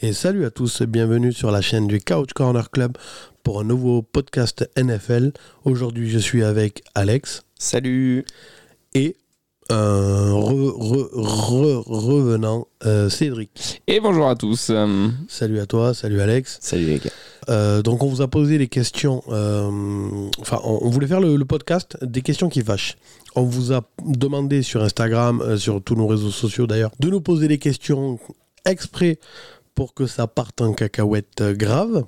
Et salut à tous et bienvenue sur la chaîne du Couch Corner Club pour un nouveau podcast NFL. Aujourd'hui, je suis avec Alex Salut. et un re- re- re- revenant euh, Cédric. Et bonjour à tous. Euh, Salut à toi, salut Alex. Salut les gars. Euh, donc on vous a posé les questions, euh, enfin on, on voulait faire le, le podcast des questions qui fâchent. On vous a demandé sur Instagram, euh, sur tous nos réseaux sociaux d'ailleurs, de nous poser des questions exprès pour que ça parte en cacahuète euh, grave.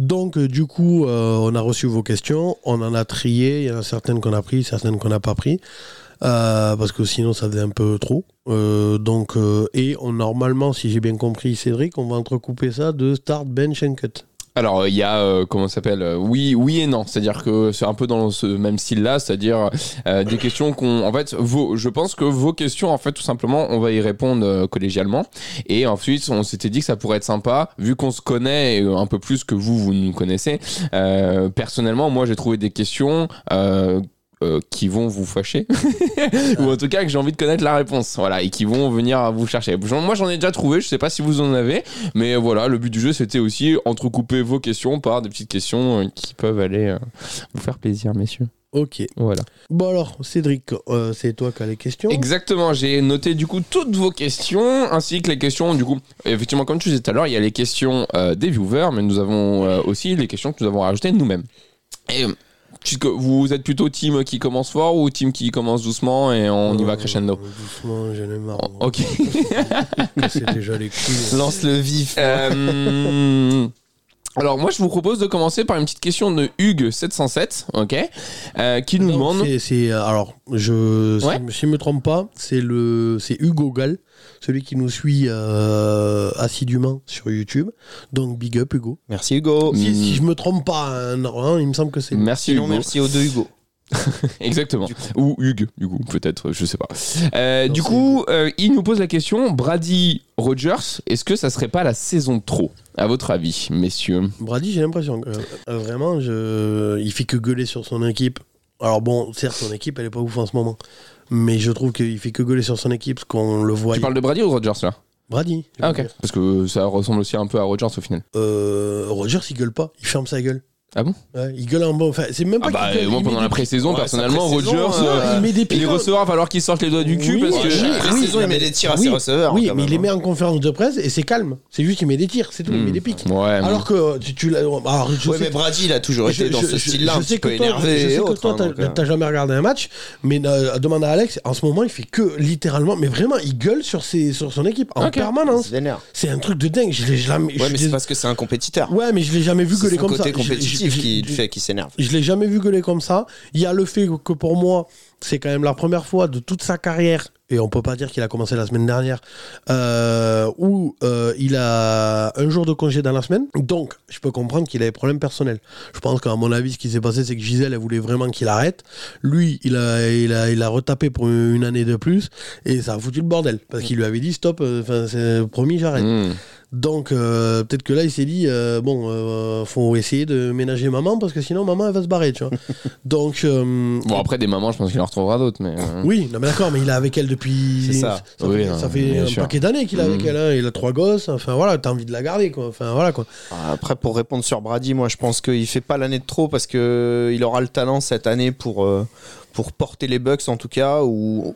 Donc euh, du coup euh, on a reçu vos questions, on en a trié, il y en a certaines qu'on a prises, certaines qu'on n'a pas prises. Euh, parce que sinon ça faisait un peu trop. Euh, donc euh, et on normalement, si j'ai bien compris Cédric, on va entrecouper ça de start, bench and cut. Alors euh, il y a euh, comment ça s'appelle euh, Oui, oui et non. C'est-à-dire que c'est un peu dans ce même style-là, c'est-à-dire euh, des questions qu'on. En fait, vos, je pense que vos questions, en fait, tout simplement, on va y répondre euh, collégialement. Et ensuite, on s'était dit que ça pourrait être sympa, vu qu'on se connaît et, euh, un peu plus que vous, vous nous connaissez. Euh, personnellement, moi, j'ai trouvé des questions. euh, euh, qui vont vous fâcher ou en tout cas que j'ai envie de connaître la réponse voilà et qui vont venir vous chercher J'en- moi j'en ai déjà trouvé je sais pas si vous en avez mais voilà, le but du jeu, c'était aussi entrecouper vos questions par des petites questions euh, qui peuvent aller euh, vous faire plaisir, messieurs. Ok. Voilà. Bon alors, Cédric, euh, c'est toi qui as les questions. Exactement, j'ai noté du coup toutes vos questions, ainsi que les questions, du coup, effectivement, comme tu disais tout à l'heure, il y a les questions euh, des viewers, mais nous avons euh, aussi les questions que nous avons rajoutées nous-mêmes. Et euh, puisque vous êtes plutôt team qui commence fort ou team qui commence doucement et on y va Euh, crescendo Doucement, j'en ai marre. moi. Ok. C'est déjà les couilles. Lance le vif. Euh, alors moi je vous propose de commencer par une petite question de Hugues 707, ok, euh, qui nous Non, demande. c'est- C'est euh, alors, je si Ouais. je- si je me trompe pas, c'est le c'est Hugo Gall, celui qui nous suit euh, assidûment sur YouTube. Donc big up Hugo. Merci Hugo. Mm. Si, si je me trompe pas, hein, non, hein, il me semble que c'est. Merci Sinon, Hugo. merci aux deux Hugo. Exactement. Ou Hugues, du coup, peut-être, je sais pas. Euh, Non, du c'est coup, euh, il nous pose la question Brady Rogers, est-ce que ça serait pas la saison trop À votre avis, messieurs Brady, j'ai l'impression que euh, vraiment, je... il fait que gueuler sur son équipe. Alors bon, certes, son équipe, elle est pas ouf en ce moment, mais je trouve qu'il fait que gueuler sur son équipe, ce qu'on le voit. Tu parles de Brady ou Rogers là Brady. je Ah, veux ok. dire. Parce que ça ressemble aussi un peu à Rogers au final. euh, Rogers il gueule pas, il ferme sa gueule. Ah bon Ouais, Il gueule en bas. Enfin, c'est même pas Ah bah, qu'il gueule, moi il pendant met la des- pré-saison, Ouais, sa personnellement, pré-saison, Rogers. Non, euh, il met des et les piquants. receveurs, va falloir qu'ils sortent les doigts du cul Oui, parce que. oui, la saison, il met des tirs à ses receveurs, Oui, quand mais même, il les hein. met en conférence de presse et c'est calme. C'est juste qu'il met des tirs, c'est tout, il met des pics. Hmm. Ouais, mais- Alors que euh, tu, tu l'as. Alors, je Ouais, sais- mais Brady, il a toujours été je- dans je- ce je- style-là, un je sais petit que peu toi, énervé je et sais que autres, toi, hein, t'as- donc, euh. t'as jamais regardé un match, mais euh, demande à Alex. En ce moment, il fait que littéralement, mais vraiment, il gueule sur ses, sur son équipe en Ok. C'est permanence. vénère. C'est un truc de dingue. Je l'ai jamais. Ouais, je mais l'ai- c'est parce que c'est un compétiteur. ouais, mais je l'ai jamais vu C'est gueuler son comme ça. côté Je- je- compétitif je- qui je- fait qu'il s'énerve. Je l'ai jamais vu gueuler comme ça. Il y a le fait que pour moi, c'est quand même la première fois de toute sa carrière, et on peut pas dire qu'il a commencé la semaine dernière, euh, où euh, il a un jour de congé dans la semaine. Donc, je peux comprendre qu'il a des problèmes personnels. Je pense qu'à mon avis, ce qui s'est passé, c'est que Gisèle, elle voulait vraiment qu'il arrête. Lui, il a, il, a, il a retapé pour une année de plus, et ça a foutu le bordel. Parce qu'il lui avait dit, stop, euh, 'fin, c'est promis, j'arrête. Hmm. Donc euh, peut-être que là il s'est dit euh, bon euh, faut essayer de ménager maman parce que sinon maman elle va se barrer tu vois. Donc euh, Bon, après, des mamans, je pense qu'il en retrouvera d'autres, mais. euh, oui non mais d'accord mais il est avec elle depuis C'est ça. ça Oui, fait, non, ça fait bien un sûr. paquet d'années qu'il est avec Mm. Mhm. elle hein. il a trois gosses enfin voilà t'as envie de la garder quoi enfin voilà quoi. Ah, Après, pour répondre sur Brady, moi, je pense qu'il fait pas l'année de trop parce que euh, il aura le talent cette année pour, euh, pour porter les Bucks, en tout cas, ou,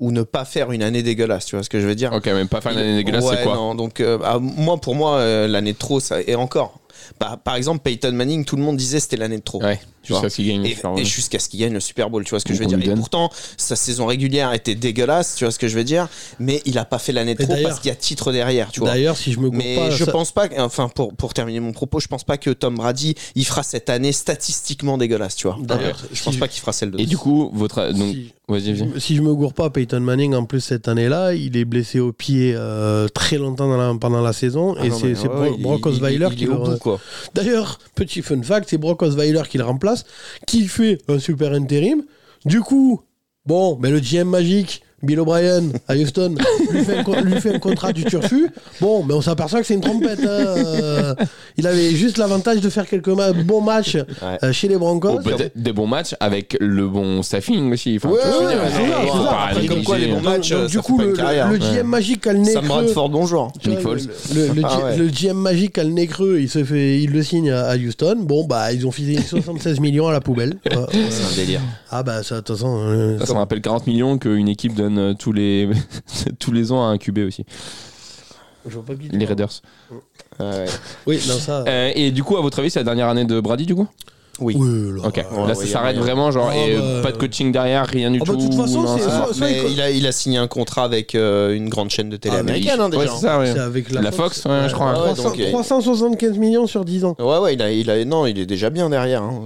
ou ne pas faire une année dégueulasse. Tu vois ce que je veux dire Ok, même pas fin Il- d'année dégueulasse, Ouais, c'est quoi non, donc euh, ah, moi pour moi euh, l'année de trop ça et encore. Bah, par exemple Peyton Manning, tout le monde disait c'était l'année de trop. Ouais, Tu vois. jusqu'à ce qu'il gagne. Et, je crois, ouais. et jusqu'à ce qu'il gagne le Super Bowl, tu vois ce que je veux Qu'on dire. lui Et donne. pourtant, sa saison régulière était dégueulasse, tu vois ce que je veux dire. Mais il a pas fait l'année de Et trop d'ailleurs- parce qu'il y a titre derrière, tu vois. D'ailleurs si je me gourre Mais pas je ça- pense pas, que- enfin pour, pour terminer mon propos, je pense pas que Tom Brady il fera cette année statistiquement dégueulasse, tu vois. D'ailleurs, je pense si- pas qu'il fera celle de. Et du coup, votre. Donc, si- vas-y, vas-y. Si je me gourre pas, Peyton Manning, en plus, cette année-là, il est blessé au pied euh, très longtemps dans la- pendant la saison. Ah et non, c'est mais c'est ouais, Bro- ouais, il- Brock il- Osweiler il qui est le au bout, quoi. D'ailleurs, petit fun fact, c'est Brock Osweiler qui le remplace, qui fait un super intérim. Du coup, bon, mais le GM magique, Bill O'Brien à Houston lui fait un, co- lui fait un contrat du turfu. Bon, mais on s'aperçoit que c'est une trompette. hein, euh, il avait juste l'avantage de faire quelques ma- bons matchs euh, chez les Broncos. Ou peut-être des bons matchs avec le bon staffing aussi. Enfin, Ouais, tu vois, je veux ouais, dire, c'est ça, on c'est va ça. pas Après, comme quoi, négliger. les bons matchs, Donc, euh, du ça coup, fait pas le, une carrière. le- le GM magique a le nez Sam creux. Bradford, bon joueur. Tu vois, Nick le- Foles. Le, le, Ah G- ouais. le GM magique a le nez creux, il se fait, il le signe à, à Houston. Bon bah ils ont filé 76 millions à la poubelle. Ouais, ouais. C'est un délire. Ah bah ça, de toute façon, euh, Ça, ça me rappelle 40 millions qu'une équipe donne euh, tous les, tous les ans à un QB aussi, je vois pas qui- les Raiders. Oui, non ça. Euh, et du coup, à votre avis, c'est la dernière année de Brady du coup Oui. Oui, là. Eh Ok, ouais, là ouais, ça y a s'arrête moyen. vraiment, genre, Ah, et bah, euh, pas de euh, coaching derrière, rien du Ah, bah, tout. de toute façon, non, c'est- ça- soit- Ah, soit mais il- il, a, il a signé un contrat avec euh, une grande chaîne de télé Ah, mais américaine, hein, déjà. Ouais, c'est ça, ouais. C'est avec la, La Fox, ouais, je crois. Ah ouais, 300 donc, euh, 375 millions sur 10 ans. Ouais, ouais, il a, il a, non, il est déjà bien derrière. hein.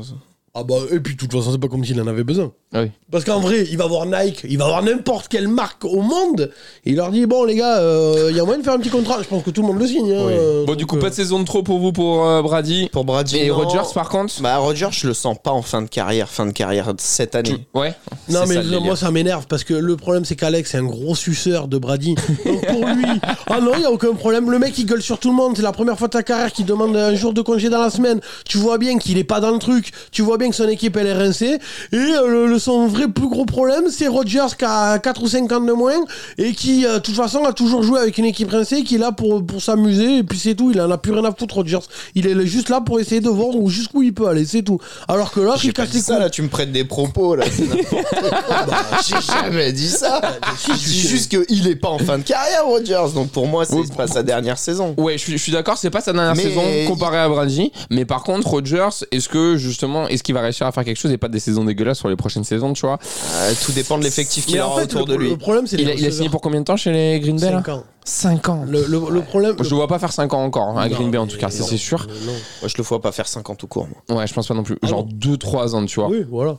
Ah bah et puis de toute façon c'est pas comme s'il en avait besoin. Ah oui. Parce qu'en vrai il va voir Nike, il va voir n'importe quelle marque au monde et il leur dit bon les gars euh, il y a moyen de faire un petit contrat. Je pense que tout le monde le signe. hein, Oui. euh, Bon, donc, du coup, euh, pas de saison de trop pour vous, pour euh, Brady. Pour Brady. Et non. Rodgers, par contre Bah, Rodgers, je le sens pas en fin de carrière, fin de carrière de cette année. tu- Mm. Ouais. Non, C'est mais ça, le moi, délire. ça m'énerve parce que le problème, c'est qu'Alex est un gros suceur de Brady. Donc, pour lui, ah non, il n'y a aucun problème. Le mec, il gueule sur tout le monde. C'est la première fois de sa carrière qu'il demande un jour de congé dans la semaine. Tu vois bien qu'il est pas dans le truc. Tu vois bien que son équipe, elle est rincée. Et euh, le, le- son vrai plus gros problème, c'est Rodgers qui a 4 ou 5 ans de moins et qui, euh, de toute façon, a toujours joué avec une équipe rincée qui est là pour, pour s'amuser. Et puis, c'est tout. Il en a plus rien à foutre, Rodgers. Il est juste là pour essayer de voir où, jusqu'où il peut aller. C'est tout. Alors que là, J'ai il pas casse dit les ça, couilles. là, tu me prêtes des propos, là. c'est n'importe quoi. Bah, J'ai Ah, jamais dit ça. Ah, Je dis juste qu'il est pas en fin de carrière, Rodgers. Donc, pour moi, Oui, c'est pas sa dernière saison. Ouais, je suis, je suis d'accord, c'est pas sa dernière Mais- saison comparée à Brady. Mais par contre, Rodgers, est-ce que justement, est-ce qu'il va réussir à faire quelque chose et pas des saisons dégueulasses sur les prochaines saisons, tu vois Euh, tout dépend de l'effectif qu'il Mais aura en fait, autour le- de lui. Le problème, c'est il les a, il a signé pour combien de temps chez les Green Bay là Cinq ans. 5 ans. Le, le- le problème. Je le vois pas faire 5 ans encore, hein, à Non, Green Bay en mais tout cas, ça non, c'est sûr. mais non. Moi, je le vois pas faire 50 tout court. moi. Ouais, je pense pas non plus. Ah Genre non. 2-3 ans, tu vois. Oui, voilà.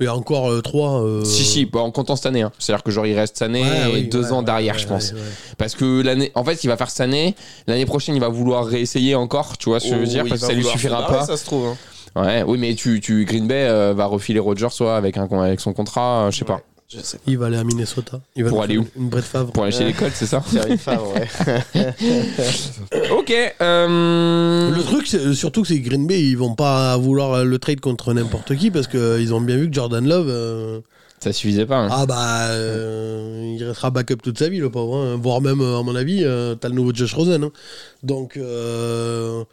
Il y a encore euh, 3. Si, si, bah, en comptant cette année. hein. C'est-à-dire que genre il reste cette année et 2 ans derrière, je pense. Parce que l'année, en fait, il va faire cette année. L'année prochaine, il va vouloir réessayer encore, tu vois ce que je veux Oh, dire, il parce que va ça lui vouloir suffira se pas. barrer, Ça se trouve. hein. Ouais, oui, mais tu, tu Green Bay euh, va refiler Rodgers soit avec un avec son contrat, euh, je sais pas, Je sais pas. Il va aller à Minnesota. Il va Pour nous aller faire où Une Brett Favre. pour aller chez Ouais. l'école, c'est ça. Faire une femme, ouais. ok. euh, Le truc, c'est surtout que c'est Green Bay, ils vont pas vouloir euh, le trade contre n'importe qui parce qu'ils ont bien vu que Jordan Love, euh, Ça suffisait pas. hein. ah bah, euh, il restera backup toute sa vie, le pauvre. hein. Voire même, euh, à mon avis, euh, t'as le nouveau Josh Rosen. hein. Donc, euh,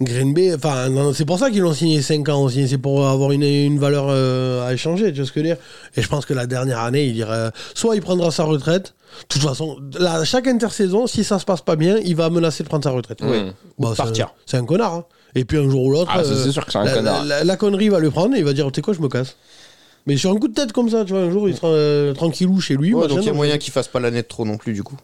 Green Bay, enfin, non, c'est pour ça qu'ils l'ont signé 5 ans aussi. C'est pour avoir une, une valeur euh, à échanger, tu vois ce que je veux dire. Et je pense que la dernière année, il ira, soit il prendra sa retraite. De toute façon, là, chaque intersaison, si ça se passe pas bien, il va menacer de prendre sa retraite. Ouais. Bah, c'est- partir. C'est un connard. hein. Et puis un jour ou l'autre, Ah, ça, euh, c'est sûr que c'est un la, connard. la- la connerie va le prendre et il va dire, tu sais quoi, je me casse. Mais sur un coup de tête comme ça, tu vois, un jour, il sera euh, tranquillou chez lui. Ouais, machin, donc il y a donc- moyen qu'il fasse pas l'année de trop non plus du coup.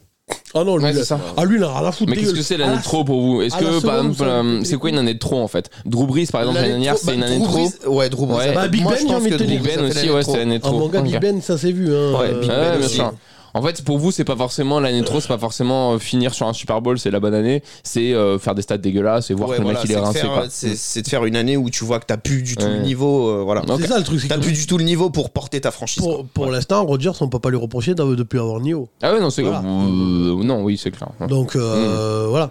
Ah non, lui, Ouais, il a- c'est ça. ah, lui, il a rien à foutre. Mais qu'est-ce dégueule. que c'est Ah, l'année là, de trop pour vous Est-ce à la que par seconde, exemple, ça va euh, péter c'est les quoi une couilles. année de trop en fait Drew Brees par exemple L'année l'année de dernière, trop- c'est bah, une année de Drew trop. Brees- Ouais, Drew Brees. Ouais. ça- Bah, Big moi, Ben, je j'ai pense envie de que te Drew dire. Big Brees, Ben ça fait aussi, l'année ouais, de c'est trop. l'année de Ah, trop. mon gars, Ok. Big Ben, ça s'est vu. Hein, Ouais, euh, Big Ben Ouais, bien aussi. sûr. En fait, pour vous, c'est pas forcément l'année de trop, c'est pas forcément euh, finir sur un Super Bowl, c'est la bonne année, c'est euh, faire des stats dégueulasses et voir Ouais, que le voilà, mec il est c'est de rincé. faire, quoi. Mm. euh, c'est- C'est de faire une année où tu vois que t'as plus du tout Ouais. le niveau. euh, voilà. Ok. C'est ça le truc, c'est T'as que plus du tout le niveau pour porter ta franchise. pour, pour l'instant, Rodgers, on peut pas lui reprocher d'avoir- de plus avoir le niveau. Ah ouais, non, c'est. Voilà. Euh, non, oui, c'est clair. Ouais. Donc Hmm. euh, voilà.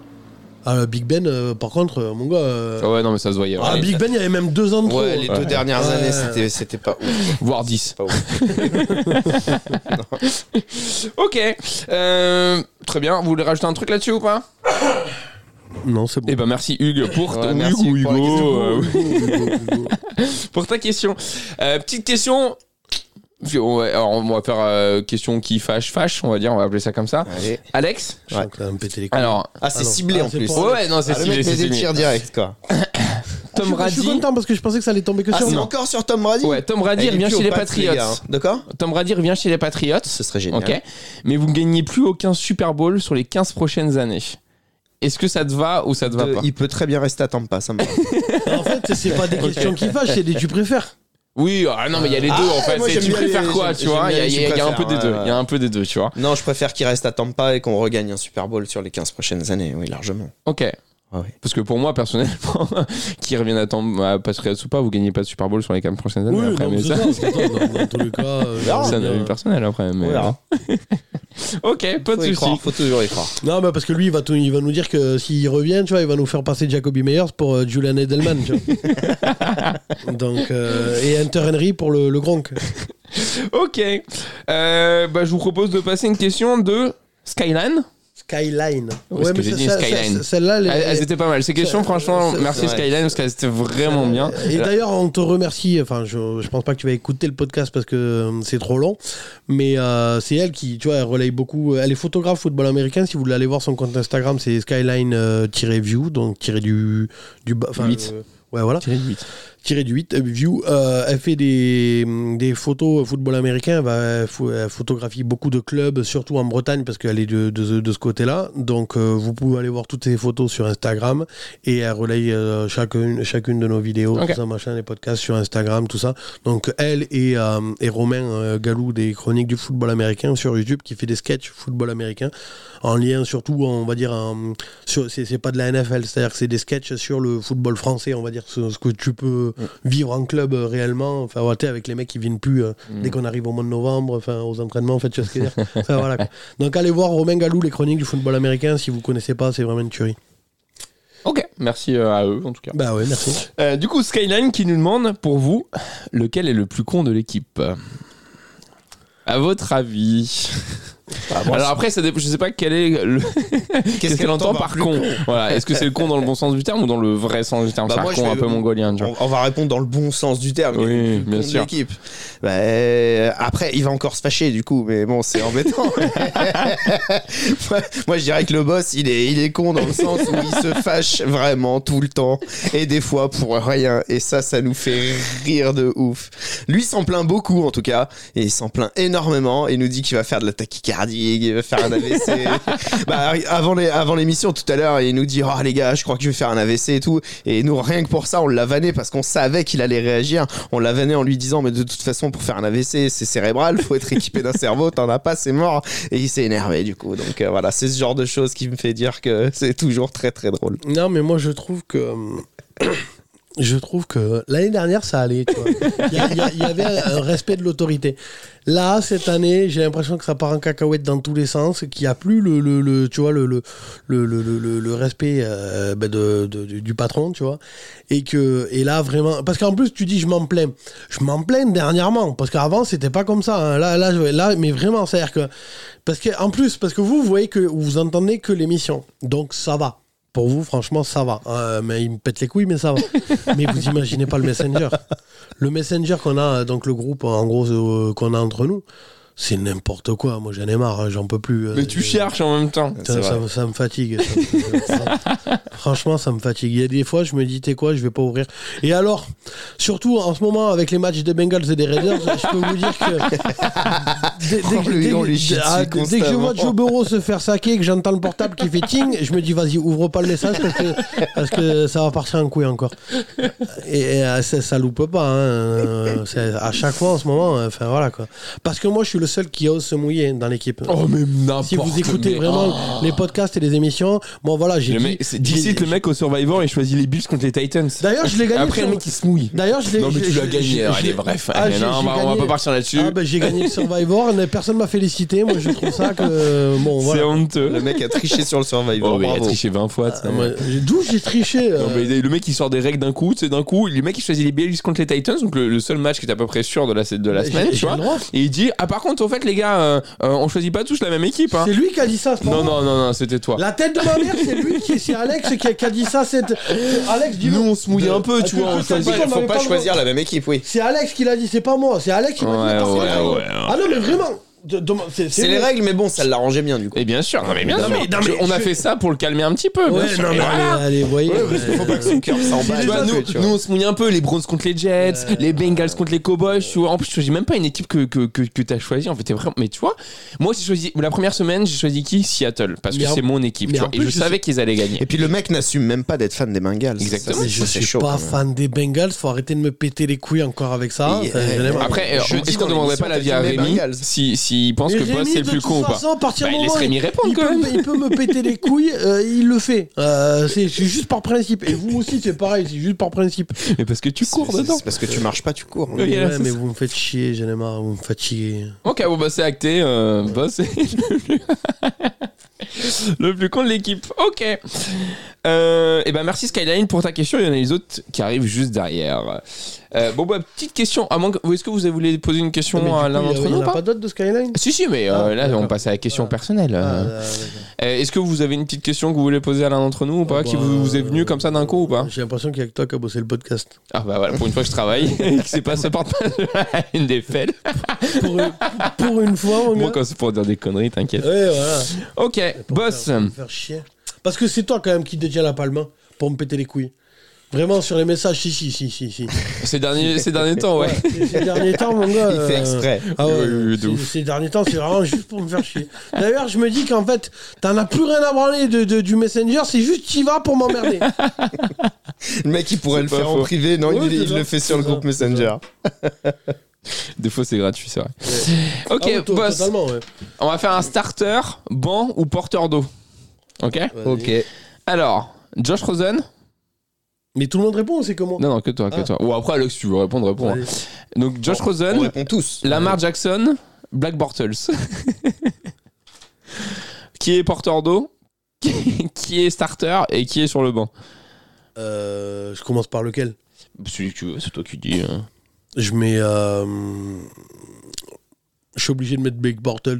Ah, Big Ben, euh, par contre, euh, mon gars. euh, Ah ouais, non, mais ça se voyait. ah, ouais. Big Ben, il y avait même deux ans de Ouais, trop. les hein. deux dernières Ouais. années, c'était- c'était pas ouf. Voire 10. Pas ouf. Ok. Euh, très bien. Vous voulez rajouter un truc là-dessus ou pas Non, c'est bon. Eh ben merci Hugues pour, Ouais, Oui, merci Hugo, pour la question. euh, oui, Hugo. pour ta question. Euh, petite question. On va, alors, on va faire euh, question qui fâche fâche. On va dire, on va appeler ça comme ça. Allez. Alex. Je sens que ça va me péter les couilles. Alors. Ah, c'est Ah non. ciblé Ah, en c'est plus. pour- Ouais, ouais, non, c'est Ah, le mec ciblé, met c'est des ciblé. tirs direct quoi. Ah, Je Tom suis- Je suis Brady. content parce que je pensais que ça allait tomber que Ah, sur c'est moi. encore sur Tom Brady Ouais, Tom Ah, il Brady est revient plus chez au les pattes, les Patriots. gars, hein. D'accord Tom Brady revient chez les Patriots. Ce serait génial. Ok. Mais vous ne gagnez plus aucun Super Bowl sur les 15 prochaines années. Est-ce que ça te va ou ça te va De- pas il peut très bien rester à Tampa, ça me va. En fait, c'est pas des questions qui fâchent, c'est des tu préfères. Oui, ah non, mais il y a les deux Ah, en fait. moi, C'est j'aime tu bien les- préfères quoi, j'aime- tu j'aime vois Il y a- bien il les y a il y a un peu des préfères, deux. ouais, Il y a un peu des deux, tu vois. Non, je préfère qu'il reste à Tampa et qu'on regagne un Super Bowl sur les 15 prochaines années, oui, largement. Ok. Ah ouais. Parce que pour moi, personnellement, qui revient à temps à Patrick Soupa, vous gagnez pas de Super Bowl sur les 4 prochaines années Oui, après. non, mais c'est ça, ça, c'est ça, dans, dans tous les cas. euh, Verra. c'est un euh, avis personnel après. Mais... Ah, On verra. ok, pas Faut de y soucis. croire, faut toujours y croire. Non, mais parce que lui, il va, tout- il va nous dire que s'il revient, tu vois, il va nous faire passer Jacoby Meyers pour euh, Julian Edelman. tu vois. Donc, euh, et Hunter Henry pour le, le Gronk. Ok. Euh, bah, je vous propose de passer une question de Skyline. Skyline. Où est-ce que j'ai c'est- dit, ça- Skyline Ah, ça- Celle-là, elle Elles, est- elles étaient pas mal. Ces questions, c'est- franchement, c'est- merci ouais. euh, Skyline parce qu'elles étaient vraiment bien. Et d'ailleurs, on te remercie. Enfin, je, je pense pas que tu vas écouter le podcast parce que euh, c'est trop long. Mais euh, c'est elle qui, tu vois, elle relaye beaucoup. euh, Elle est photographe football américain. Si vous voulez aller voir son compte Instagram, c'est skyline-view. Donc, tiré du. du bas- enfin, Huit. euh, ouais, voilà. tiré du 8, euh, View, euh, elle fait des, des photos football américain, elle, va- elle pho- elle photographie beaucoup de clubs, surtout en Bretagne, parce qu'elle est de, de, de ce côté-là. Donc euh, vous pouvez aller voir toutes ses photos sur Instagram, et elle relaye euh, chacune, chacune de nos vidéos, Ok. tout ça, machin, les podcasts sur Instagram, tout ça. Donc elle et, euh, et Romain euh, Galou des Chroniques du football américain sur YouTube, qui fait des sketchs football américain, en lien surtout, on va dire, en- sur- c'est c'est pas de la NFL, c'est-à-dire que c'est des sketchs sur le football français, on va dire, ce, ce que tu peux vivre en club euh, réellement, enfin, voilà, t'es avec les mecs qui viennent plus euh, dès qu'on arrive au mois de novembre, enfin, aux entraînements, en fait, tu vois ce que je veux dire. Enfin, voilà, quoi. Donc, allez voir Romain Galou, les chroniques du football américain, si vous connaissez pas, c'est vraiment une tuerie. Ok, merci euh, à eux en tout cas. Bah ouais, merci. Euh, du coup, Skyline qui nous demande pour vous, lequel est le plus con de l'équipe À votre avis Ah, Alors après, ça dépend- je sais pas quel est le. Qu'est-ce qu'elle entend par con Voilà, est-ce que c'est le con dans le bon sens du terme ou dans le vrai sens du terme Bah, C'est un moi, je con un vais- peu mongolien, tu vois. on, on va répondre dans le bon sens du terme. Oui, Il est plus bien con de sûr. l'équipe. Bah, euh, après, il va encore se fâcher du coup, mais bon, c'est embêtant. moi, moi, je dirais que le boss, il est, il est con dans le sens où il se fâche vraiment tout le temps et des fois pour rien. Et ça, ça nous fait rire de ouf. Lui s'en plaint beaucoup en tout cas, et il s'en plaint énormément et nous dit qu'il va faire de la tachycardie, qu'il va faire un AVC. bah, avant les- avant l'émission tout à l'heure, il nous dit "Oh les gars, je crois que je vais faire un AVC et tout." Et nous rien que pour ça, on l'a vanné parce qu'on savait qu'il allait réagir. On l'a vanné en lui disant "Mais de toute façon, pour faire un AVC, c'est cérébral, faut être équipé d'un cerveau, t'en as pas, c'est mort." Et il s'est énervé du coup. Donc euh, voilà, c'est ce genre de choses qui me fait dire que c'est toujours très très drôle. Non, mais moi, je trouve que. hum, Je trouve que l'année dernière, ça allait. tu vois. Il y, a- il y a- il y avait un respect de l'autorité. Là, cette année, j'ai l'impression que ça part en cacahuète dans tous les sens, qu'il n'y a plus le, le, le- tu vois, le, le, le, le- le- le- le respect euh, ben, de- de- du, du patron, tu vois. Et, que, et là, vraiment. Parce qu'en plus, tu dis, je m'en plains. Je m'en plains dernièrement. Parce qu'avant, c'était pas comme ça. hein. Là, là, je- là, mais vraiment, c'est-à-dire que. Parce que, en plus, parce que vous, vous voyez que vous entendez que l'émission. Donc, ça va. Pour vous, franchement, ça va. Euh, mais il me pète les couilles, mais ça va. mais vous imaginez pas le messenger. Le messenger qu'on a, euh, donc le groupe, en gros, euh, qu'on a entre nous, c'est n'importe quoi. Moi, j'en ai marre, hein, j'en peux plus. euh, Mais tu j'ai- cherches en même temps. Putain, C'est Hein, ça, vrai. ça me fatigue. ça me- ça- franchement, ça me fatigue. Il y a des fois, je me dis, t'es quoi, je vais pas ouvrir. Et alors, surtout en ce moment, avec les matchs des Bengals et des Raiders, je peux vous dire que. Dès, dès On que, lui- dès- on lui chie ah, dessus dès que je vois constamment. Joe Burrow se faire saquer et que j'entends le portable qui fait ting, je me dis, vas-y, ouvre pas le message parce que, parce que ça va partir en couille encore. Et, et, euh, ça, ça loupe pas. hein. Euh, c'est- À chaque fois en ce moment, euh, enfin voilà quoi. Parce que moi, je suis le seul qui ose se mouiller dans l'équipe. Oh, mais n'importe Si vous écoutez mais- vraiment les podcasts et les émissions, bon voilà, j'ai Oh. Le dit- mec- c'est- j'ai- d'ici, le mec au Survivor, il choisit les Bills contre les Titans. D'ailleurs, je l'ai gagné. Après, sur- le mec, il se mouille. D'ailleurs, je l'ai Non, mais tu je- l'as je- gagné. hein, je- Allez, je- bref. Ah, Allez, j'ai- non, on j'ai va- on va gagné- pas partir là-dessus. Ah, ben, j'ai gagné le Survivor, mais personne m'a félicité. Moi, je trouve ça que bon, C'est voilà. honteux. Le mec a triché sur le survivor. Oh, mais il a bravo. triché 20 fois. tu sais. Ah, moi, j'ai- D'où j'ai triché. euh, Non, mais le mec il sort des règles d'un coup, c'est d'un coup, le mec il choisit les Bills contre les Titans, donc le, le seul match qui est à peu près sûr de la, de la j'ai- semaine, j'ai tu vois. le droit. Et il dit Ah, par contre, au fait, les gars, euh, euh, on choisit pas tous la même équipe. Hein. C'est lui qui a dit ça. c'est pas Non, moi. non, non, non, c'était toi. La tête de ma mère, c'est lui qui, c'est Alex qui a, qui a dit ça. C'est Alex dis-le. Nous on se mouille un peu, tu Ah, vois. tu- On tu- choisit tu- pas- on Faut avait pas pas le droit. choisir la même équipe, oui. C'est Alex qui l'a dit, c'est pas moi. C'est Alex qui m'a Ouais, dit. parce que- ouais, ouais, ouais. Ah non, mais vraiment. de- de- c'est- C'est les vrai. règles, mais bon, ça l'arrangeait bien du coup. Et bien sûr, non, mais bien Non, sûr. mais- non, mais Je- on a je- fait ça pour le calmer un petit peu. bien Ouais, sûr. non, Et mais allez, voilà. allez, vous voyez. euh, cœur s'emballe. Tu vois, nous, nous, on se mouille un peu, les Browns contre les Jets, les Bengals contre les Cowboys. tu vois. En plus, je choisis même pas une équipe que, que, que, que t'as choisi. En fait, t'es vraiment. Mais tu vois, moi, j'ai choisi. La première semaine, j'ai choisi qui Seattle. Parce que Mais en- c'est mon équipe. mais Tu vois, en et plus, je je savais qu'ils allaient gagner. Et puis le mec n'assume même pas d'être fan des Bengals. Exactement. Ça, Mais c'est- je c'est suis chaud, pas quand même. fan des Bengals, faut arrêter de me péter les couilles encore avec ça. Et, Enfin, euh, j'en ai marre. Après, euh, Jeudi, est-ce qu'on dans demanderait pas l'émission, l'avis t'as à dit les Rémi Bengals. si, si, s'il pense que Boss Rémi, est le de plus toute con ou pas. façon, à partir Bah, du il moment laisse où Rémi répondre il quand peut, même. il peut me péter les couilles, euh, il le fait. Euh, c'est c'est juste par principe. Et vous aussi, c'est pareil, c'est juste par principe. Mais parce que tu cours C'est- dedans. C'est parce que tu marches pas, tu cours. Oui, Ouais, là, c'est mais ça. vous me faites chier, j'en ai marre, vous me fatiguez. Ok, bon, bah, c'est acté. euh, boss est le plus... le plus con de l'équipe. Ok. Euh, et ben, merci Skyline pour ta question. Il y en a les autres qui arrivent juste derrière. Euh, bon, bah, petite question. À moins que- Est-ce que vous voulez poser une Mais question du à coup, l'un il y a- d'entre il y nous en ou a pas pas d'autres de Skyline Si, si, mais euh, Ah, là, on d'accord. passe à la question Voilà. personnelle. Ah, euh. là, d'accord. Euh, Est-ce que vous avez une petite question que vous voulez poser à l'un d'entre nous ou pas Ah, Qui bah, euh, vous, vous est venue comme ça d'un coup ou pas J'ai l'impression qu'il y a que toi qui as bossé le podcast. Ah, bah voilà, pour une fois que je travaille et que c'est pas ça porte pas une des fêtes. Pour, une- pour une fois, mon Moi, gars. quand c'est pour dire des conneries, t'inquiète. Ouais, voilà. Ok, Pour boss. Faire, pour faire chier. Parce que c'est toi quand même qui détient la palme hein, pour me péter les couilles. Vraiment sur les messages, si, si, si, si. si. Ces derniers, ces derniers temps, ouais. Ces- Ces derniers temps, mon gars. Il fait euh, exprès. Ah ouais, Oui, oui, oui, de ces- ouf. ces derniers temps, c'est vraiment juste pour me faire chier. D'ailleurs, je me dis qu'en fait, t'en as plus rien à branler de, de- du Messenger, c'est juste t'y vas pour m'emmerder. Le mec, il pourrait C'est le pas faire en faux. privé. Non, Ouais, il, il c'est le ça, fait c'est sur le ça, groupe c'est ça. Messenger. Des fois, c'est gratuit, c'est vrai. Ok, Ah ouais, to- boss. Totalement, ouais. On va faire un starter, banc ou porteur d'eau. Ok Vas-y. Alors, Josh Rosen Mais tout le monde répond ou c'est que moi Non, non, que toi, que Ah. toi. Ou après, Alex, si tu veux répondre, réponds. hein. Allez. Donc, Josh On Rosen, répond tous. Lamar Jackson, Black Bortles. qui est porteur d'eau qui qui est starter et qui est sur le banc Euh, je commence par lequel Celui que tu veux, c'est toi qui dis. hein. Je mets. euh, je suis obligé de mettre Big Bortles.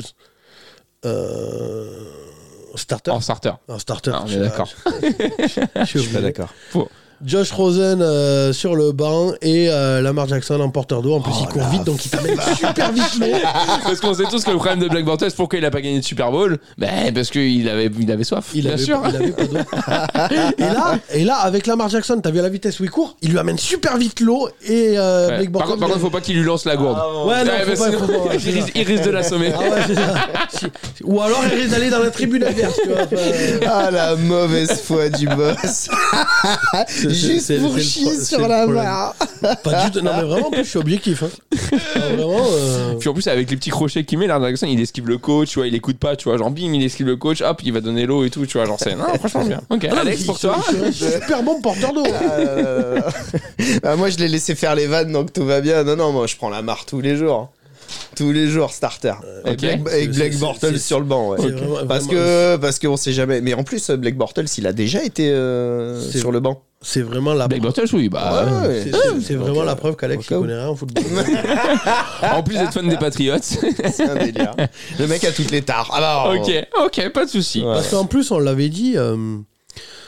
Euh, starter En starter. Un starter. Ah, on je est sais pas, d'accord. Je, je suis Je suis pas obligé. d'accord. Josh Rosen euh, sur le banc et euh, Lamar Jackson en porteur d'eau. En plus, Oh il court la vite, donc il t'amène super vite l'eau. Ah, Parce qu'on sait tous que le problème de Black Bortles, pourquoi il a pas gagné de Super Bowl Ben parce qu'il avait, il avait soif. Il bien avait, sûr. pas- il avait pas d'eau. et, là, et là, avec Lamar Jackson, t'as vu à la vitesse où il court Il lui amène super vite l'eau et euh, Ouais. Blake Par, Bortles- contre, par contre, faut pas qu'il lui lance la Ah, gourde. Ouais, non, Ouais, faut mais pas, sinon, faut pas, ouais, il, c'est ça. risque, il risque de l'assommer. Ah ouais, c'est ça. Si- si- Ou alors il risque d'aller dans la tribune adverse, tu vois. Enfin, euh, Ah, la mauvaise foi du boss. c'est- Juste c'est- pour c'est le pro- chier c'est sur le la problème. barre. Pas du tout. Non, mais vraiment, en plus, je suis objectif. hein. Ah, vraiment. euh, Puis en plus, avec les petits crochets qu'il met, là, Jackson, il esquive le coach, tu vois, il écoute pas, tu vois, genre bim, il esquive le coach, hop, il va donner l'eau et tout, tu vois, genre c'est. Non, franchement, bien. Ok, ah, non, Alex, il- pour il toi serait- il serait super bon porteur d'eau. Ah, là, là, là, là. Bah, moi, je l'ai laissé faire les vannes, donc tout va bien. Non, non, moi, je prends la marre tous les jours. Tous les jours, starter. ok. Avec Blake, C'est- avec Blake c'est- Bortles c'est- sur le banc, ouais. c'est vraiment- Parce vraiment- que parce qu'on sait jamais. Mais en plus, Blake Bortles, il a déjà été euh, C'est- sur le banc. C'est vraiment la Black Bortles, oui, bah. Ouais, ouais. C'est- c'est- C'est Donc, vraiment euh, la preuve qu'Alex au ne cas où. connaît rien au football. En plus d'être fan des Patriots. C'est un délire. Le mec a toutes les tares. Ah bah, oh. ok, ok, pas de souci. Ouais. Parce qu'en plus, on l'avait dit euh,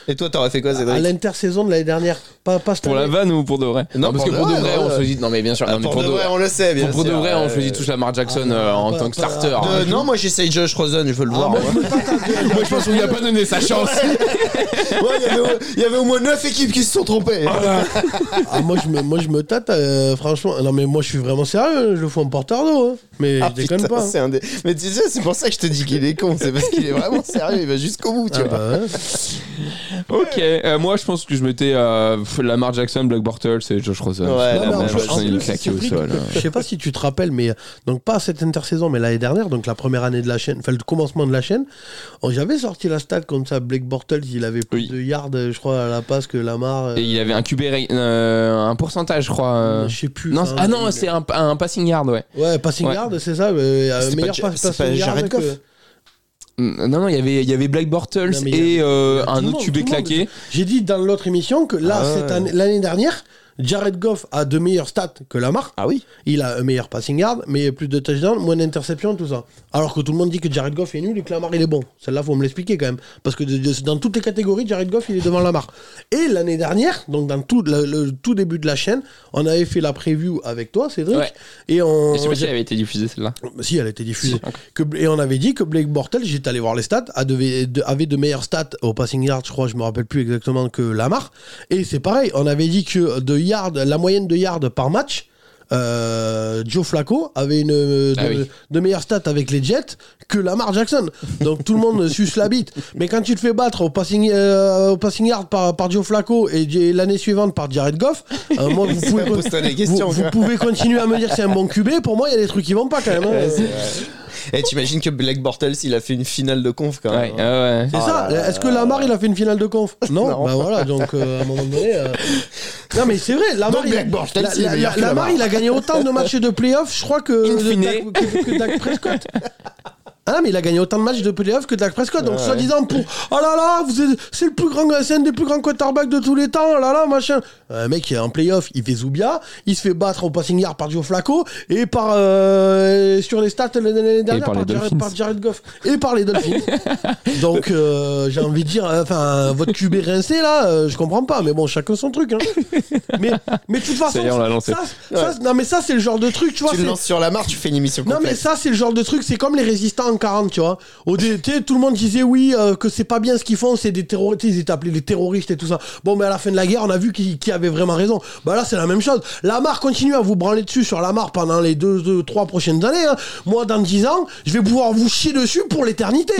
Et toi, t'aurais fait quoi, à Cédric l'intersaison de l'année dernière. Pas, pas cette Pour la année. vanne ou pour de vrai Non, parce pour que de pour de vrai, vrai, ouais, on ouais. choisit. Non, mais bien sûr, Ah, non, mais pour, de vrai, on le sait, bien Pour, pour de sûr. vrai, on Euh, choisit tous Lamar Jackson Ah, euh, en pas- tant que pas- starter. de- hein. Euh, non, moi j'essaye Josh Rosen, je veux le Ah, voir. hein. moi, moi. je me tape un- Moi, je pense qu'on lui a pas donné sa chance. Ouais, il y avait au- il y, avait au moins 9 équipes qui se sont trompées. Ah, moi, je me, moi, je me tâte, euh, franchement. Non, mais moi, je suis vraiment sérieux. Je le fous en porteur d'eau. hein. Mais Ah, je déconne putain, pas. hein. c'est un dé- Mais tu sais, c'est pour ça que je te dis qu'il est con, c'est parce qu'il est vraiment sérieux, il va jusqu'au bout, tu Ah, vois. bah, hein. Ok, euh, moi je pense que je mettais euh, pff, Lamar Jackson, Black Bortles et Josh Rosen. Ouais, Je- Non, la mais Lamar en même plus, chose, Jackson, en il plus, est claqué au Cédric, sol. hein. Je sais pas si tu te rappelles, mais euh, donc pas cette intersaison, mais l'année dernière, donc la première année de la chaîne, enfin le commencement de la chaîne, on- j'avais sorti la stat comme ça. Blake Bortles, il avait plus Oui. de yards, euh, je crois, à la passe que Lamar. euh, Et il avait un QB, ra- euh, un pourcentage, je crois. euh. je sais plus. Non, enfin, ah non, il- c'est un, un passing yard, ouais. Ouais, passing Ouais. yard, c'est ça. euh, euh, C'est pas meilleur Ja- pas, c'est passing pas yard Jared que- Goff. Mm, Non, non, il y avait, il y avait Black Bortles Non, mais il y et euh, il y a un tout le autre monde, tout QB le monde. claqué. J'ai dit dans l'autre émission que là, Ah ouais. cette année- l'année dernière, Jared Goff a de meilleures stats que Lamar. Ah oui Il a un meilleur passing yard, mais plus de touchdowns, moins d'interceptions, tout ça. Alors que tout le monde dit que Jared Goff est nul et que Lamar il est bon. Celle-là, faut me l'expliquer quand même. Parce que de- de- dans toutes les catégories, Jared Goff il est devant Lamar. Et l'année dernière, donc dans tout le, le tout début de la chaîne, on avait fait la preview avec toi, Cédric. Ouais. Et on. Je sais pas si elle avait été diffusée celle-là. Bah, Si, elle a été diffusée. Que, et on avait dit que Blake Bortles, j'étais allé voir les stats, a devait- de- avait de meilleures stats au passing yard, je crois, je me rappelle plus exactement, que Lamar. Et c'est pareil, on avait dit que de yard, la moyenne de yards par match, euh, Joe Flacco avait une euh, de, Ah oui. de meilleures stats avec les Jets que Lamar Jackson. Donc tout le monde suce la bite. Mais quand tu te fais battre au passing, euh, au passing yard par, par Joe Flacco et, et l'année suivante par Jared Goff, euh, moi, vous pouvez, pose-toi des questions, vous- vous quoi. pouvez continuer à me dire que c'est un bon QB. Pour moi, il y a des trucs qui vont pas quand même. hein. Ouais, c'est- Et Eh, t'imagines que Black Bortles, il a fait une finale de conf quand Ouais, même. hein. ouais, ouais. C'est Ah ça. là là Est-ce que là Lamar, là. il a fait une finale de conf Non. Non. Bah voilà, donc euh, à un moment donné. euh, Non, mais c'est vrai, Lamar. Donc, il- Black Bortles, La- il est la- meilleur la- que Lamar, Lamar. il a gagné autant de matchs de playoffs, je crois, que, In de fine. Dak- que, que Dak Prescott. Ah, mais il a gagné autant de matchs de playoffs que Dak Prescott. Donc, Ouais. soi-disant, pour. Oh là là, vous êtes- c'est le plus grand, c'est un des plus grands quarterbacks de tous les temps. Oh là là, machin. Un mec, il est en playoff, il fait Zoubia, il se fait battre au passing yard par Joe Flacco et par. euh, sur les stats l'année dernière par les Jared, Dolphins. par Jared Goff et par les Dolphins. Donc euh, j'ai envie de dire, euh, enfin votre QB rincé là, euh, je comprends pas, mais bon chacun son truc. Hein. Mais mais de toute façon, Ça y est, on l'a lancé. ça, ça, non mais ça c'est le genre de truc, tu vois. Tu c'est- le lances sur la marche, tu fais une émission non complète. mais ça c'est le genre de truc, c'est comme les résistants en 40, tu vois. Au dé- tu sais, tout le monde disait oui euh, que c'est pas bien ce qu'ils font, c'est des terroristes, ils étaient appelés les terroristes et tout ça. Bon mais à la fin de la guerre, on a vu qui, qui avait vraiment raison. Bah là c'est la même chose. Lamar continue à vous branler dessus sur Lamar pendant les deux, deux, trois prochaines années. hein. Moi dans 10 ans, je vais pouvoir vous chier dessus pour l'éternité.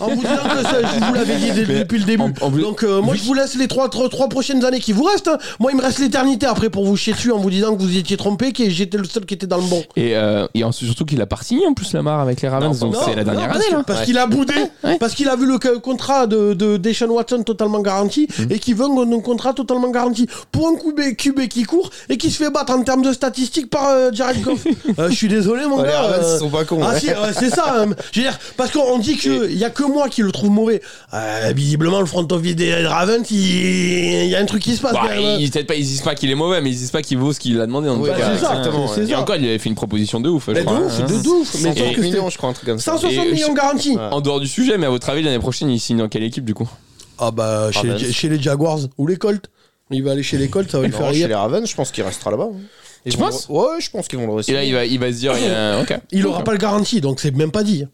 en vous disant que ça, je vous l'avais dit dès- depuis le début. en- en plus- Donc euh, moi je vous laisse les trois, trois, trois prochaines années qui vous restent. hein. Moi il me reste l'éternité après pour vous chier dessus en vous disant que vous étiez trompé, que j'étais le seul qui était dans le bon. Et, euh, et ensuite, surtout qu'il a pas signé en plus Lamar avec les Ravens, Non, donc Non, c'est la dernière non, année. parce que- là. Parce qu'il a boudé, parce qu'il a vu le co- contrat de, de Deshaun Watson totalement garanti Mhm. et qu'il veut un, un contrat totalement garanti pour un QB, QB qui court et qui se fait battre en termes de statistiques par euh, Jared Goff. Euh, Je suis désolé, mon Ouais, les gars. Ravens, euh, ils sont pas cons, ah, ouais. si, euh, c'est ça. hein. Je veux dire, parce qu'on dit qu'il y a que moi qui le trouve mauvais. Euh, visiblement, le front office des Ravens, il il y a un truc qui se passe. Bah, quand même, hein. ils, peut-être pas, ils disent pas qu'il est mauvais, mais ils disent pas qu'il vaut ce qu'il a demandé. En Oui, tout bah, cas. c'est ça, exactement, c'est Et ça. encore, il avait fait une proposition de ouf, je Mais de crois, ouf, hein. de ouf. Mais sauf 160 que c'était millions, je crois, un truc comme ça. 160 Et- millions garantis. Ouais. En dehors du sujet, mais à votre avis, l'année prochaine, il signe dans quelle équipe du coup Ah bah chez, les, Ravens. chez les Jaguars ou les Colts. Il va aller chez les Colts, ça va lui Non, faire chez rire. les Ravens, je pense qu'il restera là-bas. hein. Ils Tu vont penses le- Ouais, je pense qu'ils vont le Et là, recevoir. il va, il va se dire, il y a- ok. Il aura pas le garanti, donc c'est même pas dit.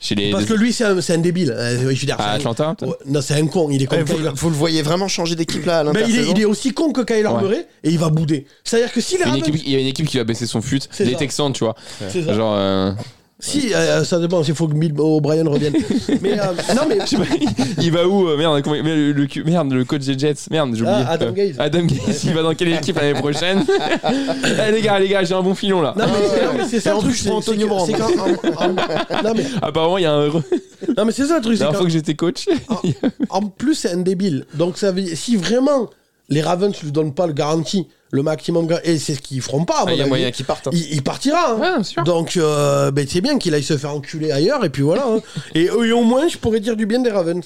Chez les Parce que lui, c'est un, c'est un débile. Euh, je veux dire, c'est à un- Atlanta. peut-être Ouais, non, c'est un con, il est comme Kyler. Vous, vous le voyez vraiment changer d'équipe là à Eh, Mais il est, l'intersaison il est aussi con que Kyler Ouais. Murray et il va bouder. C'est-à-dire que si les Il y a Ravens. une équipe- il y a une équipe qui va baisser son fut. C'est Les ça. Texans, tu vois. C'est ça. Genre. euh, Si, euh, ça dépend, il faut que Bill O'Brien revienne. mais euh, non, mais. Je sais pas, il- il va où euh, Merde, comment- mais le, le cu- merde, le coach des Jets. Merde, j'ai oublié. Ah, Adam Euh, Gaze. Adam Gaze, il va dans quelle équipe l'année prochaine Eh, Les gars, les gars, j'ai un bon filon là. Non, mais, c'est- non, mais c'est ça Et le en truc. plus, je c'est- prends c'est Antonio que- Brown. c'est quand- en- en- non, mais, Apparemment, il y a un heureux. non, mais c'est ça le truc. La c'est dernière quand- fois que j'étais coach. Ah En plus, c'est un débile. Donc, ça veut dire- si vraiment les Ravens ne lui donnent pas le garantie, le maximum, gar- et c'est ce qu'ils feront pas, à Ah, mon Il y a avis, moyen qu'il parte. hein. il, il partira. hein. Ouais, sûr. Donc, euh, ben, c'est bien qu'il aille se faire enculer ailleurs, et puis voilà. hein. et, et au moins, je pourrais dire du bien des Ravens.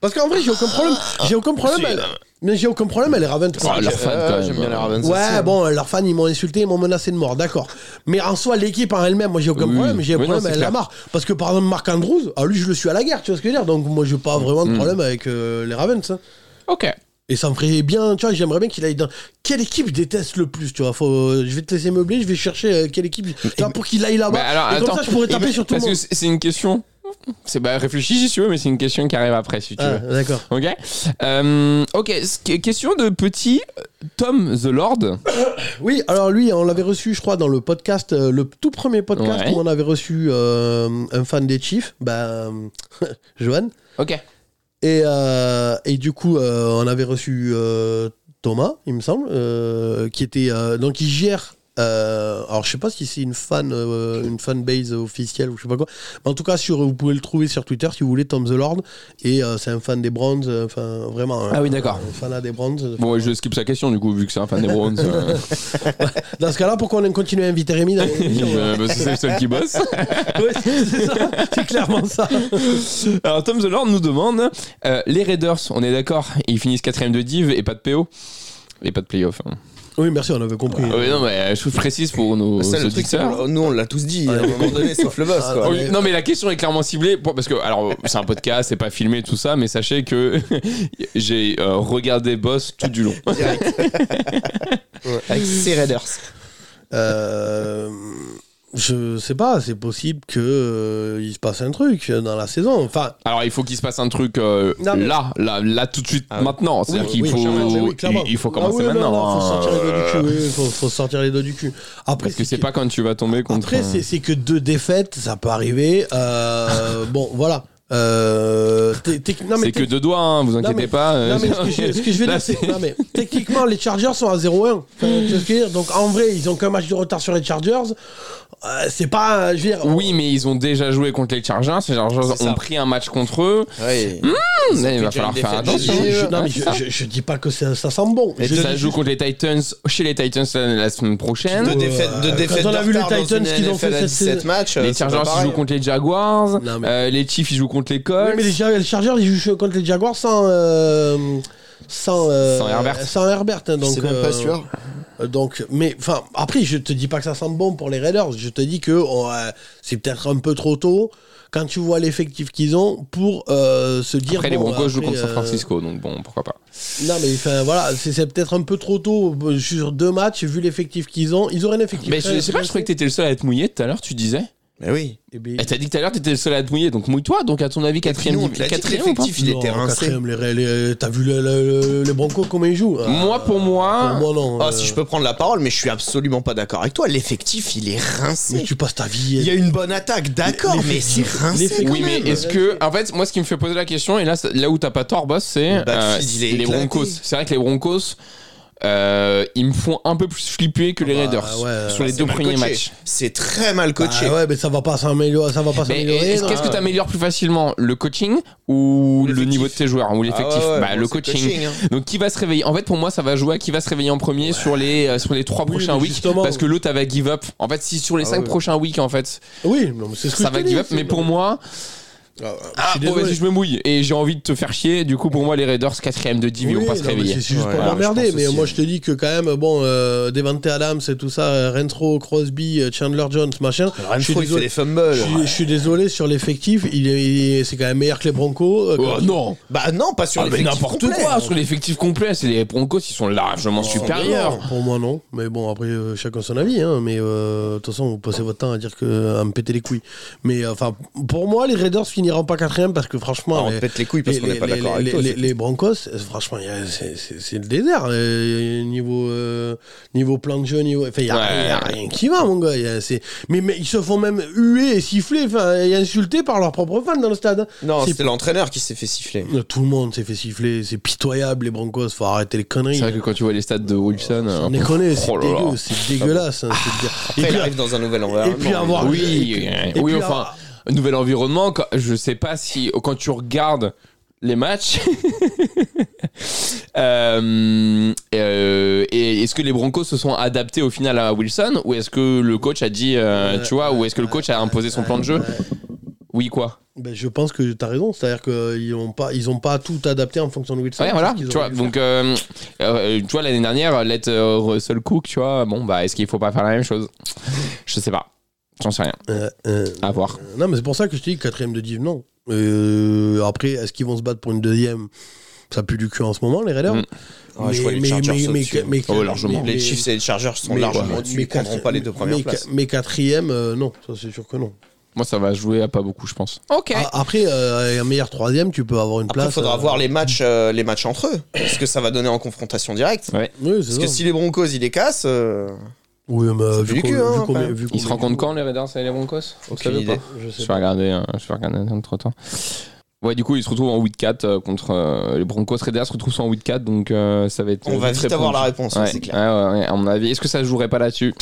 Parce qu'en vrai, j'ai aucun problème. J'ai aucun problème. à- Mais j'ai aucun problème, elle est Ravens. Ah, leur fan, quand Euh, même. J'aime bien les Ravens. Ouais, aussi, hein. bon, leurs fans, ils m'ont insulté, ils m'ont menacé de mort, d'accord. Mais en soi, l'équipe en elle-même, moi, j'ai aucun Oui, problème. J'ai un oui, non, problème c'est avec clair. Lamar. Parce que, par exemple, Marc Andrews, ah, lui, je le suis à la guerre, tu vois ce que je veux dire. Donc, moi, j'ai pas Mm, vraiment de problème avec euh, les Ravens. hein. Ok. Et ça me ferait bien, tu vois, j'aimerais bien qu'il aille dans. Quelle équipe déteste le plus, tu vois faut... euh, Je vais te laisser meubler, je vais chercher euh, quelle équipe. Tu vois, pour qu'il aille là-bas. Bah, alors, et comme attends. ça, je pourrais taper Et- bah, sur tout le Parce monde. que c'est c'est une question. C'est bah, réfléchis si tu veux, mais c'est une question qui arrive après si tu Ah, veux. d'accord. Ok. Euh, ok. ce qui- Question de petit euh, Tom the Lord. Oui, alors lui, on l'avait reçu, je crois, dans le podcast, euh, le tout premier podcast Ouais. où on avait reçu euh, un fan des Chiefs, bah, Johan. Ok. Et, euh, et du coup, euh, on avait reçu euh, Thomas, il me semble, euh, qui était euh, donc il gère. euh, alors je sais pas si c'est une fan, euh, une fanbase officielle ou je sais pas quoi. Mais en tout cas, sur, vous pouvez le trouver sur Twitter si vous voulez, Tom the Lord. Et euh, c'est un fan des Browns, euh, enfin vraiment. Ah un- oui, d'accord. Un fanat des Browns. Bon, ouais, je skip sa question du coup, vu que c'est un fan des Browns. euh, Dans ce cas-là, pourquoi on continue à inviter Rémi dans l'émission Euh, bah, c'est le seul qui bosse. Ouais, c'est c'est ça, c'est clairement ça. Alors Tom The Lord nous demande euh, les Raiders, on est d'accord, ils finissent quatrième de div et pas de PO et pas de playoff. hein. Oui, merci, on avait compris. Ah ouais, non, mais euh, je précise pour nos Ça, le truc, c'est auditeurs. que nous, on l'a tous dit, euh, à un moment donné, sauf le boss, Euh, Ah, quoi. Oh, mais- Non mais la question est clairement ciblée pour- parce que alors c'est un podcast, c'est pas filmé tout ça, mais sachez que j'ai euh, regardé Boss tout du long. Avec ses Raiders. Euh, je sais pas, c'est possible que euh, il se passe un truc dans la saison. Enfin, Alors il faut qu'il se passe un truc euh, Non, mais- là, là, là tout de suite maintenant. C'est-à-dire oui, qu'il oui, faut, clairement, mais oui, clairement. il, il faut Ah commencer oui, non, non, maintenant. faut hein. sortir les doigts du cul, oui, faut, faut sortir les doigts du cul. Après, Parce que c'est pas quand tu vas tomber contre. hein. Après, c'est- c'est que deux défaites, ça peut arriver. Euh, bon, voilà. Euh, t'es- t'es- non, mais C'est t'es- que deux doigts, hein, vous inquiétez mais- pas. euh, Non, mais ce que, je, ce que je veux Là, dire, c'est. non, mais Techniquement, les Chargers sont à 0-1. Enfin, tu vois ce que je veux dire Donc, en vrai, ils ont qu'un match de retard sur les Chargers. Euh, c'est pas. euh, Je veux dire. Oui, mais ils ont déjà joué contre les Chargers. Ces Chargers C'est ça. ont pris un match contre eux. Ouais. Mmh. Hmm, il va déjà falloir une faire défaite attention. je- je- Ah euh, non, mais Ouais, ah, c'est ça. je, je- je dis pas que ça, ça sent bon. Et Je- ça joue contre les Titans, chez les Titans la la semaine De prochaine. défaite, de Quand défaite on a de vu les retard dans Titans une qu'ils ont NFL à fait cette 17 saison. matchs, euh, Les c'est pas Chargers, ils pareil. jouent contre les Jaguars. Non, mais- Euh, les Chiefs, ils jouent contre les Oui, Colts. mais les, Ja- les Chargers, ils jouent contre les Jaguars sans. euh, sans, euh, Sans Herbert. Sans Herbert. hein, donc, C'est même pas euh, sûr. euh, Donc, mais enfin, après, je te dis pas que ça sent bon pour les Raiders. Je te dis que oh, euh, c'est peut-être un peu trop tôt quand tu vois l'effectif qu'ils ont pour euh, se dire. Après, les bon, Broncos après, jouent contre San euh, Francisco, donc bon, pourquoi pas. non, mais enfin, voilà, c'est c'est peut-être un peu trop tôt euh, sur deux matchs vu l'effectif qu'ils ont. Ils auraient un effectif. Mais très je je sais pas, je croyais que t'étais le seul à être mouillé tout à l'heure, tu disais. Mais oui. Eh ben, Et t'as dit que tout à l'heure, t'étais le seul à être mouillé, donc mouille-toi. Donc, à ton avis, quatrième, nous, on div- te l'a dit, quatrième ou pas l'effectif, il non, était en rincé. quatrième, les, Ra- les- T'as vu le- le- le- les Broncos comment ils jouent Euh, Moi, pour moi- pour moi, non. Ah, euh, si je peux prendre la parole, mais je suis absolument pas d'accord avec toi. L'effectif, il est rincé. Mais tu passes ta vie. euh, Il y a une bonne attaque, d'accord, mais c'est L'effectif- rincé. l'effectif- quand Oui, mais même. est-ce que. En fait, moi, ce qui me fait poser la question, et là, ça- là où t'as pas tort, boss, c'est Le backfield, euh, il est les éclaté. Broncos. C'est vrai que les Broncos, euh, ils me font un peu plus flipper que les Ah bah, Raiders ouais, sur les C'est deux mal premiers coaché. matchs. C'est très mal Bah coaché. ouais, mais ça va pas s'améliorer. Ça va pas Mais s'améliorer. est-ce- non. qu'est-ce que t'améliores plus facilement Le coaching ou le L'effectif. niveau de tes joueurs Ou l'effectif Ah ouais, ouais, Bah, bon, Le c'est coaching. hein. Donc qui va se réveiller En fait pour moi ça va jouer à qui va se réveiller en premier sur les euh, sur les trois Oui, prochains mais weeks justement. parce que l'autre elle va give up. En fait si sur les Ah cinq ouais. prochains weeks en fait Oui, non, mais c'est ce que ça je va te dis, give up c'est- mais pour moi Ah, je ah suis bon désolé. vas-y je me mouille et j'ai envie de te faire chier du coup pour moi les Raiders quatrième de division Oui, pas se non, mais réveiller. C'est c'est juste Ouais, pour ouais, je m'emmerder, pense mais aussi. moi je te dis que quand même, bon, euh, Devante Adams et tout ça, euh, Renfro, Crosby, euh, Chandler Jones, machin. je suis Renfro, il fait désolé. des fumbles. Je suis- je suis désolé sur l'effectif, il est, il est- c'est quand même meilleur que les Broncos. euh, Oh quand- non Bah non, pas sur Ah, mais l'effectif n'importe complet. quoi sur l'effectif complet c'est les Broncos ils sont largement supérieurs. hein. Non, Pour moi, non. Mais bon, après, euh, chacun son avis. hein, mais euh, de toute façon, vous passez votre temps à dire que à me péter les couilles. Mais euh, enfin, pour moi, les Raiders finiront pas quatrième parce que Ah, franchement, on les- te pète les couilles parce les- qu'on n'est pas les- d'accord avec les- toi. les- c'est- les Broncos, euh, franchement, y a- c'est- c'est c'est le désert. euh, niveau, euh, niveau plan de jeu, niveau. Enfin, il n'y a, Ouais. y a rien qui va, mon gars. y a- c'est- mais, mais ils se font même huer et siffler enfin, et insulter par leurs propres fans dans le stade. Non, c'est- c'était l'entraîneur qui s'est fait siffler. Tout le monde s'est fait siffler. C'est pitoyable, les Broncos. Faut arrêter les conneries. C'est vrai que quand tu vois les stats de Wilson On euh, les connaît, c'est oh là là. Ah, dégueu, c'est dégueulasse. hein, c'est dégueu. Et Après, puis, il arrive dans un nouvel et environnement. puis avoir. Oui, et- euh, et oui, puis enfin, avoir- un nouvel environnement. quand- Je sais pas si quand tu regardes les matchs. euh, euh, et est-ce que les Broncos se sont adaptés au final à Wilson ou est-ce que le coach a dit, euh, Ouais, tu vois, ou est-ce que le coach a imposé son plan de jeu Ouais. Oui, quoi. euh, Ben, je pense que tu as raison, c'est-à-dire qu'ils n'ont pas, ils ont pas tout adapté en fonction de Wilson. Ouais, voilà. c'est ce Tu qu'ils vois, auraient dû donc, euh, euh, tu vois, l'année dernière, Let euh, Russell Cook, tu vois, bon, bah, est-ce qu'il faut pas faire la même chose Je sais pas. J'en sais rien. faire. Euh, euh, À voir. non, mais c'est pour ça que je te dis que quatrième de div, non. Euh, après, est-ce qu'ils vont se battre pour une deuxième Ça pue du cul en ce moment, les Raiders. Mm. Ouais, je vois les Chargers au-dessus. hein. mais- Oh, largement. mais- Les Chiefs et les Chargers sont mais- largement mais- au-dessus. mais Ils prendront quatre- pas les deux mais- premières mais- places. Mais quatrième, euh, non, ça c'est sûr que non. Moi, ça va jouer à pas beaucoup, je pense. Ok. Ah, après, euh, un meilleur troisième, tu peux avoir une Après, place. il faudra euh, voir les matchs, euh, les matchs entre eux. Ce que ça va donner en confrontation directe. oui, c'est Parce ça. que si les Broncos, ils les cassent, euh, Oui, mais euh, du vu qu'on cul, hein, vu qu'on après. est- vu qu'on Ils se est- rencontrent quand les Raiders et les Broncos Vous Aucune savez idée. pas Je sais Je vais regarder, euh, je vais regarder entre temps. Ouais, du coup, ils se retrouvent en 8-4 euh, contre euh, les Broncos. Raiders se retrouvent en 8-4, donc euh, ça va être. on va très vite avoir la pendu. réponse, Ouais, ouais, c'est clair. ouais, ouais, ouais, à mon avis. Est-ce que ça se jouerait pas là-dessus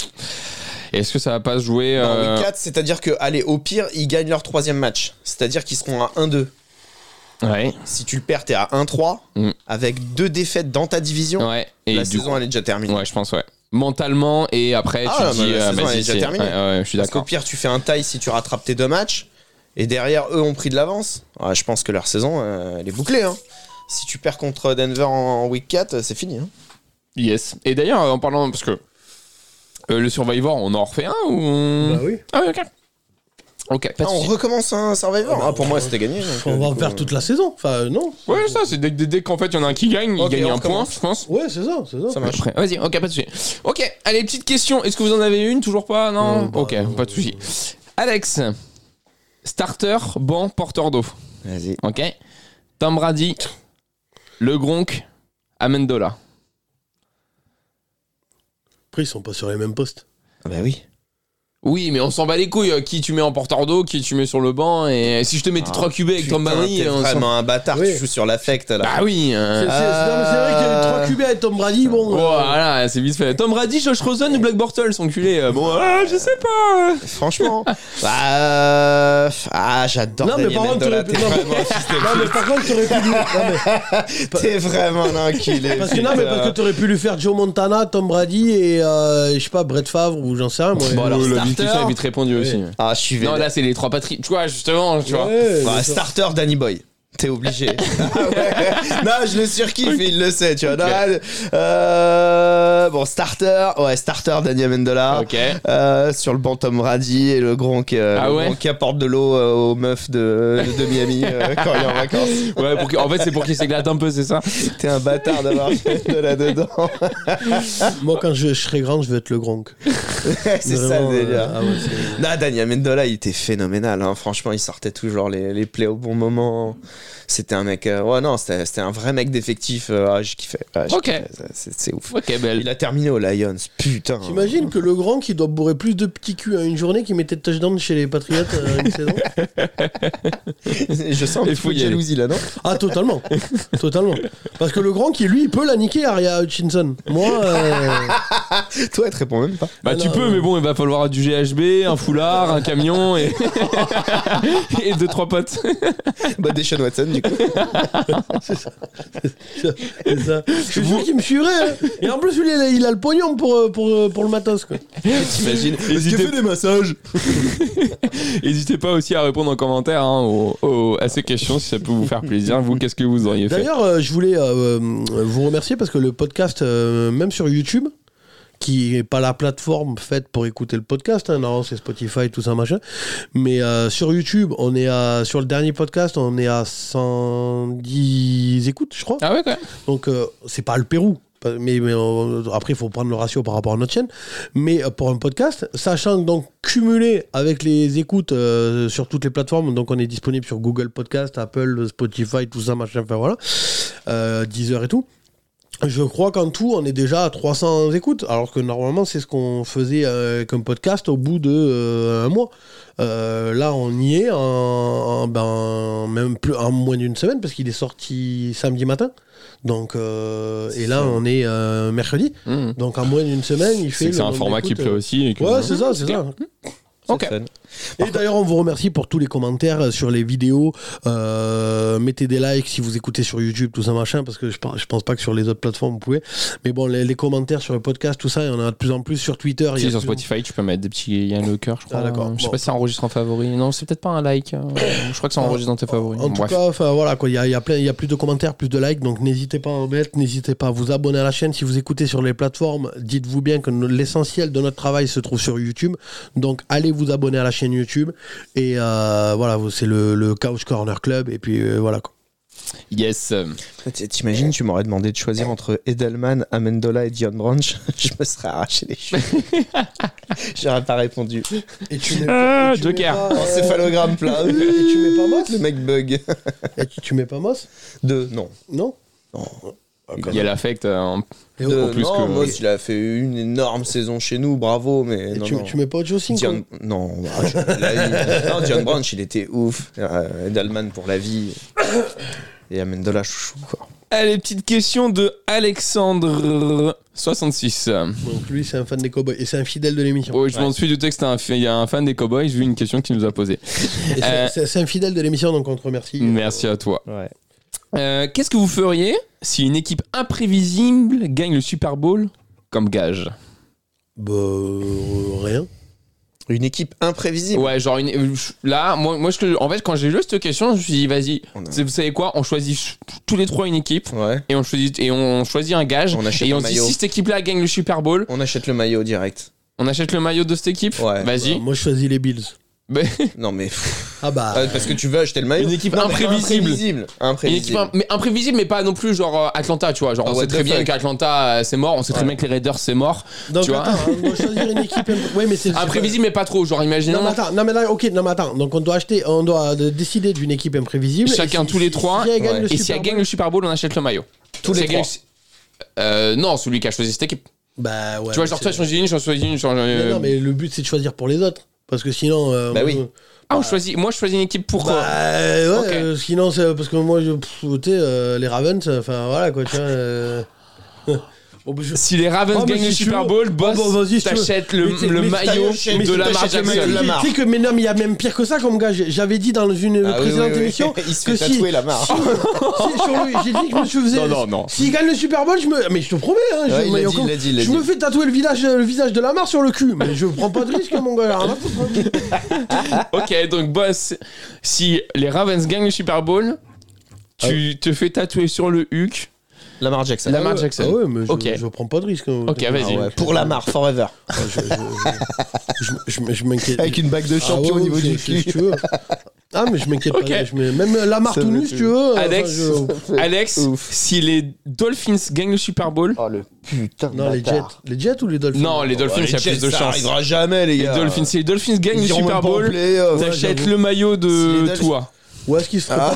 Est-ce que ça va pas se jouer Non, euh, week 4, c'est-à-dire que, allez, au pire, ils gagnent leur troisième match. C'est-à-dire qu'ils seront à 1-2. Ouais. Si tu le perds, t'es à 1-3. Mm. Avec deux défaites dans ta division, Ouais. Et la du saison, elle est déjà terminée. coup- ouais, je pense, ouais. Mentalement, et après, Ah, tu non, dis. la euh, saison, vas-y, elle est déjà c'est- terminée. Ouais, ouais, je suis Parce qu'au d'accord. pire, tu fais un taille si tu rattrapes tes deux matchs. Et derrière, eux ont pris de l'avance. Ah, je pense que leur saison, euh, elle est bouclée. hein. Si tu perds contre Denver en, en week 4, euh, c'est fini. hein. Yes. Et d'ailleurs, en parlant. Parce que. euh, le Survivor, on en refait un ou. Bah oui. Ah oui, ok. Ok, pas Ah, de on souci. recommence un Survivor. Ah, Ah, pour on- moi, c'était gagné. donc, On euh, va du en coup, faire euh, toute la saison. Enfin, non. Ouais, ça, c'est dès, dès- dès qu'en fait, il y en a un qui gagne, Ok, il gagne on un point, recommence. je pense. Ouais, c'est ça, c'est ça. euh, Ça marche. Après, vas-y, ok, pas de souci. Ok, allez, petite question. Est-ce que vous en avez une Toujours pas Non Non, bah, Ok, non, pas de non, souci. Alex, starter, banc, porteur d'eau. Vas-y. Ok Tom Brady, Le Gronk, Amendola. Après, ils sont pas sur les mêmes postes. Ah, bah oui. Oui, mais on s'en bat les couilles. euh, Qui tu mets en porteur d'eau, qui tu mets sur le banc. Et si je te mettais Ah, trois cubés avec Putain, Tom Brady, t'es on s'en- vraiment un bâtard, hein, Oui. Ah. tu joues sur l'affect là. Bah oui. C'est hein. c'est- non, mais c'est vrai qu'il y a eu 3 QB avec Tom Brady, bon. euh, Voilà, c'est vite fait. Tom Brady, Josh Rosen et Black Bortles sont culés. Euh, Bon, ah, je sais pas. Franchement. bah, euh, Ah, j'adore Non, mais Daniel par contre, euh, Mendola, t'aurais t'es pu. Non, mais- vraiment un fils de non, mais par contre, t'aurais pu. lui- non, mais- pute. T'es vraiment un enculé. Parce que non, mais putain. parce que t'aurais pu lui faire Joe Montana, Tom Brady et euh, je sais pas, Brett Favre ou j'en sais rien. Moi, Bon, alors, le la starter. discussion est vite répondue aussi. Ah, je suis Non, vénère. là, c'est les trois patries. Tu vois, justement, tu vois. Ouais, Bah, bien sûr. starter Danny Boy. T'es obligé. Ah ouais. Non, je le surkiffe, il le sait, tu vois. Non, euh, bon, starter, ouais, starter Daniel Mendola. Ok. Euh, sur le banc Tom Brady et le grand qui, euh, Ah le ouais grand qui apporte de l'eau euh, aux meufs de, de Miami euh, quand il est en vacances. Ouais, pour qu'il- en fait, c'est pour qu'il s'éclate un peu, c'est ça T'es un bâtard d'avoir fait de là-dedans. Moi, quand je, je serai grand, je vais être le Gronk. c'est ça Vraiment, le euh, délire. ah ouais, c'est- Non, Daniel Mendola, il était phénoménal. hein. Franchement, il sortait toujours les, les plays au bon moment. C'était un mec. euh, ouais, non, c'était c'était un vrai mec d'effectif. euh, ah, je kiffais. Ah, je Ok. kiffais, ça, C'est c'est ouf. Ok, belle. Il a terminé au Lions, putain. T'imagines que le grand qui doit bourrer plus de petits culs à une journée qu'il mettait de touchdown chez les Patriotes euh, une saison Je sens un Il petit faut peu de y aller. jalousie là, non Ah, totalement. totalement. Parce que le grand qui, lui, il peut la niquer, Aria Hutchinson. Moi, euh, Toi, elle te répond même pas. Bah, tu peux, mais bon, il va falloir du GHB, un foulard, un camion et. et deux, trois potes. Bah, Deshaun Watson, du coup. c'est ça. Je suis sûr qu'il me suivrait. hein. Et en plus, lui, il a, il a le pognon pour, euh, pour, euh, pour le matos, quoi. T'imagines J'ai Hésitez, fait des massages. hésitez pas aussi à répondre en commentaire hein, au- au- à ces questions si ça peut vous faire plaisir. Vous, qu'est-ce que vous auriez fait D'ailleurs, euh, je voulais euh, euh, vous remercier parce que le podcast, euh, même sur YouTube, qui n'est pas la plateforme faite pour écouter le podcast, hein, non, c'est Spotify, tout ça, machin. Mais euh, sur YouTube, on est à, sur le dernier podcast, on est à 110 écoutes, je crois. Ah ouais, quand même. Donc, euh, c'est pas le Pérou. pas- Mais, mais, euh, après, il faut prendre le ratio par rapport à notre chaîne. Mais euh, pour un podcast, sachant que donc cumulé avec les écoutes euh, sur toutes les plateformes, donc on est disponible sur Google Podcast, Apple, Spotify, tout ça, machin, enfin voilà, euh, Deezer et tout. Je crois qu'en tout, on est déjà à 300 écoutes, alors que normalement, c'est ce qu'on faisait euh, comme podcast au bout de euh, un mois. Euh, là, on y est en, en- ben, même plus en moins d'une semaine parce qu'il est sorti samedi matin. Donc, euh, et là, on est euh, mercredi. Mmh. Donc, en moins d'une semaine, il fait. C'est que c'est le un nombre format qui d'écoutes, plaît euh, aussi. et que- Ouais, c'est ça, c'est ça. Ok. Et d'ailleurs, on vous remercie pour tous les commentaires euh, sur les vidéos. Euh, mettez des likes si vous écoutez sur YouTube, tout ça, machin, parce que je pense, je pense pas que sur les autres plateformes, vous pouvez. Mais bon, les, les commentaires sur le podcast, tout ça, il y en a de plus en plus sur Twitter. Ah, il y a Si, de sur plus en Spotify, tu peux mettre des petits liens le cœur, je crois. Ah, d'accord. Je sais Bon. Ah, pas si ça enregistre en favori. Non, c'est peut-être pas un like. euh, Je crois que ça enregistre dans tes favoris. En tout Bref. cas, enfin voilà quoi, il y a, il y a plein, il y a plus de commentaires, plus de likes, donc n'hésitez pas à en mettre, n'hésitez pas à vous abonner à la chaîne. Si vous écoutez sur les plateformes, dites-vous bien que nous- l'essentiel de notre travail se trouve sur YouTube, donc allez vous abonner à la chaîne YouTube et euh, voilà, vous- c'est le, le Couch Corner Club et puis euh, voilà quoi. Yes. T'imagines, tu m'aurais demandé de choisir entre Edelman, Amendola et Dion Branch. Je me serais arraché les cheveux. J'aurais pas répondu. Euh, Et tu mets, Ah, et tu mets Joker. En céphalogramme plat. Et tu mets pas Moss Le mec bug. Et tu, tu mets pas Moss Deux, non. Non Il y a l'affect. euh, en- Et, oh, Deux, en plus non, que- Moss, il a fait une énorme saison chez nous, bravo, mais et non, tu, non. tu mets pas Joe Cinco Dion... Non, bah, je- la- non, Dion Branch, il était ouf. Euh, Edelman pour la vie. Et Amendola, chouchou, quoi. Allez, petite question de Alexandre66. Donc lui c'est un fan des cowboys et c'est un fidèle de l'émission. Oh, je m'en suis douté que c'était un, fi- il y a un fan des Cowboys. J'ai vu une question qui nous a posée. Et c'est- euh, C'est c'est un fidèle de l'émission donc on te remercie. Merci à toi. Ouais. Euh, Qu'est-ce que vous feriez si une équipe imprévisible gagne le Super Bowl comme gage Bah euh, rien. Une équipe imprévisible. Ouais, genre une, euh, là, moi, moi, je- en fait, quand j'ai lu cette question, je me suis dit, vas-y, On a- vous savez quoi On choisit ch- tous les trois une équipe Ouais. et on choisit et on choisit un gage On achète et on un se dit maillot. si cette équipe-là gagne le Super Bowl, On achète le maillot direct. on achète le maillot de cette équipe. Ouais. Bah, Vas-y. moi je choisis les Bills. Non, mais. pff, Ah bah. euh, parce que tu veux acheter le maillot. Une équipe Non, mais imprévisible. Imprévisible. Une équipe Imprévisible. im- mais imprévisible, mais pas non plus genre euh, Atlanta, tu vois. Genre, Ah, on what sait the très bien fuck. qu'Atlanta euh, c'est mort, on sait très Ouais. bien que les Raiders c'est mort. Donc Tu vois attends, hein, on doit choisir une équipe. imp- Ouais, mais c'est Imprévisible, mais pas trop. Genre, imaginons Non mais attends, non mais là, ok, non mais attends. Donc on doit acheter, on doit euh, décider d'une équipe imprévisible. chacun Et si- tous les si- trois. Si elle gagne Ouais. le et Super si elle Bowl- gagne le Super Bowl, on achète le maillot. Tous Si les elle gagne trois. le- Euh, non, celui qui a choisi cette équipe. Bah ouais. tu vois, mais genre, c'est- toi, change une, change une, euh, change Mais non, mais le but, c'est de choisir pour les autres. Parce que sinon. euh, Bah moi, oui. je- Ah, on choisit. Moi, je choisis une équipe pour. Bah, ouais, Ok. euh, sinon, c'est- parce que moi, je. pff, tu sais, euh, les Ravens, enfin voilà quoi, tu vois. euh, bon, bah, je- Si les Ravens Oh, mais gagnent si le tu Super veux. Bowl, Oh, bon, boss, vas-y, si tu veux. t'achètes le, Mais c'est- le mais maillot mais de c'est- Lamar t'achètes le Jackson. maillot de Tu Lamar. sais que, mais non, mais il y a même pire que ça comme gars. J'ai- J'avais dit dans une Ah oui, précédente oui, oui. émission Il se que fait si, tatouer Lamar. si- si sur le- j'ai dit que je me faisais. Non, non, non. S'il gagne le Super Bowl, je me. Mais je te promets, hein, je, Ouais, il mais l'a dit, encore- il l'a dit, il l'a je me dit. fais tatouer le, village, le visage de Lamar sur le cul. Mais je prends pas de risque, mon gars. hein. rien à foutre. ok, donc, boss, si les Ravens gagnent le Super Bowl, tu Ah. te fais tatouer sur le HUC. Lamar Jackson. Lamar Ah ouais, Jackson. ah ouais, mais je, Ok. je prends pas de risque. hein. Ok, vas-y. Ah ouais, Pour Lamar, forever. Je, je- je- je- je m'inquiète. Avec une bague de Ah ouais, champion au niveau je- du si- si cul. tu veux. Ah, mais je m'inquiète Ok. pas. je mets- même Lamar Ça tout me nu, fait- si tu veux. enfin, Alex, je- Alex, si les Dolphins gagnent le Super Bowl, Oh le putain Non, les Jets. Les Jets ou les Dolphins non, les Dolphins, il y a plus de Ça chance. arrivera jamais, les Les gars. Dolphins, si les Dolphins gagnent le Ils iront Super même pas en Bowl, playoff. t'achètes j'avoue. le maillot Si les de Dolphins- toi. Ou est-ce qu'ils se Ah,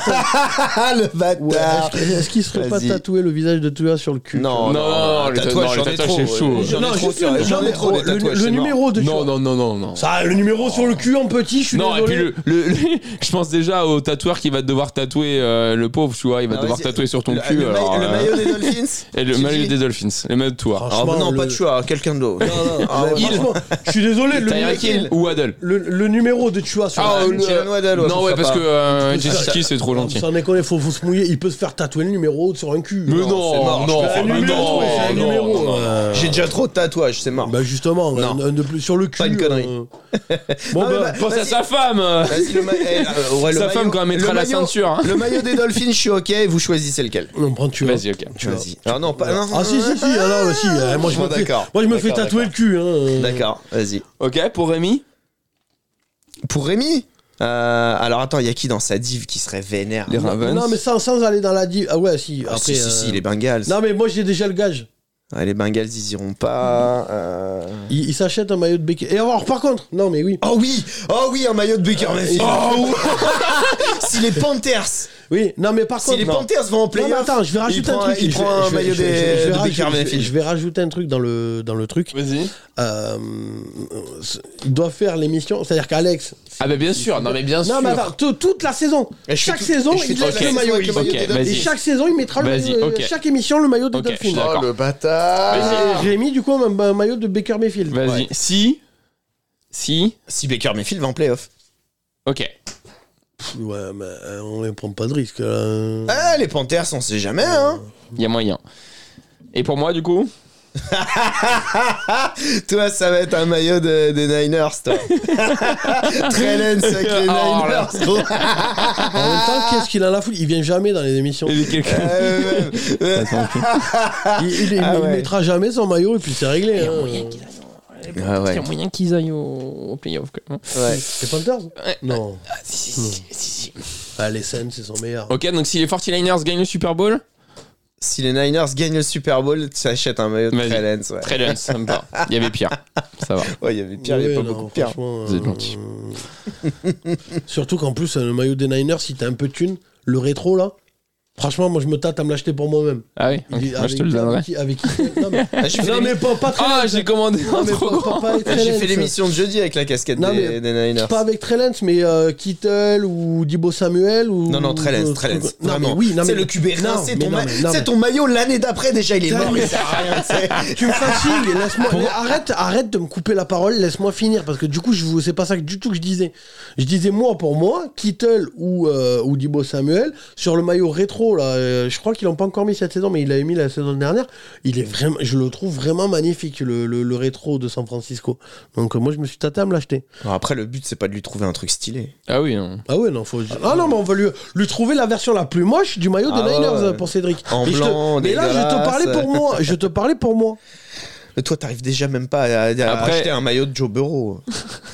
ah, le Ouais, bâtard. est-ce que- est-ce qu'il serait pas Vas-y. tatoué le visage de Tua sur le cul Non, Non, non, les tatouages, tatouages, j'en ai les tatouages, trop, c'est chaud. ouais. J'en ai trop, juste le- sur- j'en ai trop des le- tatouages. Le, c'est mort. numéro de Non, Tua. non, non, non, non. Ça, le numéro sur le cul en petit, je suis Non, et désolé. puis le, le- le- je pense déjà au tatoueur qui va devoir tatouer euh, le pauvre, tu vois, il va Ah, devoir vas-y. tatouer sur ton Le- cul. Le, alors, maillot- le euh, maillot des Dolphins. et le Tu maillot dis- des Dolphins, les maillots de toi. Ah, bah non, Franchement, pas le- de choix, quelqu'un d'autre. Ah, ouais, Il- pardon. franchement, Je suis désolé, le, Tyreek Hill ou Waddle le- le numéro de Tua sur Ah, le oh, cul. le- Jalen Waddle, ouais, Non, ça ouais, sera parce pas- que euh, Tu peux Jesse faire- Kiss, c'est trop Non, gentil. Sans déconner, faut, faut se mouiller. Il peut se faire tatouer le numéro sur un cul. Mais Non, non, c'est mort, non, c'est un mais numéro, non, c'est un non, numéro, non, non. euh, J'ai déjà trop de tatouages, c'est mort. Bah justement, Non. un, un de plus sur le cul. Pas une connerie. euh. Bon Non, mais bah, bah- Pense à sa femme euh. Vas-y, le ma- eh, euh, ouais, le Sa maillot- femme, quand elle mettra le la maillot- ceinture, hein. Le maillot des Dolphins, je suis ok, vous choisissez lequel. on prend Tua. Vas-y, ok. Tu vois. Vas-y. Ah non, pas. non, Ah si si si, ah, non, mais si, euh, moi je Bon, me fais, d'accord. moi je me fais D'accord, tatouer le cul. hein, euh. D'accord, vas-y. Ok, pour Rémi Pour Rémi euh, alors attends, il y a qui dans sa div qui serait vénère Les Ravens. Non mais sans, sans aller dans la div. Ah ouais si. Ah, après. si, si, euh, si, les Bengals. Non mais moi j'ai déjà le gage. Ah, les Bengals, ils iront pas. euh. Il, il s'achète un maillot de Becker. Et alors par contre, non mais oui. Oh oui Oh oui, un maillot de Baker Mayfield Oh, Oh, Si les Panthers Oui, non mais par Si contre. les non. Panthers vont en Non, mais playoff attends, je vais rajouter prend un un- truc. il Je vais- prend un je vais- maillot je vais- des- je vais- je vais de rajouter- Baker je vais- Mayfield. Je vais rajouter un truc dans le dans le truc. Vas-y. Euh, il doit faire l'émission, c'est-à-dire qu'Alex. Ah, bah bien sûr, non, mais bien sûr. Non mais attends, tout- toute la saison. Et je fais Chaque tout- saison, et je fais il toute lève la le saison maillot. avec le maillot des Dolphins. Et chaque saison, il mettra le Vas-y, maillot. euh, ok. Chaque émission, le maillot des Ok, je suis Dolphins. d'accord. bâtard Vas-y. J'ai mis du coup un, un maillot de Baker Mayfield. Vas-y. Ouais. Si. Si. Si Baker Mayfield va en playoff. Ok. Pff, Ouais, mais euh, on ne prend pas de risque. là. Ah, les Panthers, on sait jamais, hein Il y a moyen. Et pour moi, du coup Toi, ça va être un maillot de- des Niners, toi. Trellens avec Oh, les là. Niners, gros. Euh, En même temps, qu'est-ce qu'il en a la foule Il vient jamais dans les émissions. Il y a quelqu'un. Euh, euh, Il, il- il- Ah il ouais. mettra jamais son maillot et puis c'est réglé. hein. Ah ouais. Il y a moyen qu'ils aillent au, au playoff quand même. hein. ouais. C'est Panthers Non. Ah, si, si, si, si, si. Ah, les Suns, c'est son meilleur. Ok, donc si les 49ers gagnent le Super Bowl, Si les Niners gagnent le Super Bowl, tu achètes un maillot de Vas-y. Trellens, ouais. très bien, ça me parle. Il y avait pire. Ça va. Ouais, il y avait pire, il y avait Ouais, pas non, beaucoup hein. pire. franchement, Vous êtes euh, gentils. Surtout qu'en plus, euh, le maillot des Niners, si t'as un peu de thune, le rétro là, franchement, moi je me tâte à me l'acheter pour moi-même. Ah oui, Il ok. est- moi je te le avec- donnerai. avec qui- Avec qui Non, mais, Ah, j'ai fait non, l'émi- mais pas, pas très Ah, Lance. j'ai commandé un Non, mais trop pas- grand. pas- pas avec ah, très j'ai fait Lance. l'émission de jeudi avec la casquette Non, mais des, des Niners. Pas avec Trellens, mais euh, Kittle ou Dibo Samuel ou. Non, non, Trellens, ou- Trellens. Non, Vraiment. mais oui, non, c'est mais- le cubérin, Non, c'est mais ton, non, ma- mais- non, c'est mais- ton maillot l'année d'après déjà, il est Non, mort, mais- il sert à rien, tu sais. Tu me fatigues, laisse-moi. mais Arrête, arrête de me couper la parole, laisse-moi finir, parce que du coup, je vous- c'est pas ça que- du tout que je disais. Je disais, moi, pour moi, Kittle ou, euh, ou Dibo Samuel, sur le maillot rétro, là, euh, je crois qu'ils l'ont pas encore mis cette saison, mais il l'avait mis la saison dernière. Il est vraiment, je le trouve vraiment magnifique, le, le- le rétro de San Francisco. Donc, euh, moi, je me suis tâté à me l'acheter. Alors après, le but, c'est pas de lui trouver un truc stylé. Ah oui, non. Ah ouais, non, faut. Ah non, mais on va lui, lui trouver la version la plus moche du maillot des Ah ouais, Niners ouais. euh, pour Cédric. En Et je te- blanc, Mais là, je te parlais pour moi. Je te parlais pour moi. Mais toi, t'arrives déjà même pas à, à- à Après- acheter un maillot de Joe Burrow.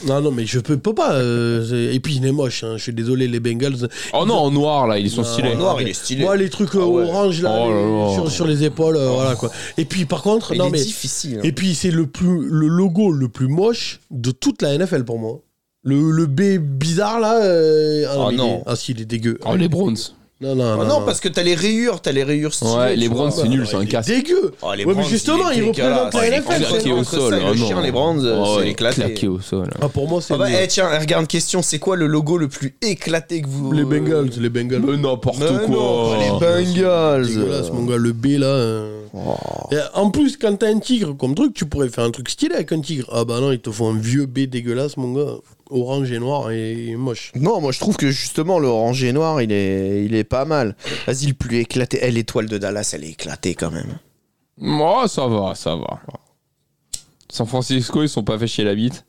Non, non, mais je peux, peux pas. euh, c'est- et puis il est moche. hein, je suis désolé, les Bengals. Oh non, en noir là, ils sont Non, stylés. en noir, Ah, il est stylé. Moi, les trucs euh, Ah ouais. orange là, Oh là les- là. Sur, sur les épaules, euh, voilà quoi. Et puis par contre, il non est mais. difficile. hein. Et puis c'est le plus, le logo le plus moche de toute la NFL pour moi. Le, le B bizarre là. euh, ah Oh mais il non. est- ah si, il est dégueu. Oh, les Browns. Non, non, Oh non. non, parce que t'as les rayures, t'as les rayures stylées. Ouais, les tu vois. bronzes, c'est nul, c'est un casse. Dégueu Oh, les Ouais, mais bronzes, justement, il est il représente la dégueulasse. NFL, Il est c'est Claqué au entre ça sol. et ah Le non. chien, les bronzes, Oh, c'est ouais, éclaté. Claqué au sol. Ah, Pour moi, c'est Ah bah, le- eh, tiens, regarde, question, c'est quoi le logo le plus éclaté que vous... les Bengals. Les Bengals. Mais n'importe Mais non, quoi. Oh, les Bengals. Dégueulasse, mon gars, le B là. euh. Oh. Et en plus, quand t'as un tigre comme truc, tu pourrais faire un truc stylé avec un tigre. Ah bah non, ils te font un vieux B dégueulasse, mon gars. Orange et noir et moche. Non, moi je trouve que justement le orangé noir, il est, il est pas mal. Vas-y, le plus éclaté. Eh, l'étoile de Dallas, elle est éclatée quand même. Moi, Oh, ça va, ça va. San Francisco, ils sont pas fait chier la bite.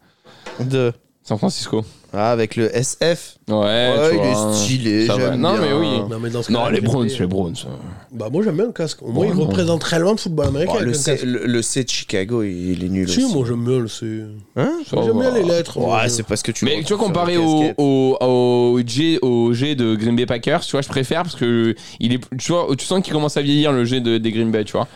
De. San Francisco. Ah, avec le SF. Ouais, ouais, Eh, tu il vois. hein. est stylé. ça va. j'aime Non, bien. mais oui. Non, mais dans ce Non, cas-là, les j'ai Browns, fait- les Browns. Bah moi, j'aime bien le casque. Au moins, Ouais, il non. représente très loin le football américain. Oh, avec le, un C, casque. le- le C de Chicago, il est nul Si, aussi. moi, j'aime bien le C. Hein Ça J'aime bien va. les lettres. euh. Ouais, moi. c'est parce que tu. Mais le tu vois, retrouves sur comparé la au, casquette. au, au, G, au G de Green Bay Packers, tu vois, je préfère parce que il est, tu, vois, tu sens qu'il commence à vieillir le G de, des Green Bay, tu vois.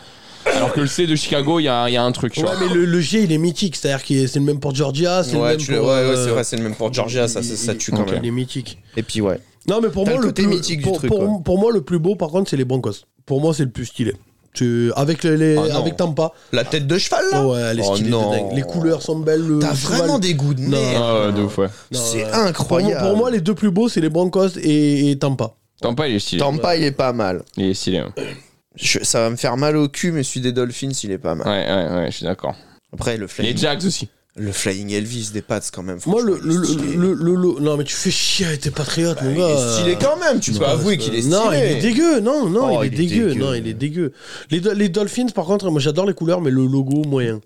Alors que le C de Chicago, il y a, il y a un truc, tu Ouais, vois. mais le, le G, il est mythique. C'est-à-dire que c'est le même pour Georgia, c'est Ouais, le même tu- pour. ouais, ouais, euh, c'est vrai, c'est le même pour Georgia, ça, ça, ça tue quand Ok. même. Il est mythique. Et puis ouais. Non, mais pour T'as moi, le le, côté plus, mythique du pour, truc, pour- ouais. pour moi, le plus beau, par contre, c'est les Broncos. Pour moi, c'est le plus stylé. Tu- avec les, les- Ah, non. avec Tampa. La tête de cheval là Ouais, les Oh, stylés de non. dingue. Les couleurs sont belles. le- T'as le cheval- vraiment des goûts de Non. merde. Ah ouais, de ouf, ouais. Non, ouais. C'est Pour moi, incroyable. pour moi, les deux plus beaux, c'est les Broncos et, et Tampa. Tampa, il est stylé. Tampa, il est pas mal. Il est stylé. hein. Ouais, Je- ça va me faire mal au cul, mais celui des Dolphins, il est pas mal. ouais, ouais, je suis d'accord. Après, le flying, Les Jags aussi. le flying Elvis des Pats, quand même. Moi, le, franchement, le, il est stylé. le, le- le- le- Non, mais tu fais chier avec tes patriotes, mon Bah, Il gars. est stylé quand même, tu peux Non, avouer parce qu'il que- est stylé. Non, il est dégueu. Non, non, Oh, il, est il est dégueu. dégueu. Non, il est dégueu. Les, do- les Dolphins, par contre, moi j'adore les couleurs, mais le logo moyen.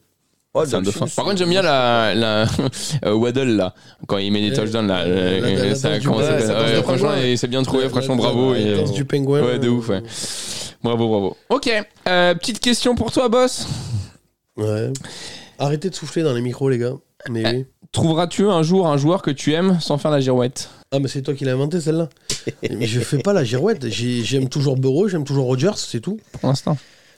Oh, C'est un Dolphins, dauphin. Par contre, j'aime bien la, la euh, Waddle là, quand il met des Euh, touchdowns là. la- euh, la- la ça, danse du- comment ça ouais, s'appelle la danse Ouais, du Franchement, pingouin. il s'est bien trouvé. La- Franchement, la- bravo. la- et- la danse du pingouin. Ouais, de ouf, ouais. Bravo, bravo. Ok, euh, petite question pour toi, boss. Ouais. Arrêtez de souffler dans les micros, les gars. Mais oui. Trouveras-tu un jour un joueur que tu aimes sans faire la girouette Ah, mais c'est toi qui l'as inventé celle-là. mais je fais pas la girouette. J'ai- J'aime toujours Burrow, j'aime toujours Rogers, c'est tout. pour l'instant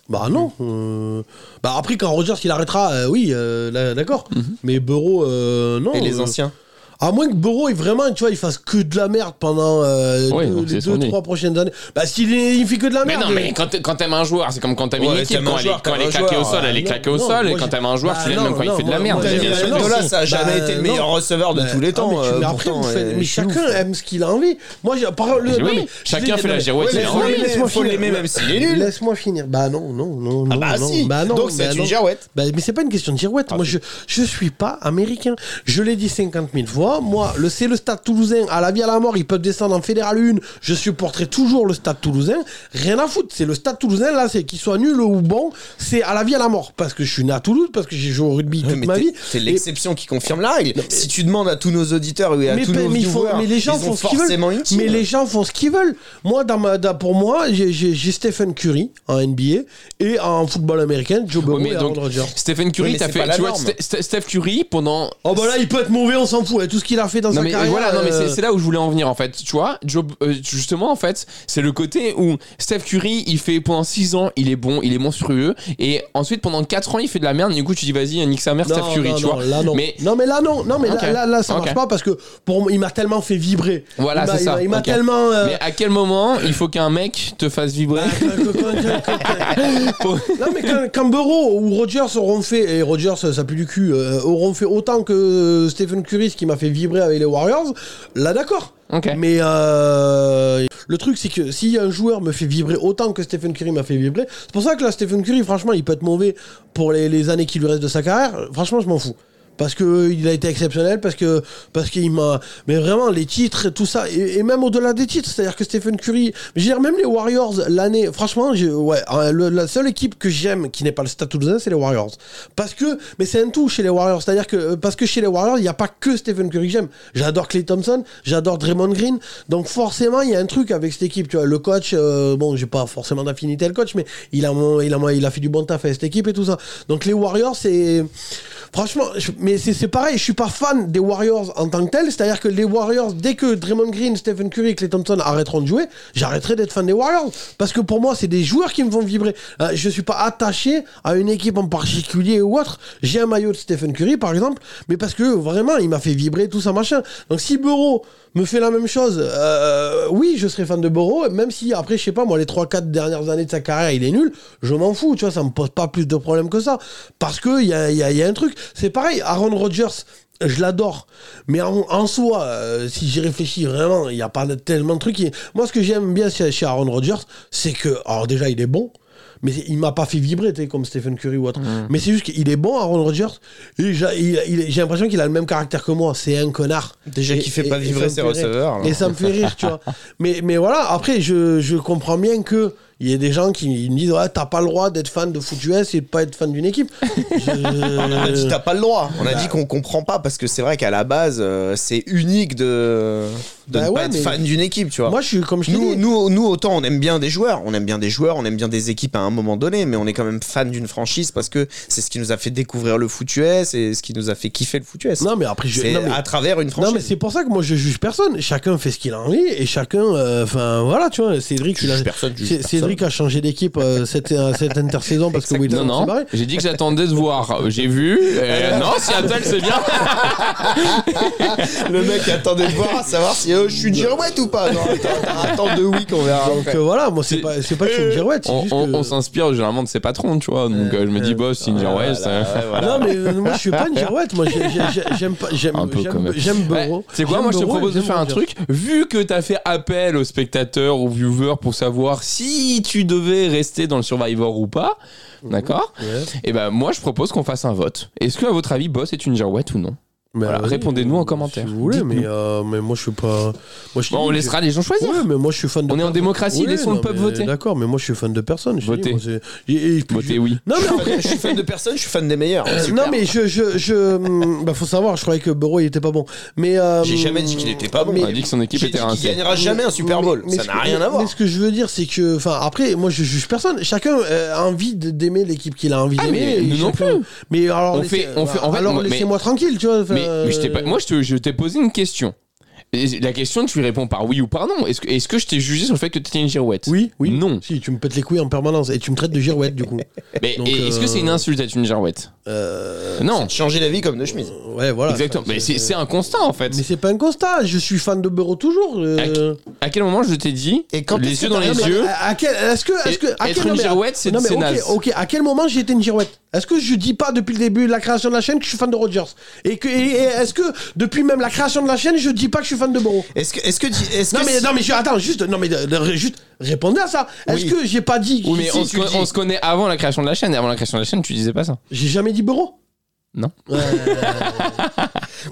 Bah non. euh, Bah après, quand Rogers il arrêtera, euh, oui, euh, là, d'accord. Mhm. Mais Burrow, euh, non. Et les euh, anciens À moins que Burrow, il vraiment, tu vois, il fasse que de la merde pendant euh, Ouais, deux- donc c'est les son deux, nid. trois prochaines années. Bah, s'il est- il fait que de la Mais merde. non, mais quand t'aimes quand t'aimes un joueur, c'est comme quand t'aimes une Ouais, équipe. t'aimes Quand un elle joueur, est- quand elle t'aimes est un claquée au joueur. sol, elle est Non, claquée au non, sol. Et moi, quand j'ai- t'aimes un joueur, tu Bah, l'aimes non, même quand il non, fait de la moi, merde. moi, j'ai- bien j'ai- sûr. non, Nicolas, ça a jamais bah, été le non. meilleur receveur de Bah, tous les temps. ah, mais, tu- euh, mais après, pourtant, vous faites- euh, mais je suis chacun ouf. aime ce qu'il a envie. Moi, j'ai- par le- Mais non, oui, mais- chacun je- fait la non, girouette, mais- c'est non, normal. mais laisse-moi Faut finir. l'aimer même s'il est nul. Laisse-moi finir. Bah non, non, non, Ah non, bah non, si bah non, Donc bah c'est une non. girouette. Ah Bah, mais c'est pas une question de girouette. moi, je, je suis pas américain. Je l'ai dit 50 000 fois. Moi, le, c'est le stade toulousain. À la vie, à la mort, ils peuvent descendre en fédéral 1. Je supporterai toujours le stade toulousain. Rien à foutre. C'est le stade toulousain. Là, c'est qu'il soit nul ou bon. C'est à la vie, à la mort. Parce que je suis né à Toulouse, parce que j'ai joué au rugby toute Mais ma t'es- vie. C'est Et- l'exception qui confirme la règle. Si tu demandes à tous nos auditeurs et à mais, tous pe- nos mais ils font- viewers, mais les gens ils font ont ce qu'ils veulent. forcément une team. Mais les gens font ce qu'ils veulent. Moi, dans ma- dans- pour moi, j'ai- j'ai j'ai Stephen Curry en NBA et en football américain, Joe Burrow Ouais, mais et donc, Aaron Rodgers. Stephen Oui, Curry, mais t'as c'est pas fait. la Tu vois, norme. Ste- Ste- Steph Curry, pendant Oh bah là, il peut être mauvais, on s'en fout. hein. Tout ce qu'il a fait dans Non sa mais carrière. voilà, non mais euh, c'est c'est là où je voulais en venir en fait. Tu vois, Joe- euh, justement en fait, c'est le côté où Steph Curry, il fait pendant 6 ans, il est bon, il est monstrueux, et ensuite pendant 4 ans, il fait de la merde. Du coup, tu dis vas-y, nique sa mère, Steph Curry, euh, non, tu non, vois. Là, non. Mais non, mais là, non. Non, mais là- Ok. là, là, ça Ok. marche pas parce que pour moi, il m'a tellement fait vibrer. Voilà, Il m'a- c'est ça. il m'a- Il m'a Ok. tellement. euh, mais à quel moment il faut qu'un mec te fasse vibrer quand- quand- quand- quand- non, mais quand, quand Burrow ou Rogers auront fait, et Rogers, ça pue du cul, euh, auront fait autant que Stephen Curry, ce qui m'a fait vibrer avec les Warriors, là, d'accord. Ok. Mais euh, le truc, c'est que si un joueur me fait vibrer autant que Stephen Curry m'a fait vibrer, c'est pour ça que là, Stephen Curry, franchement, il peut être mauvais pour les, les années qui lui restent de sa carrière. Euh, Franchement, je m'en fous. Parce que euh, il a été exceptionnel, parce que parce qu'il m'a, mais vraiment les titres, tout ça, et, et même au-delà des titres, c'est-à-dire que Stephen Curry, je veux dire même les Warriors l'année, franchement, j'ai- ouais, euh, le- la seule équipe que j'aime qui n'est pas le Stade Toulousain, c'est les Warriors, parce que, mais c'est un tout chez les Warriors, c'est-à-dire que euh, parce que chez les Warriors, il n'y a pas que Stephen Curry que j'aime, j'adore Clay Thompson, j'adore Draymond Green, donc forcément, il y a un truc avec cette équipe. Tu vois, le coach, euh, bon, j'ai pas forcément d'affinité à le coach, mais il a, mon- il, a, il a fait du bon taf à cette équipe et tout ça. Donc les Warriors, c'est... Franchement, je- mais c'est c'est pareil, je suis pas fan des Warriors en tant que tel. C'est-à-dire que les Warriors, dès que Draymond Green, Stephen Curry et Clay Thompson arrêteront de jouer, j'arrêterai d'être fan des Warriors. Parce que pour moi, c'est des joueurs qui me font vibrer. Euh, je suis pas attaché à une équipe en particulier ou autre. J'ai un maillot de Stephen Curry, par exemple, mais parce que vraiment, il m'a fait vibrer, tout ça, machin. Donc si Bureau me fait la même chose. Euh, oui, je serais fan de Borro, même si après, je sais pas, moi, les 3-4 dernières années de sa carrière, il est nul, je m'en fous, tu vois, ça me pose pas plus de problèmes que ça. Parce qu'il y a, y a- y a un truc. C'est pareil, Aaron Rodgers. Je l'adore, mais en, en soi, euh, si j'y réfléchis vraiment, il n'y a pas de- tellement de trucs. qui- Moi, ce que j'aime bien chez, chez Aaron Rodgers, c'est que, alors déjà, il est bon, mais c'est- il m'a pas fait vibrer, tu sais, comme Stephen Curry ou autre. Mais c'est juste qu'il est bon, Aaron Rodgers. et j'a- il- il- J'ai l'impression qu'il a le même caractère que moi. C'est un connard. Déjà Et- qu'il fait et- pas et vibrer ses ça me fait rire. receveurs. là. Et ça me fait rire, tu vois. Mais, mais voilà, après, je, je comprends bien que il y a des gens qui me disent Ouais, t'as pas le droit d'être fan de foot US et de pas être fan d'une équipe. On a dit Je... t'as pas le droit. On a Bah. dit qu'on comprend pas parce que c'est vrai qu'à la base euh, c'est unique de, de Bah ne ouais, pas être mais- fan d'une équipe, tu vois. Moi, je suis comme je te nous, dis. nous, nous, autant on aime bien des joueurs, on aime bien des joueurs, on aime bien des équipes à un moment donné, mais on est quand même fan d'une franchise parce que c'est ce qui nous a fait découvrir le foot US et ce qui nous a fait kiffer le foot US. Non, mais après, je. c'est non, mais- à travers une Non mais franchise. c'est pour ça que moi je juge personne. Chacun fait ce qu'il a envie et chacun, euh, enfin voilà, tu vois. Cédric, Tu il a- juges personne, tu juges Cé- Cédric a changé d'équipe euh, cette, euh, cette intersaison parce que Wilson Non, s'est non, barré. j'ai dit que j'attendais de voir. J'ai vu. Ah, euh, non, Seattle, c'est bien. le mec attendait de voir à savoir si euh, je suis une girouette ou pas. Non, attends, attends deux weeks, on verra. Donc euh, voilà, moi c'est C'est- pas c'est pas que je suis une girouette, c'est On, juste on- que- on s'inspire généralement de ses patrons, tu vois. Donc euh, je me dis, boss, Singer Voilà, West. euh. ouais, voilà. Non mais euh, moi je suis pas une girouette, moi j'ai- j'ai- j'ai- j'aime pas j'aime Un peu quand j'aime même. j'aime Ouais, Burrow. C'est quoi J'aime Moi, je te Burrow et propose de j'aime faire un Rodgers. truc. Vu que t'as fait appel aux spectateurs, aux viewers pour savoir si tu devais rester dans le Survivor ou pas, Mhm. d'accord Ouais. Et ben, moi, je propose qu'on fasse un vote. Est-ce que, à votre avis, boss est une girouette ou non Mais, Voilà, vas-y, répondez-nous en euh, commentaire. Si vous voulez, mais, Dites-nous. euh, mais moi je suis pas. Moi, je Bon, on je- laissera les gens choisir. Ouais, mais moi je suis fan de. On est en personne. démocratie, Ouais, laissons non, le peuple mais voter. D'accord, mais moi je suis fan de personne. je te dis, Votez. moi, c'est- et- et puis, Votez je- oui. Non mais en Je suis fan de personne, je suis fan des meilleurs. Non mais je je je hum, bah faut savoir je croyais que Burrow il était pas bon mais euh, J'ai jamais dit qu'il était pas bon. mais- On a dit que son équipe J'ai était dit qu'il rincée. gagnera jamais un Super mais- Bowl. mais Ça ce n'a que- rien mais- à voir. Mais ce que je veux dire c'est que enfin après moi je juge personne chacun euh, a envie de- d'aimer l'équipe qu'il a envie Ah, d'aimer mais et nous non chacun- plus. mais alors On laissez- fait- on fait- en fait, alors moi- mais- laissez-moi tranquille tu vois enfin, euh, Mais, mais je t'ai pas- moi, je te- je t'ai posé une question. Et la question, tu lui réponds par oui ou par non. Est-ce que, est-ce que je t'ai jugé sur le fait que t'étais une girouette oui oui Non. si tu me pètes les couilles en permanence et tu me traites de girouette du coup Mais Donc, et- est-ce euh, que c'est une insulte d'être une girouette Euh, Non. Changer la vie comme de chemise. ouais voilà Exactement. Enfin, Mais c'est c'est un constat en fait. euh, mais c'est pas un constat je suis fan de Burrow toujours euh. À quel moment je t'ai dit Et quand est-ce les que yeux dans t'as- les Non, mais yeux à- à quel- Est-ce que, est-ce que, à quel- Hein Être non, une mais à- girouette, c'est non, mais c'est ok, naze. ok, à quel moment j'ai été une girouette Est-ce que je dis pas depuis le début de la création de la chaîne que je suis fan de Rogers Et que et- et est-ce que depuis même la création de la chaîne, je dis pas que je suis fan de Borro Est-ce que, est-ce que, tu- est-ce Non que mais si- non mais je- attends juste non mais de- de- juste répondez à ça. Est-ce Oui. que j'ai pas dit Oui, mais si, on, tu se le conna- dis. on se connaît avant la création de la chaîne. Et avant la création de la chaîne, tu disais pas ça. j'ai jamais dit Borro Non. Ouais.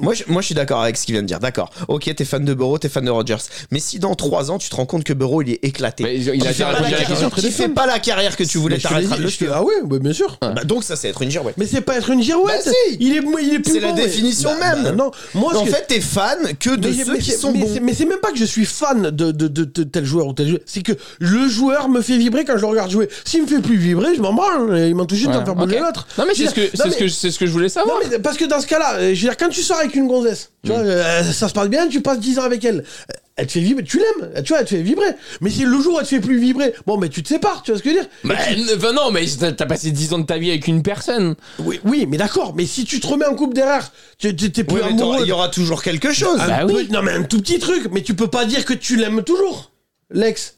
moi, je, moi, je suis d'accord avec ce qu'il vient de dire. D'accord. Ok, t'es fan de Burrow, t'es fan de Rodgers. Mais si dans 3 ans, tu te rends compte que Burrow, il est éclaté. Mais il a Qu'il déjà fait pas répondu la à la carrière- question. qu'il fait pas la carrière que tu voulais, Mais je te l'ai t'arrêteras dit, de le je te- suivre. Ah ouais, ouais, bien sûr. Bah, donc ça, c'est être une girouette. Mais c'est pas être une girouette. Bah si. Il est il est plus C'est la bon, mais- définition Bah, même. bah, non, moi ce en que- fait, t'es fan que de Mais j'ai- ceux mais qui j'ai- sont mais bons. c'est- Mais c'est même pas que je suis fan de, de, de- de tel joueur ou tel joueur. C'est que le joueur me fait vibrer quand je le regarde jouer. S'il me fait plus vibrer, je m'en branle. Il m'en touche une, ça me Voilà. faire bouger Ok. l'autre. Non mais c'est Je ce que veux dire, c'est non, ce que mais- je- c'est ce que je Mm. voulais non, savoir. mais parce que dans ce cas-là, euh, je veux dire, quand tu sors avec une gonzesse, tu vois, euh, ça se passe bien, tu passes 10 ans avec elle. Euh, Elle te fait vibrer, tu l'aimes, Euh, tu vois, elle te fait vibrer. Mais si le jour où elle te fait plus vibrer, bon, mais tu te sépares, tu vois ce que je veux dire Bah, enfin, non, mais t'as t'as passé 10 ans de ta vie avec une personne. Oui, oui, mais d'accord, mais si tu te remets en couple derrière, tu tu- t'es plus Oui, mais t'auras- amoureux. il y aura toujours quelque chose. Un Bah peu- oui. Non, mais un tout petit truc, mais tu peux pas dire que tu l'aimes toujours, l'ex.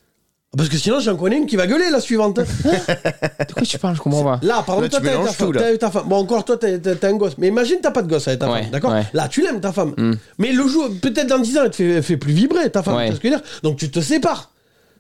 Parce que sinon, j'en connais une qui va gueuler la suivante. De quoi tu parles Je comprends pas. Là, par Là, exemple, toi, tu t'as mélanges ta femme. tout, là. t'as eu ta femme. Bon, encore, toi, t'as- t'as t'as un gosse. Mais imagine, t'as pas de gosse avec ta Ouais, femme, d'accord ouais. Là, tu l'aimes, ta femme. Mm. Mais le jour, peut-être dans 10 ans, elle te fait, fait plus vibrer, ta femme. Ouais. tu vois ce que je veux dire Donc, tu te sépares.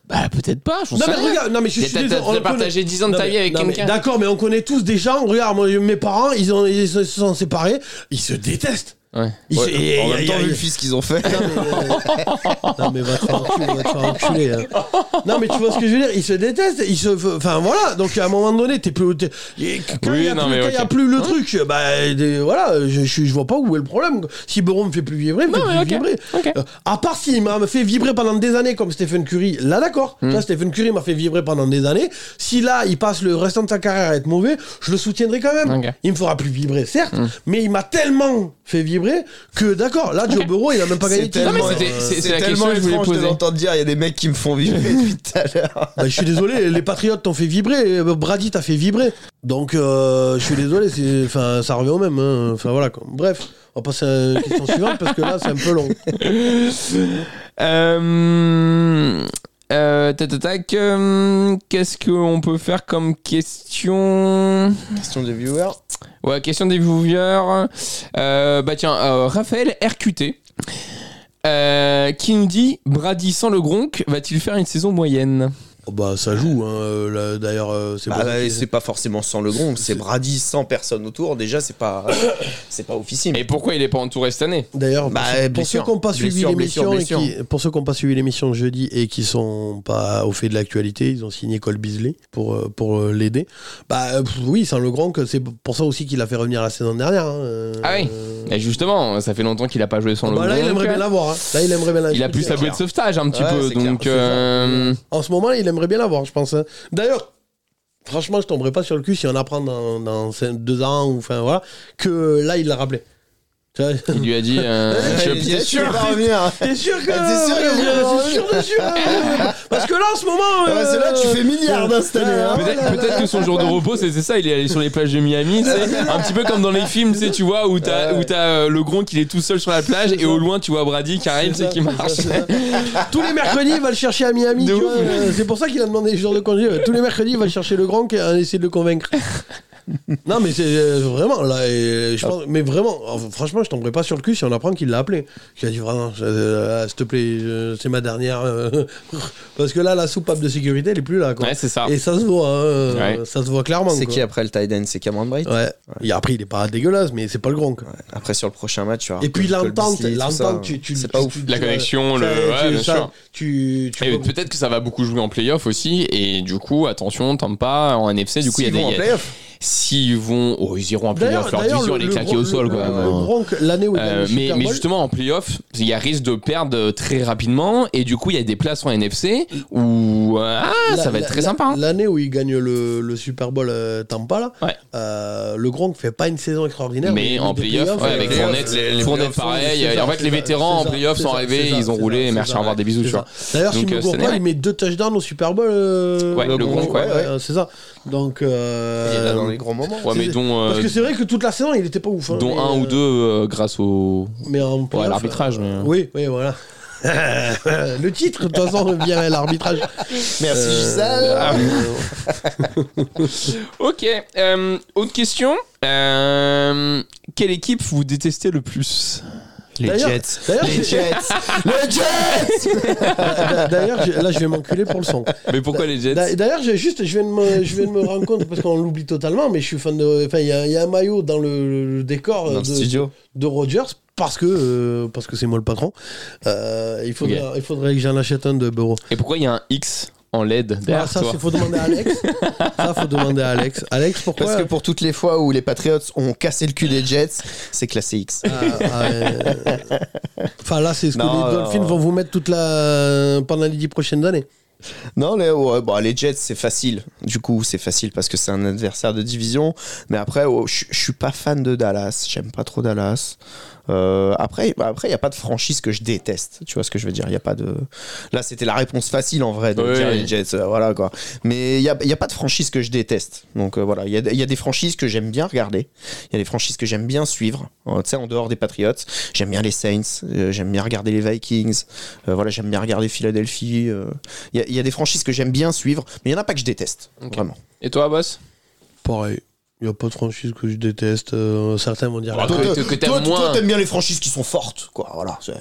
Bah peut-être pas. j'en Non, sais mais rien. regarde, non, mais je Mais suis t'as- désolé, t'as- on t'as le connaît. partagé 10 ans de Non, ta mais- vie avec non, mais quelqu'un. D'accord, mais on connaît tous des gens. Regarde, moi, mes parents, ils, ont, ils se sont séparés, ils se détestent. Ouais. Ils se- et- en et- même et- temps, et- vu le fils qu'ils ont fait. Non mais, euh, non, mais va te faire enculer, va te faire enculer, hein. Non mais tu vois ce que je veux dire, ils se détestent, ils se enfin voilà, donc à un moment donné, t'es plus t'es- quand Oui, il y a, non, plus, mais quand il y a ok. Hein? plus le truc, bah des- voilà, je, je je vois pas où est le problème. quoi. Si Beron me fait plus vibrer, me fait Non, plus mais ok, vibrer. ok. Euh, à part s'il m'a fait vibrer pendant des années comme Stephen Curry, là d'accord. Hmm. Tu vois, Stephen Curry m'a fait vibrer pendant des années. Si là il passe le restant de sa carrière à être mauvais, je le soutiendrai quand même. Ok. Hum. Il me fera plus vibrer, certes, mais il m'a tellement fait équilibré que d'accord, là, Joe Burrow, il a même pas gagné C'est de titre. tellement- Non, mais Euh, c'était- c'est- C'est la question tellement que je voulais étrange de poser. l'entendre dire, il y a des mecs qui me font vibrer depuis tout à l'heure. Bah, je suis désolé, les Patriotes t'ont fait vibrer, euh, Brady t'a fait vibrer. Donc, euh, je suis désolé, c'est- enfin, ça revient au même. hein. Enfin, voilà, quoi. Bref, on va passer à la question suivante parce que là, c'est un peu long. Euh, euh, tac, tac, tac, euh, Qu'est-ce qu'on peut faire comme question Question de viewer. Ouais, question des viewers. Euh, bah tiens, euh, Raphaël RQT. euh, qui nous dit Brady sans le Gronk va-t-il faire une saison moyenne Oh, bah, ça joue, hein, euh, là, d'ailleurs, euh, c'est Bah, pas- ouais, c'est pas forcément sans le gong, c'est Brady sans personne autour. Déjà, c'est pas, c'est pas officiel. Et pourquoi il est pas entouré cette année D'ailleurs, Bah, pour ceux- pour, blessure, ceux qui n'ont pas suivi blessure, l'émission, et blessure, qui- pour ceux qui ont pas suivi l'émission jeudi et qui sont pas au fait de l'actualité, ils ont signé Cole Beasley pour euh, pour euh, l'aider. Bah euh, pff, oui, sans le grand que c'est pour ça aussi qu'il l'a fait revenir la saison dernière. hein, euh, Ah oui. euh, Et justement, ça fait longtemps qu'il a pas joué Ah sans bah, le là, il Gronk. aimerait bien l'avoir. hein. Là, il aimerait bien l'avoir. Il a plus C'est sa bouée de clair. sauvetage un petit Ouais, peu, c'est clair, donc c'est ça. euh, En ce moment, il aimerait bien l'avoir, je pense. hein. D'ailleurs, franchement, je tomberais pas sur le cul si on apprend dans, dans cinq- deux ans ou enfin voilà que là, il l'a rappelé. Tu vois, il lui a dit. euh, Ouais, je- il dit, T'es tu peux pas revenir. T'es sûr que. Ah, t'es sûr que vous- T'es sûr, t'es sûr, euh, Parce que là, en ce moment. Ah, euh, c'est là que tu fais milliard hein, cette année. hein. Ouais. Peut-être peut-être que son jour de repos, c'était ça. Il est allé sur les plages de Miami, tu sais, un petit peu comme dans les films, tu sais, tu vois, où t'as où t'as, euh, le Gronk qui est tout seul sur la plage et au loin, tu vois Brady qui arrive, tu sais, qui marche. Tous les mercredis, il va le chercher à Miami. De tu ouf. vois, euh, C'est pour ça qu'il a demandé les jours de congé. ouais. Tous les mercredis, il va chercher le grand qui a essayé de le convaincre. Non, mais c'est euh, vraiment là. et je Ah. pense- mais vraiment, euh, franchement, je tomberais pas sur le cul si on apprend qu'il l'a appelé. Qu'il a dit vraiment, euh, ah, s'il te plaît, euh, c'est ma dernière. euh, parce que là, la soupape de sécurité, elle est plus là. Quoi. Ouais, c'est ça. Et ça se voit. hein, euh, Ouais. Ça se voit clairement. C'est quoi. qui après le tight end C'est Cameron Bright Ouais. Et après, il est pas dégueulasse, mais c'est pas le grand. quoi. Après, sur le prochain match, tu vas Et puis avoir Cole l'entente, Beasley, tout ça. l'entente, tu, tu C'est pas tu- ouf. tu- La tu- connexion, ça, le. Ouais, tu- bien ça, sûr. Eh, Tu, tu Et peux- peut-être que ça va beaucoup jouer en playoff aussi, et du coup, attention, tombe pas en NFC. Du coup, il y a S'ils vont en des. playoff, S'ils vont. Oh, ils iront en playoff, leur d'ailleurs, division, elle est claquée au Bron- sol, quoi. le- Ouais. le Bronc, l'année où il a Euh, le mais, Super mais Bowl, justement, en playoff, il y a risque de perdre très rapidement. Et du coup, il y a des places en NFC où euh, ah, la- ça va être la- très la- sympa. hein. L'année où il gagne le, le Super Bowl euh, Tampa, là, Ouais. euh, le Gronk fait pas une saison extraordinaire. Mais en des playoff, playoffs, ouais, euh, avec euh, Fournette, euh, les- Fournette, pareil. c'est En fait, c'est les vétérans en c'est playoff ça, sont c'est arrivés, ça, ils ont c'est roulé, ça, merci, c'est au revoir, ça. des bisous, C'est tu vois. ça. D'ailleurs, si Donc, je euh, me gourre cette pas, année, il met deux touchdowns au Super Bowl. euh, Ouais, le Gronk, ouais, ouais. C'est ça. Donc. euh, il est là dans les grands moments. Ouais, mais c'est- dont, euh, Parce que c'est vrai que toute la saison, il était pas ouf. hein, dont mais, un euh, ou deux euh, grâce au. Mais en Ouais, à playoff, l'arbitrage. euh, mais- Oui, oui, voilà. le titre, de toute façon, vient à l'arbitrage. Merci Euh, Ah, Gisèle. euh, Ok, euh, autre question. Euh, quelle équipe vous détestez le plus Les D'ailleurs- Jets. d'ailleurs, Les c'est- Jets. Les Jets. Euh, D'ailleurs, je- là, je vais m'enculer pour le son. Mais pourquoi Bah, les Jets D'a- D'ailleurs, j'ai juste, je viens de me, je viens de me rendre compte parce qu'on l'oublie totalement, mais je suis fan de. Enfin, il y, a- il y a un maillot dans le, le décor Dans euh, le de, studio. de Rogers parce que euh, parce que c'est moi le patron. Euh, il faudrait, il faudrait que j'en achète un de bureau. Et pourquoi il y a un X en LED derrière Ah, ça, toi c'est faut demander à Alex. ça, faut demander à Alex. Alex, pourquoi Parce que pour toutes les fois où les Patriots ont cassé le cul des Jets, c'est classé X. Ah, ah, euh, Enfin là, c'est ce que Non, les non, Dolphins non. vont vous mettre toute la pendant les dix prochaines années. Non, les, ouais, bon, les Jets, c'est facile. Du coup, c'est facile parce que c'est un adversaire de division. Mais après, oh, je je suis pas fan de Dallas. J'aime pas trop Dallas. Euh, après, bah, après, il n'y a pas de franchise que je déteste. Tu vois ce que je veux dire Il y a pas de. Là, c'était la réponse facile en vrai de Oui. dire les Jets. euh, voilà quoi. Mais il n'y a, il y a pas de franchise que je déteste. Donc euh, voilà, il y a, il y a des franchises que j'aime bien regarder. Il y a des franchises que j'aime bien suivre. Euh, tu sais, en dehors des Patriots, j'aime bien les Saints. euh, j'aime bien regarder les Vikings. euh, voilà, j'aime bien regarder Philadelphie. euh, il y a- il y, a des franchises que j'aime bien suivre, mais il y en a pas que je déteste, vraiment. Et toi, boss Pareil. Il n'y a pas de franchise que je déteste. euh, certains vont dire. la- Ah, toi, que- que t'aimes Oh, toi, moins. toi, t'aimes bien les franchises qui sont fortes, quoi. Voilà. c'est-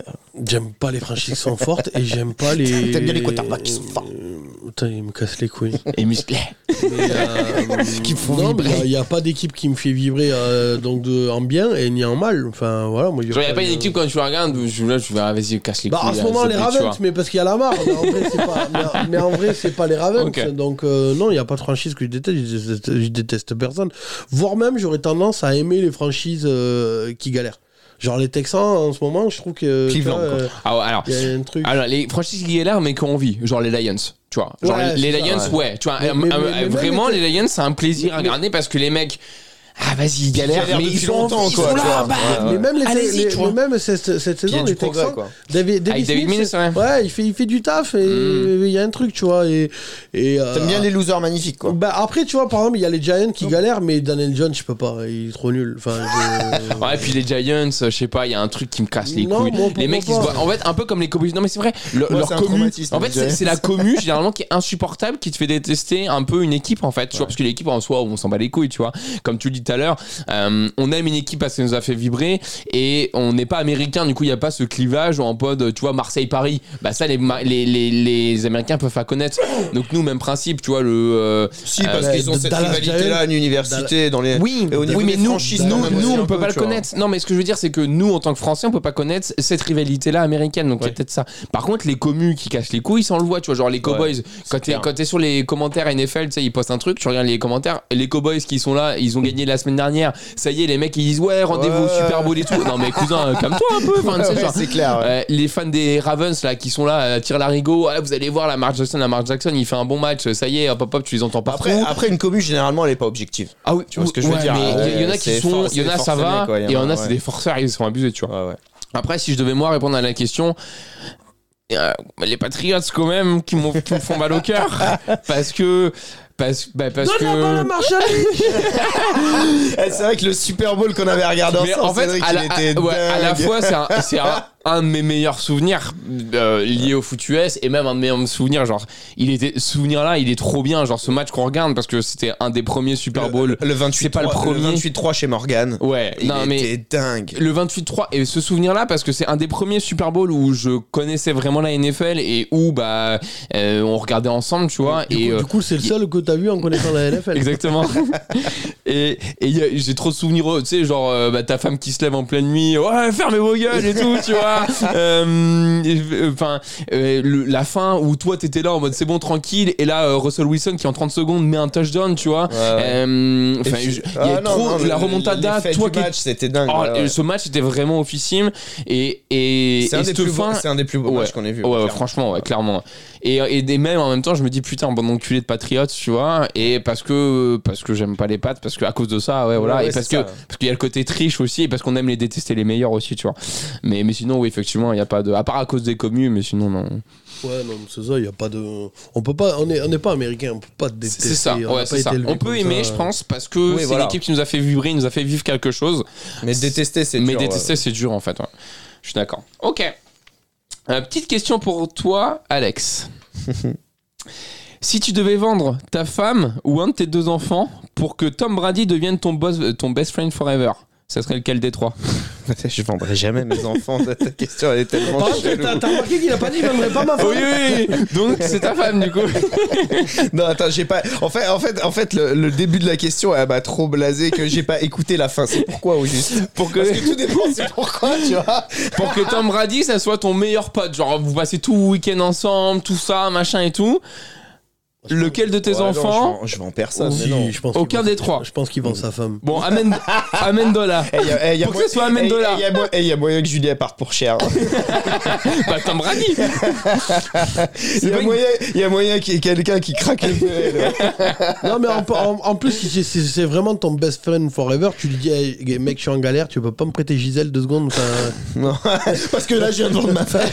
J'aime pas les franchises qui sont fortes et j'aime pas les. T'aimes bien les quarterbacks qui sont forts. Euh, Putain, ils me cassent les couilles. Et musclé. Mais, euh, Qui me font non, mais vibrer. Il n'y a, pas d'équipe qui me fait vibrer euh, donc de, en bien et ni en mal. Enfin voilà, moi. Genre, il n'y a pas de- une équipe quand tu la regardes, où je, là, je vais, ah, vas-y, casse les Bah, couilles. en ce là, moment, ça les pue, tu Ravens, vois. mais parce qu'il y a la marre. Mais en vrai, c'est pas, mais en- mais en vrai, c'est pas les Ravens. Ok. Donc, euh, non, il n'y a pas de franchise que je déteste. Je déteste, je déteste personne. Voire même, j'aurais tendance à aimer les franchises euh, qui galèrent. Genre les Texans, en ce moment, je trouve que. tu Cleveland, vois, quoi. euh, Ah, ouais, alors, Il y a un truc. alors, les franchises qui galèrent, mais qui ont envie. Genre les Lions, tu vois. Genre Ouais, les c'est ça, Lions, ouais. Tu vois, Mais- euh, mais- euh, mais- mais vraiment, même les Lions, c'est un plaisir à regarder parce que les mecs. Ah, vas-y, ils galèrent, galèrent mais ils depuis sont, longtemps, ils quoi, tu sont là, vois. bah, Ouais, ouais. Mais même, les, Allez-y, les- tu vois. mais même cette, cette Puis il y a saison, du les progrès, Texans, quoi. David, Davis Avec Ah, David Mills, Mills, ouais. ouais, il, fait, il fait du taf et Mm. il y a un truc, tu vois. Et, et, euh, T'aimes bien les losers magnifiques, quoi. bah, après, tu vois, par exemple, il y a les Giants Oh. qui galèrent, mais Daniel Jones, je peux pas, il est trop nul. Enfin, je- Ouais, et puis les Giants, je sais pas, il y a un truc qui me casse les Non, couilles. moi, pourquoi les mecs, ils se pas voient. En fait, un peu comme les Cowboys. Non, mais c'est vrai, le- Moi, leur c'est un commu. traumatisme, En fait, les c'est Giants. c'est la commu généralement qui est insupportable, qui te fait détester un peu une équipe en fait. Tu vois, parce que l'équipe en soi, on s'en bat les couilles, tu vois. Comme tu le dis tout à l'heure, euh, on aime une équipe parce qu'elle nous a fait vibrer et on n'est pas américain. Du coup, il n'y a pas ce clivage en mode, tu vois, Marseille-Paris. Bah, ça, les, Ma- les, les, les Américains peuvent pas connaître. Donc, nous, même principe, tu vois, le. euh, Si, parce qu'ils ont cette rivalité-là à l'université, dans les. oui, Et au niveau oui, mais des nous, franchises, nous, quand même nous, aussi on un peut peu, pas le tu vois. connaître. Non, mais ce que je veux dire, c'est que nous, en tant que Français, on peut pas connaître cette rivalité-là américaine. Donc, il y a Ouais. peut-être ça. Par contre, les communes qui cachent les couilles, ça, on le voit, tu vois. Genre, les Cowboys, quand t'es- clair. quand t'es sur les commentaires NFL, tu sais, ils postent un truc, tu regardes les commentaires, et les Cowboys qui sont là, ils ont gagné la semaine dernière. Ça y est, les mecs, ils disent, ouais, rendez-vous au Ouais. Super Bowl et tout. Non, mais cousin, euh, calme-toi un peu. Enfin, tu sais, Ouais, genre, c'est clair. ouais. euh, les fans des Ravens là qui sont là euh, tirent l'arigot ah, vous allez voir la Mark Jackson la Mark Jackson il fait un bon match ça y est hop hop hop tu les entends pas Après, trop. après, une commu, généralement, elle est pas objective. Ah oui, Tu vois ce que je veux dire, mais euh, Il y, en a qui c'est sont, for- il y en a c'est ça va, forcené, quoi, et il y en a ouais. c'est des forceurs, ils sont abusés, tu vois. Ouais, ouais. Après, si je devais moi répondre à la question, euh, les Patriots quand même qui, m'ont- qui me font mal au cœur, parce que, parce, bah, parce Donne la que. balle à Marshall Eh, C'est vrai que le Super Bowl qu'on avait regardé Mais ensemble, en fait, Cédric, à la, il était à- ouais, à la dingue. fois, c'est un, c'est un- un de mes meilleurs souvenirs euh, liés au foot US et même un de mes meilleurs souvenirs. Genre, il était ce souvenir-là, il est trop bien. Genre ce match qu'on regarde parce que c'était un des premiers Super Bowl. Le 28 C'est pas le premier. 28-3 chez Morgan. Ouais, Euh, Il non mais était dingue. le 28-3 et ce souvenir là parce que c'est un des premiers Super Bowl où je connaissais vraiment la NFL et où bah euh, on regardait ensemble tu vois Du et coup- euh, Du coup, c'est le seul que t'as vu en connaissant la NFL. Exactement. et et y a- j'ai trop de souvenirs, euh, tu sais, genre euh, bah, ta femme qui se lève en pleine nuit, ouais, fermez vos gueules et tout, tu vois. Euh, et, euh, Enfin, euh, le- la fin où toi t'étais là en mode c'est bon, tranquille, et là euh, Russell Wilson qui en 30 secondes met un touchdown, tu vois. Euh, Enfin, je- il Ah, Ah, y a trop de la remontada, toi qui. match, c'était dingue. Oh, Ah, ouais, ouais. et Ce match était vraiment officiel et, et, C'est un, et des cette plus beaux- fin. c'est un des plus beaux Ouais. matchs qu'on ait vu. Ouais, ouais, clairement. franchement, ouais, clairement. Et, et des mêmes en même temps, je me dis putain, bon enculé de patriote, tu vois. Et parce que parce que j'aime pas les pattes, parce que à cause de ça, ouais, voilà. Ouais, ouais, et parce que c'est ça. parce qu'il y a le côté triche aussi, et parce qu'on aime les détester les meilleurs aussi, tu vois. Mais mais sinon, oui, effectivement, il y a pas de. À part à cause des communes, mais sinon non. Ouais, non, mais c'est ça, il y a pas de. On peut pas, on est, on est pas américain, on peut pas détester. C'est on ça. a Ouais, pas c'est été ça. élevé On peut comme aimer, ça. je pense, parce que Oui, c'est voilà. l'équipe qui nous a fait vibrer, nous a fait vivre quelque chose. Mais détester, c'est Mais dur, ouais. détester, c'est dur en fait. ouais. Je suis d'accord. Ok. Euh, petite question pour toi, Alex. si tu devais vendre ta femme ou un de tes deux enfants pour que Tom Brady devienne ton, boss, euh, ton best friend forever, ça serait lequel des trois Je vendrai jamais mes enfants. Ta question, elle est tellement Par contre, chelou. t'as t'as remarqué qu'il a pas dit, il vendrait pas ma femme. oui, oui. Donc c'est ta femme du coup. Non, attends, j'ai pas. En fait, en fait, en fait, le, le début de la question, elle m'a trop blasé que j'ai pas écouté la fin. C'est pourquoi au juste Pour que, Parce que tout dépend. C'est pourquoi, tu vois pour que Tom Brady, ça soit ton meilleur pote. Genre vous passez tout le week-end ensemble, tout ça, machin et tout. Lequel de tes Ouais, non, enfants je vends- je vends personne. Si, mais non. je pense Aucun qu'il des pense- trois. Je pense qu'il vend sa femme. Bon, amène, amène dollar. Eh, y a- eh, y a Pour que moyen- ce soit un même eh, dollar. eh, y a mo- eh, y a moyen que Julia parte pour cher. Bah Tom Brady. Il y, pas a une- moyen- y a moyen qu'il y ait quelqu'un qui craque le duel. Non, mais en, en- en plus, si c'est- c'est c'est vraiment ton best friend forever, tu lui dis, Hey, mec, je suis en galère, tu peux pas me prêter Gisèle deux secondes. enfin, Non. Parce que là, je viens de vendre ma femme.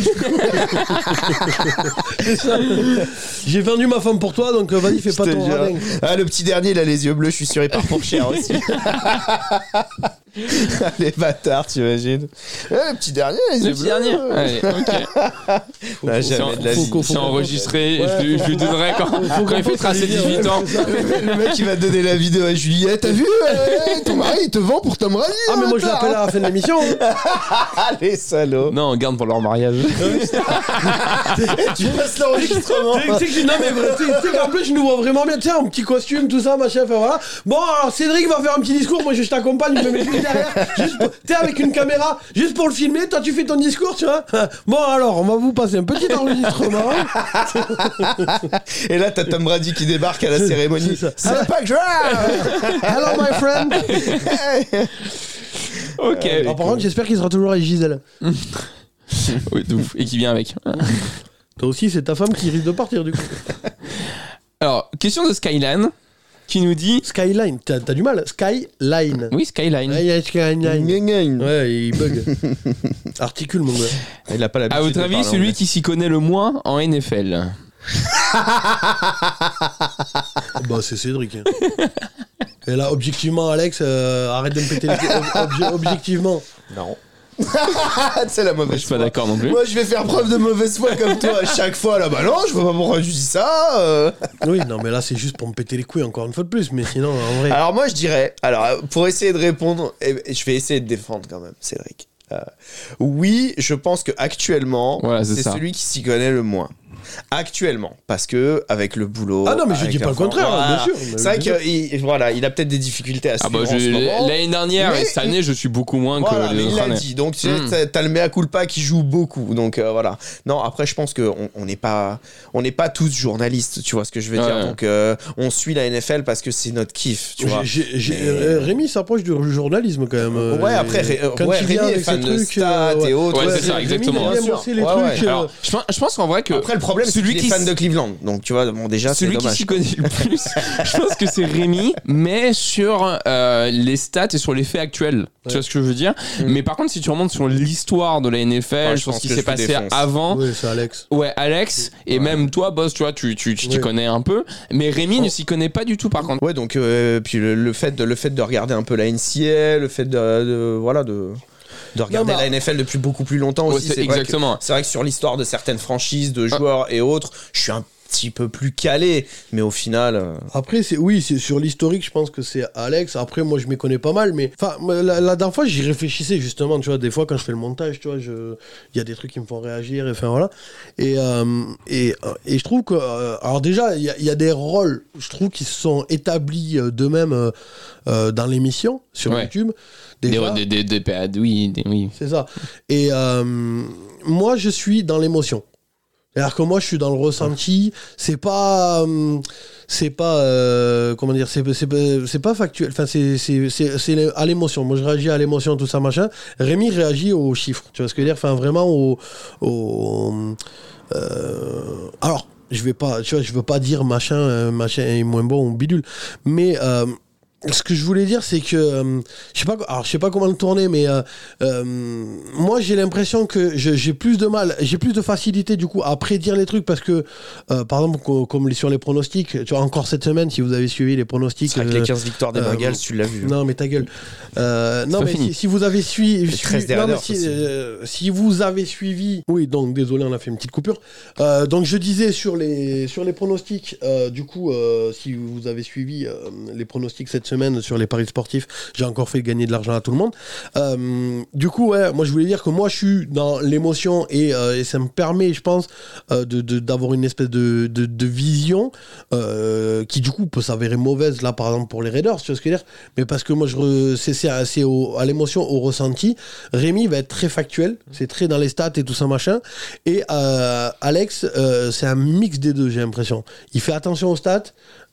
J'ai vendu ma femme pour toi, donc euh, vas-y, fais Je pas te ton jure. radin. Ah, le petit dernier, il a les yeux bleus, je suis sûr, il part pour cher aussi. Ah, les bâtards, t'imagines ah, Le petit dernier, il a les Le yeux petit bleus. dernier Allez, ok. Faut- Ah, faut- jamais faut- de la faut vie. qu'on- faut C'est qu'on- enregistré, Ouais, je, lui- je lui donnerai quand, faut quand il qu'on fait fasse les tracer liens, 18 ans. Le mec, il va donner la vidéo à Juliette. T'as vu eh, Ton mari, il te vend pour Tom Brady. Ah, mais moi, je bâtard. l'appelle à la fin de l'émission. hein. Ah, les salauds. Non, on garde pour leur mariage. tu passes l'enregistrement. Tu sais- tu sais que je- non, mais vrai- tu sais- tu sais qu'en plus, je nous vois vraiment bien, tu sais, en petit costume, tout ça, machin, enfin voilà. Bon, alors Cédric va faire un petit discours, moi je je t'accompagne, je me mets juste derrière, juste pour- t'es avec une caméra, juste pour le filmer, toi tu fais ton discours, tu vois. Bon, alors, on va vous passer un petit enregistrement. Et là, t'as Tom Brady qui débarque à la cérémonie. c'est ça. Ah. C'est pas grave Hello, my friend. ok. Alors, par contre, j'espère qu'il sera toujours avec Gisèle. Oui, de ouf. Et qui vient avec. Toi aussi, c'est ta femme qui risque de partir, du coup. Alors, question de Skyline. qui nous dit Skyline, t'as t'as du mal. Skyline. Oui, Skyline. Aïe, aïe, Skyline. Ouais, il bug. Articule, mon gars. Il a pas l'habitude À votre de avis, parler celui anglais. qui s'y connaît le moins en NFL Bah, c'est Cédric. hein. Et là, objectivement, Alex, euh, arrête de me péter les ob- obje- Objectivement. Non. Ah, c'est la Je mauvaise suis pas foi. d'accord non plus. Moi, je vais faire preuve de mauvaise foi comme toi à chaque fois. Là, bah non, je vois pas pourquoi tu dis ça. euh. Oui, non, mais là, c'est juste pour me péter les couilles encore une fois de plus. Mais sinon, en vrai. Alors moi je dirais, alors euh, pour essayer de répondre, eh ben, je vais essayer de défendre quand même, Cédric. Euh, oui, je pense que actuellement, Voilà, c'est c'est ça. celui qui s'y connaît le moins. Actuellement, parce que avec le boulot. Ah non, mais je avec dis pas la le contraire, forme, bien sûr. C'est vrai qu'il voilà, il a peut-être des difficultés à se Ah bah, en je- ce moment. l'année dernière Mais- et cette année, je suis beaucoup moins Voilà, que les mais il autres l'a années. dit. Donc, tu sais, Mm. t'as- t'as le mea culpa qui joue beaucoup. Donc, euh, voilà. Non, après, je pense qu'on on n'est pas, on n'est pas tous journalistes. Tu vois ce que je veux Ouais. dire Donc, euh, on suit la NFL parce que c'est notre kiff. Tu vois J'ai- j'ai- mais- euh, Rémi s'approche du journalisme quand même. euh, Ouais, après, Ré- euh, quand ouais, il Rémi vient est avec fan ses de trucs, stats euh, et autres. Ouais, c'est ça, Rémi, exactement. il Bien aime sûr. bosser les Ouais, trucs. ouais. euh, Alors, je pense, je pense qu'en vrai que Après, le problème, c'est Celui qu'il est qui fan s- de Cleveland. Donc, tu vois, bon, déjà, c'est celui qui dommage. s'y connaît le plus, je pense que c'est Rémi, mais sur euh, les stats et sur les faits actuels. Tu vois ce que je veux dire Mm. Mais par contre, si tu remontes sur l'histoire de la NFL, Ouais, je sur pense ce qui que s'est je vous passé défonce. avant, Oui, c'est Alex. Ouais, Alex, et même toi, boss, tu vois, tu tu- tu t'y Ouais. connais un peu, mais Rémi ne Oh. s'y connaît pas du tout, par contre. Ouais, donc, euh, puis le, le fait de, le fait de regarder un peu la NCA, le fait de, de- voilà, de, de regarder mais- la NFL depuis beaucoup plus longtemps Ouais, aussi. c'est c'est Ah. vrai que- exactement. C'est vrai que sur l'histoire de certaines franchises, de joueurs et autres, je suis un petit peu plus calé. Mais au final, euh, Après, c'est oui, c'est sur l'historique, je pense que c'est Alex. Après, moi, je m'y connais pas mal, mais enfin, moi, la, la dernière fois, j'y réfléchissais justement. Tu vois, des fois, quand je fais le montage, tu vois, je- il y a des trucs qui me font réagir, et enfin voilà. Et euh, et, euh, et je trouve que, euh, alors déjà, il y, a- il y a des rôles, je trouve, qui se sont établis euh, d'eux-mêmes euh, euh, dans l'émission sur Ouais. YouTube. Des, Déjà, des, des, des, des- oui, des- oui. c'est ça. Et euh, moi, je suis dans l'émotion. C'est-à-dire que moi, je suis dans le ressenti. C'est pas, euh, c'est pas, euh, comment dire, c'est c'est pas- c'est pas factuel. Enfin, c'est- c'est c'est- c'est à l'émotion. Moi, je réagis à l'émotion, tout ça, machin. Rémi réagit aux chiffres. Tu vois ce que je veux dire Enfin, vraiment au, au- euh, alors, je vais pas, tu vois, je veux pas dire machin, euh, machin est moins bon ou bidule, mais euh, ce que je voulais dire, c'est que euh, je sais pas, co- alors je sais pas comment le tourner, mais euh, euh, moi j'ai l'impression que je- j'ai plus de mal, j'ai plus de facilité du coup à prédire les trucs parce que, euh, par exemple, co- comme les- sur les pronostics, tu vois, encore cette semaine, si vous avez suivi les pronostics. c'est vrai que euh, les 15 victoires des euh, Bengals, tu l'as vu. non mais ta gueule. Euh, non hein. pas mais fini. si, si vous avez suivi, Les 13 des non, mais Raiders si, aussi. euh, si vous avez suivi, oui donc désolé on a fait une petite coupure. Euh, donc je disais sur les sur les pronostics, euh, du coup euh, si vous avez suivi euh, les pronostics cette semaine sur les paris sportifs, j'ai encore fait gagner de l'argent à tout le monde. Euh, du coup ouais, moi je voulais dire que moi je suis dans l'émotion et, euh, et ça me permet je pense euh, de- de- d'avoir une espèce de, de, de vision euh, qui du coup peut s'avérer mauvaise là par exemple pour les Raiders, tu vois ce que je veux dire Mais parce que moi je re- c'est c'est à, c'est au- à l'émotion, au ressenti. Rémi va être très factuel, c'est très dans les stats et tout ça machin. Et euh, Alex, euh, c'est un mix des deux, j'ai l'impression. Il fait attention aux stats.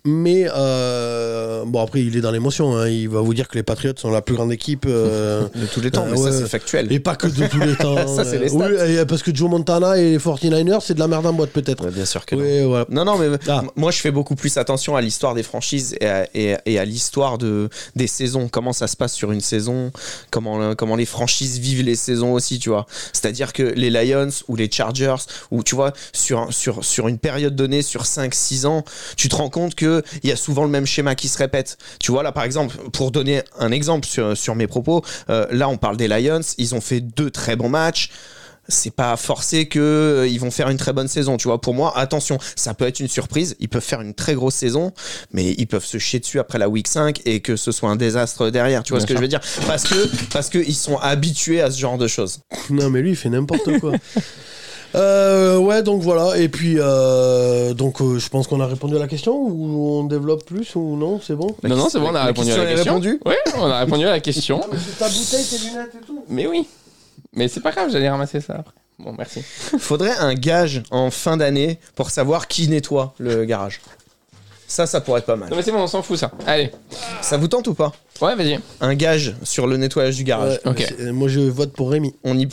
Mais euh, bon après il est dans l'émotion, hein. il va vous dire que les Patriots sont la plus grande équipe euh, hein, De tous les temps, Euh, mais ouais. ça, c'est factuel. et pas que de tous les temps. euh, Ça, c'est les stats. Oui, et parce que Joe Montana et les 49ers c'est de la merde en boîte peut-être. Ouais, bien sûr que non. Oui voilà. euh, Non, non, mais Ah. m- moi je fais beaucoup plus attention à l'histoire des franchises et à, et- et à l'histoire de, des saisons, comment ça se passe sur une saison, comment, le- comment les franchises vivent les saisons aussi, tu vois. C'est-à-dire que les Lions ou les Chargers, ou tu vois, sur, un- sur, sur une période donnée, sur 5-6 ans, tu te rends compte qu'il y a souvent le même schéma qui se répète. Tu vois, là par exemple, pour donner un exemple sur, sur mes propos, euh, là on parle des Lions, ils ont fait deux très bons matchs c'est pas forcé que euh, ils vont faire une très bonne saison, tu vois. Pour moi, attention, ça peut être une surprise. Ils peuvent faire une très grosse saison, mais ils peuvent se chier dessus après la week 5 et que ce soit un désastre derrière. Tu vois Bien ce que sûr. je veux dire Parce que parce que ils sont habitués à ce genre de choses. Non, mais lui, il fait n'importe quoi. Euh, ouais, donc voilà. Et puis, euh, donc, euh, je pense qu'on a répondu à la question ou on développe plus ou non C'est bon Non, non, c'est bon, on a la répondu à la question est question. répondue Ouais, on a répondu à la question. Ah, Ta bouteille, tes lunettes et tout Mais oui. Mais c'est pas grave, j'allais ramasser ça après. Bon, merci. Faudrait un gage en fin d'année pour savoir qui nettoie le garage. Ça, ça pourrait être pas mal. Non, mais c'est bon, on s'en fout ça. Allez. Ça vous tente ou pas Ouais, vas-y. un gage sur le nettoyage du garage. Ouais, Ok. c'est- euh, Moi, je vote pour Rémi. On y.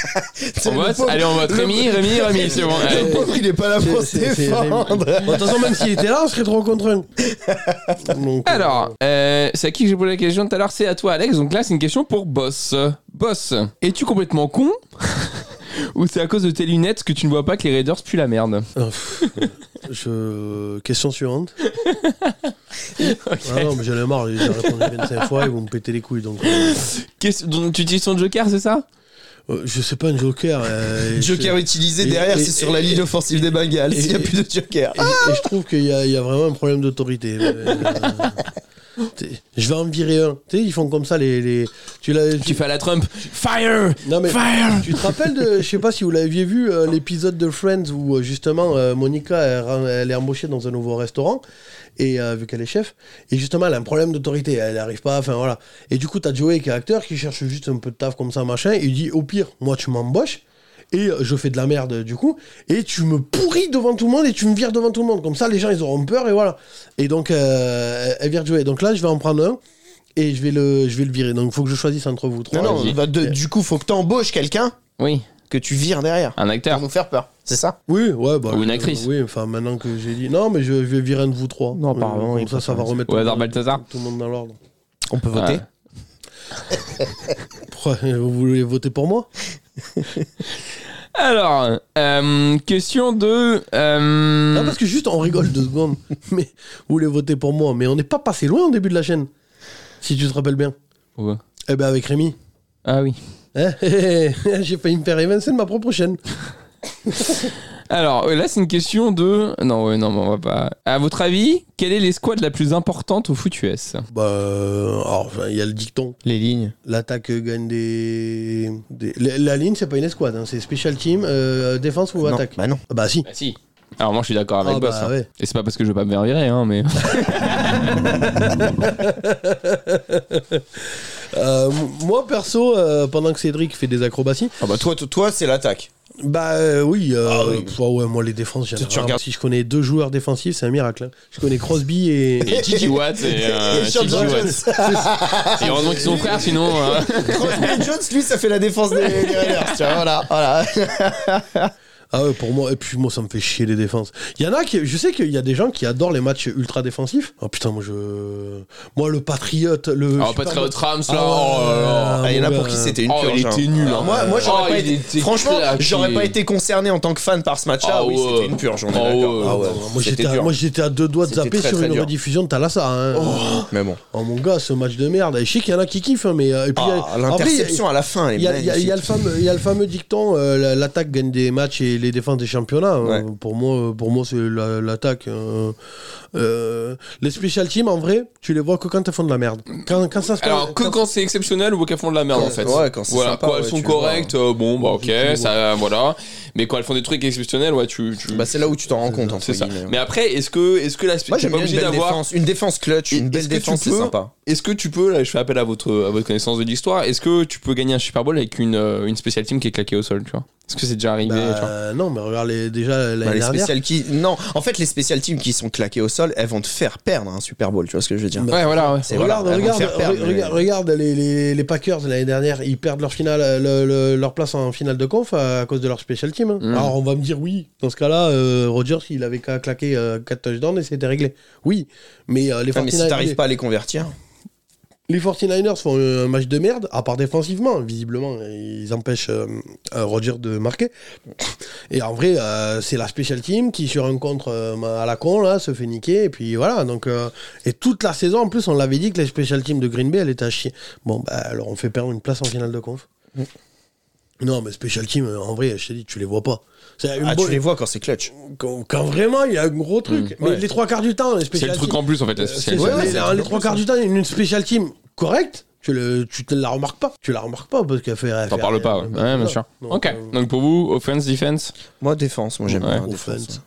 On vote Allez, on vote. Rémi, Rémi, Rémi, c'est bon. allez. Le pauvre, il est pas là pour se C'est- c'est- c'est Rémi. Bon, défendre. De toute façon, même s'il était là, on serait trop contre un. Donc, euh, Alors, euh, c'est à qui que j'ai posé la question tout à l'heure C'est à toi, Alex. Donc là, c'est une question pour Boss. Boss, es-tu complètement con Ou c'est à cause de tes lunettes que tu ne vois pas que les Raiders puent la merde euh, pff, je... Question suivante. Ok. Ah non, mais j'en ai marre, j'ai répondu 25 fois et vous me pétez les couilles. Donc, euh, Qu'est-ce- donc, tu utilises ton Joker, c'est ça euh, je sais pas, un joker. euh, et Joker je- utilisé Et- derrière, et- c'est sur la ligne offensive des Bengals. et- Il n'y a et- plus de Joker. Et, et je trouve qu'il y, a- il y a vraiment un problème d'autorité. Euh, t'es- je vais en virer un. Tu sais, ils font comme ça les. les... Tu l'as. Tu fais à la Trump. Fire Non, mais- Fire Tu te rappelles de, je sais pas si vous l'aviez vu, euh, l'épisode de Friends où euh, justement euh, Monica elle, ren- elle est embauchée dans un nouveau restaurant et euh, vu qu'elle est chef et justement elle a un problème d'autorité, elle n'arrive pas, enfin voilà. Et du coup t'as Joey qui est acteur qui cherche juste un peu de taf comme ça machin et il dit au pire moi tu m'embauches et euh, je fais de la merde du coup et tu me pourris devant tout le monde et tu me vires devant tout le monde comme ça les gens ils auront peur et voilà. Et donc euh, elle vire Joey. Donc là je vais en prendre un. Et je vais le, je vais le virer. Donc il faut que je choisisse entre vous trois. Non, non, vas-y. bah, de- du coup, faut que t'embauches quelqu'un Oui, que tu vires derrière. un Pour acteur. nous faire peur. C'est ça Oui, ouais, bah, Ou une euh, actrice. oui, enfin maintenant que j'ai dit. Non, mais je, je vais virer un de vous trois. Euh, Non, apparemment, Comme il ça, ça va remettre Au tout le hasard monde- Balthazar tout le monde dans l'ordre. On peut voter Ouais. Pourquoi, euh, Vous voulez voter pour moi Alors, euh, question de. euh, Non, Ah, parce que juste, on rigole deux secondes. Mais vous voulez voter pour moi Mais on n'est pas passé loin au début de la chaîne. Si tu te rappelles bien. Ouais. Eh ben avec Rémi. Ah oui. Hein j'ai failli me faire évincer de ma propre chaîne. Alors, euh, là, c'est une question de. Non, ouais, non, mais on va pas. À votre avis, quelle est l'escouade la plus importante au foot US Bah, euh, alors, enfin, il y a le dicton. Les lignes. L'attaque gagne des. des- La, la ligne, c'est pas une escouade. hein, c'est special team, euh, défense ou Non, attaque Bah non. Ah Bah, si. Bah si. Alors moi je suis d'accord avec Ah, Boss. bah, hein. ouais. Et c'est pas parce que je veux pas me faire virer, hein, mais. Euh, m- moi perso, euh, pendant que Cédric fait des acrobaties, Ah bah toi, toi, toi, c'est l'attaque. bah euh, oui, euh, Ah oui. pff, ah ouais, moi les défenses, j'en ai Tu- tu marre. regardes- si je connais deux joueurs défensifs, c'est un miracle. hein. Je connais Crosby et. Et Gigi Watt et, euh, Sean Gigi Watt. Et heureusement qu'ils sont frères, sinon. hein. euh, Crosby et Jones, lui, ça fait la défense des, des Raiders. Tu vois, voilà, voilà. Ah ouais, pour moi, et puis moi ça me fait chier les défenses. Il y en a qui, je sais qu'il y a des gens qui adorent les matchs ultra défensifs. Oh putain, moi je, moi le patriote, le. Oh, Patriot Rams là. oh là là. Ah, il y en a mon pour gars. qui c'était une Oh, purge. il hein. était nul. hein. Alors Moi, moi j'aurais Oh, pas il été. était Franchement, claqué. j'aurais pas été concerné en tant que fan par ce match-là. Ah oui, ouais. c'était une purge. On est Ah d'accord. ouais. Ah ouais, moi euh, C'était j'étais à- dur. moi, j'étais à deux doigts de C'était zapper très, sur très une dur. rediffusion de Thalassa. Hein. Mais bon. Oh mon gars, ce match de merde. Et Je sais qu'il y en a qui kiffent, hein, mais. euh, Et puis, Ah, euh, après, il y a- L'interception à la fin, elle est Il y, a- il y a- il y a le magnifique. fameux- il y a le fameux dicton euh, la- l'attaque gagne des matchs et les défenses des championnats. Euh, Pour moi, pour moi c'est la- l'attaque. euh, euh, les special teams, en vrai, tu les vois que quand elles font de la merde. Quand, quand ça se Alors que quand- quand c'est exceptionnel ou qu'elles font de la merde Quand- en fait. ouais, quand c'est voilà, sympa, quand elles ouais, sont tu le vois. correctes, euh, bon bah Tu le ok, ça voilà. Mais quand elles font des trucs exceptionnels, ouais, tu. tu- Bah, c'est là où tu t'en rends compte, entre c'est ça. guillemets. hein. Mais après, est-ce que est-ce que la Moi t'es j'aime pas bien une obligé belle d'avoir défense, une défense clutch, Et- une est-ce belle que tu défense c'est peux- sympa. Est-ce que tu peux, là je fais appel à votre, à votre connaissance de l'histoire, est-ce que tu peux gagner un Super Bowl avec une, euh, une spécial team qui est claquée au sol, tu vois Est-ce que c'est déjà arrivé Bah, tu vois non, mais regarde les- déjà l'année Bah, les dernière. spéciales qui non, en fait les spéciales teams qui sont claquées au sol, elles vont te faire perdre un Super Bowl, tu vois ce que je veux dire. Bah, Ouais, voilà, ouais. C'est- Regarde, voilà, elles vont te regarde, faire perdre, re- mais- regarde, regarde les, les- les Packers l'année dernière, ils perdent leur finale, euh, le- le- leur place en finale de conf à, à cause de leur special team. hein. Mm. Alors on va me dire oui, dans ce cas-là, euh, Rodgers il avait qu'à claquer 4 touchdowns et c'était réglé. Oui, mais euh, les, Ah, mais si 49ers t'arrives pas à les convertir, les 49ers font un match de merde, à part défensivement, visiblement, ils empêchent euh, euh, Rodgers de marquer. Et en vrai, euh, c'est la special team qui, sur un contre euh, à la con, là, se fait niquer. Et puis voilà. Donc, euh, et toute la saison, en plus, on l'avait dit que les special teams de Green Bay, elle était à chier. Bon, bah, alors on fait perdre une place en finale de conf. Mm. Non, mais special team, euh, en vrai, je t'ai dit, tu les vois pas. C'est une ah, bonne- tu les vois quand c'est clutch. quand, quand vraiment, il y a un gros truc. Mais ouais. les trois quarts du temps, les C'est special le truc teams- en plus en fait, la spécial c'est team. ça, ouais, les- Euh, les, c'est un truc trois comme quarts ça. du temps, une une special team correcte, tu ne tu te la remarques pas. Tu la remarques pas parce qu'elle fait. elle T'en fait- parles pas, ouais, elle- ouais bien sûr. Donc, ok, euh, donc pour vous, offense, defense Moi défense, moi j'aime Ouais. bien la défense. offense.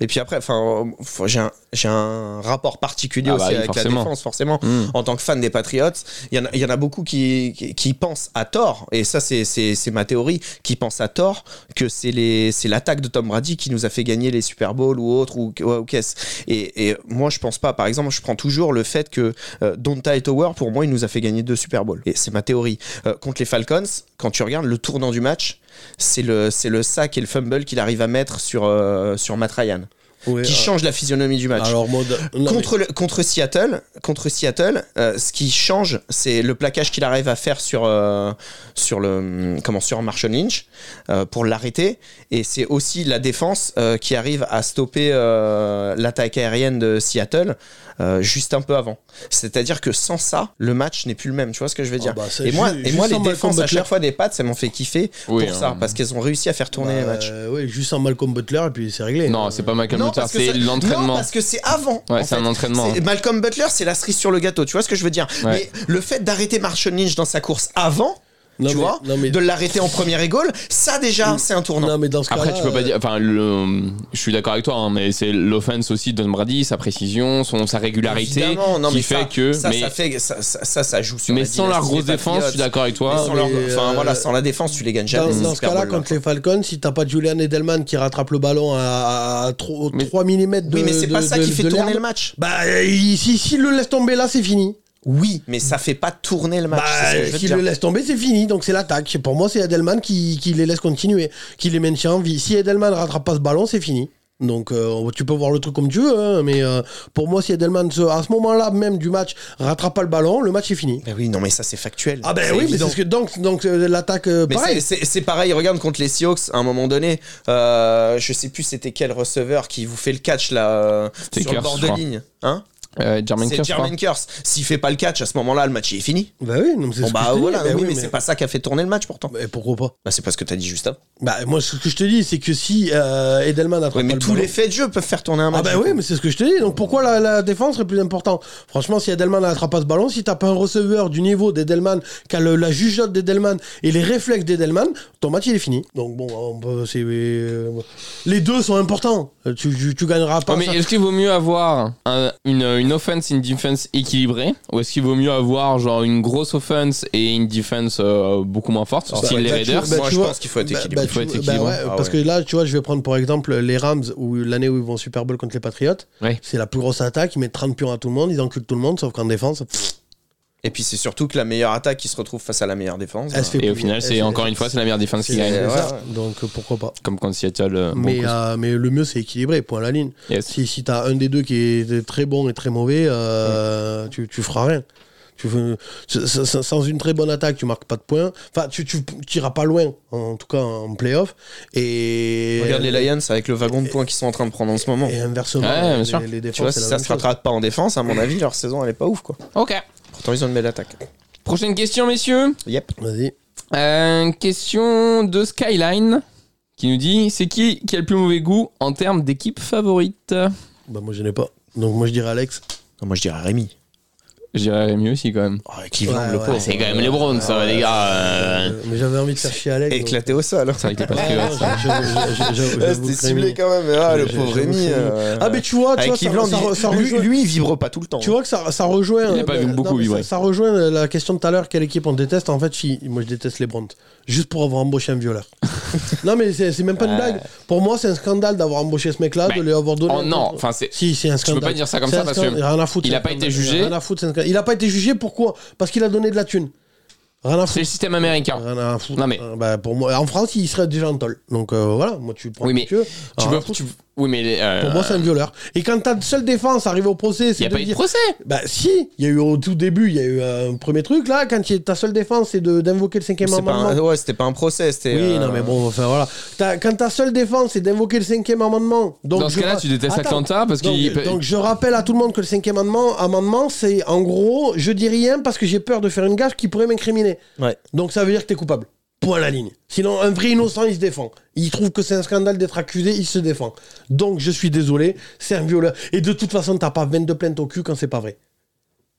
Et puis après, enfin, euh, faut- j'ai un, j'ai un rapport particulier Ah bah aussi oui, avec forcément. la défense, forcément. Mm. En tant que fan des Patriots, il y, en a- il y en a beaucoup qui, qui, qui pensent à tort, et ça c'est- c'est c'est ma théorie, qui pensent à tort que c'est les- c'est l'attaque de Tom Brady qui nous a fait gagner les Super Bowls ou autres, ou, ou, ou qu'est-ce. Et, et moi je pense pas, par exemple, je prends toujours le fait que euh, Donta Tower, pour moi, il nous a fait gagner deux Super Bowls. Et c'est ma théorie. Euh, contre les Falcons, quand tu regardes le tournant du match, c'est le, c'est le sac et le fumble qu'il arrive à mettre sur, euh, sur Matt Ryan, Ouais, qui euh, change la physionomie du match. Alors, mode. non, mais- Contre, le- contre Seattle, contre Seattle euh, ce qui change, c'est le plaquage qu'il arrive à faire sur, euh, sur, le, mm, comment, sur Marshall Lynch euh, pour l'arrêter. Et c'est aussi la défense euh, qui arrive à stopper euh, l'attaque aérienne de Seattle euh, juste un peu avant. C'est-à-dire que sans ça, le match n'est plus le même. Tu vois ce que je veux Ah dire bah, ça, Et moi, ju- et juste moi les sans Malcolm défenses à Butler, chaque fois des pattes, ça m'en fait kiffer Oui, pour ça, hein. parce qu'elles ont réussi à faire tourner les bah, matchs. euh, ouais, juste un Malcolm Butler et puis c'est réglé. Non, c'est pas Malcolm Non, Luther, parce que c'est ça- Non, l'entraînement. parce que c'est avant. Ouais, en c'est un fait. entraînement. C'est- Malcolm Butler, c'est la cerise sur le gâteau, tu vois ce que je veux dire hein. Ouais. Mais le fait d'arrêter Marshall Lynch dans sa course avant, Non, tu mais- vois, non, mais- de l'arrêter en première et goal, ça déjà, c'est un tournant. Non, mais dans ce Après, cas-là, tu peux pas euh, dire. Enfin, le- je suis d'accord avec toi, hein, mais c'est l'offense aussi de Don Brady, sa précision, son, sa régularité Évidemment, non, qui mais fait ça, que. ça, mais ça, fait, ça, ça, ça, ça joue sur mais la sans la dynastie grosse des défense, je suis Patriots. d'accord avec Mais toi. sans leur- mais, enfin, euh, voilà, sans la défense, tu les gagnes Dans, jamais. dans ces ce cas-là, Super hein. Bowls-là. contre les Falcons, si t'as pas Julian Edelman qui rattrape le ballon à, à 3, Mais- mm de Oui, mais c'est de- pas ça de- qui fait de tourner l'herbe, le match. Bah, euh, il- si- s'il le laisse tomber là, c'est fini. Oui, mais ça fait pas tourner le match. c'est ce que je Mm. Bah, veux s'il dire. le laisse tomber, c'est fini. Donc c'est l'attaque. Pour moi, c'est Edelman qui, qui les laisse continuer, qui les maintient en vie. Si Edelman rattrape pas ce ballon, c'est fini. Donc euh, tu peux voir le truc comme tu veux, hein, mais euh, pour moi, si Edelman, se- à ce moment-là même du match, rattrape pas le ballon, le match est fini. Ben oui, non, mais ça c'est factuel. Ah ben C'est oui, mais évident. c'est ce que donc donc euh, l'attaque euh, Mais pareil. c'est- c'est c'est pareil, regarde contre les Seahawks, à un moment donné, euh, je sais plus c'était quel receveur qui vous fait le catch là euh, C'était sur le Curse, bord je de crois. ligne. Hein Euh, Jermaine c'est Kearse, je crois. Jermaine Curse. S'il fait pas le catch, à ce moment-là, le match il est fini. Bah oui, non, mais c'est ce que Bon je bah te dis. voilà, Ben oui, mais, c'est pas ça qui a fait tourner le match pourtant. Mais pourquoi pas Bah c'est parce que t'as dit juste avant. Bah moi ce que je te dis c'est que si euh, Edelman attrape Ouais, pas mais le tous ballon- les faits de jeu peuvent faire tourner un ah match. bah oui mais c'est ce que je te dis donc pourquoi la, la défense est plus importante franchement si Edelman n'attrape pas ce ballon si t'as pas un receveur du niveau d'Edelman qui a le- la jugeote d'Edelman et les réflexes d'Edelman ton match il est fini donc bon on peut- c'est euh, les deux sont importants Euh, tu, tu, tu gagneras pas Ouais, mais ça. est-ce qu'il vaut mieux avoir un- une, une offense et une defense équilibrée ou est-ce qu'il vaut mieux avoir genre une grosse offense et une defense euh, beaucoup moins forte Alors, style bah, les bah, tu- Raiders bah, Moi, tu je vois- pense qu'il faut être Bah, équilibré. bah, Il faut tu- être bah, équilibré. ouais, Ah parce que là, tu vois, je vais prendre par exemple les Rams, ou l'année où ils vont au Super Bowl contre les Patriots. Ouais. C'est la plus grosse attaque, ils mettent 30 pions à tout le monde, ils enculent tout le monde, sauf qu'en défense, Ah. pff, Et puis c'est surtout que la meilleure attaque qui se retrouve face à la meilleure défense. elle se fait Et plier. au final, Elle c'est se- encore une fois, c'est la meilleure défense qui c'est- gagne. c'est Ouais, ça. ouais. Donc euh, pourquoi pas. Comme contre Seattle. euh, Mais, bon, euh, mais le mieux, c'est équilibré, point à la ligne. yes. Si, si t'as un des deux qui est très bon et très mauvais, Mm. euh, tu, tu feras rien. Tu veux, sans- sans sans une très bonne attaque, tu marques pas de points. Enfin, tu tu- tu iras pas loin, en tout cas en playoff. Et. Regarde les Lions avec le wagon de points qu'ils sont en train de prendre en ce moment. Et inversement, Ouais, bien les, sûr. les défenses, Tu vois, c'est si la ça même se chose. rattrape pas en défense, à mon avis, leur saison elle est pas ouf quoi. Ok. Pourtant ils ont une belle attaque. Prochaine question, messieurs. Yep. Vas-y. Euh, question de Skyline qui nous dit c'est qui qui a le plus mauvais goût en termes d'équipe favorite Bah moi je n'ai pas. Donc moi je dirais Alex. Non, moi je dirais Rémi. J'irais mieux aussi quand même. Oh, Cleveland, Ouais, le ouais. pauvre. C'est quand même les Browns, les gars. Euh, mais j'avais envie de faire chier Alex. donc- Éclaté au sol. C'est vrai que t'es pas Ouais, très- non, je- je- je- je- je- Ah, j'avoue C'était que ciblé Rémi- quand même. mais Ah, le je- j'avoue pauvre que Rémi. Rémi- euh, Ah mais tu vois, tu avec vois, ça, Cleveland, ça, il- ça lui, rejoint, lui, il vibre pas tout le temps. tu vois que ça, ça rejoint. Il a pas euh, vu non, beaucoup mais vibrer. ça, ça rejoint la question de tout à l'heure, quelle équipe on déteste En fait, si, moi je déteste les Browns, juste pour avoir embauché un violeur. non mais c'est c'est même pas une blague. Pour moi, c'est un scandale d'avoir embauché ce mec-là, Mais- de lui avoir donné. Oh un non, contrat. enfin c'est. Si, c'est un Tu peux scandale. pas dire ça comme C'est ça un parce scandale. que Rien à foutre, il c'est a un pas scandale. été jugé. Rien à foutre, c'est un scandale. Il a pas été jugé, pourquoi Parce qu'il a donné de la thune. Rien à c'est foutre. le système américain. Rien à foutre. Non, mais- Euh, bah, pour moi, en France, il serait déjà en tol. Donc euh, voilà, moi tu prends Oui, ce que mais tu veux. Tu Rien peux- à foutre. tu- Oui, mais. euh, Pour moi, c'est un violeur. Et quand ta seule défense arrive au procès, Il n'y c'est a de pas eu de dire. procès. Bah si, il y a eu au tout début, il y a eu euh, un premier truc là, quand il- ta seule défense c'est de- d'invoquer le cinquième C'est pas amendement. un- ouais, c'était pas un procès. c'était, Oui, euh, non mais bon, enfin voilà. Ta- quand ta seule défense c'est d'invoquer le cinquième amendement. Donc, Dans ce je cas-là, ra- tu détestes Attends. Atlanta parce Donc, qu'il. donc je rappelle à tout le monde que le cinquième amendement, amendement c'est en gros, je dis rien parce que j'ai peur de faire une gaffe qui pourrait m'incriminer. Ouais. Donc ça veut dire que t'es coupable. Point à la ligne. Sinon, un vrai innocent, il se défend. Il trouve que c'est un scandale d'être accusé, il se défend. Donc je suis désolé, c'est un violeur. Et de toute façon, t'as pas 22 plaintes au cul quand c'est pas vrai.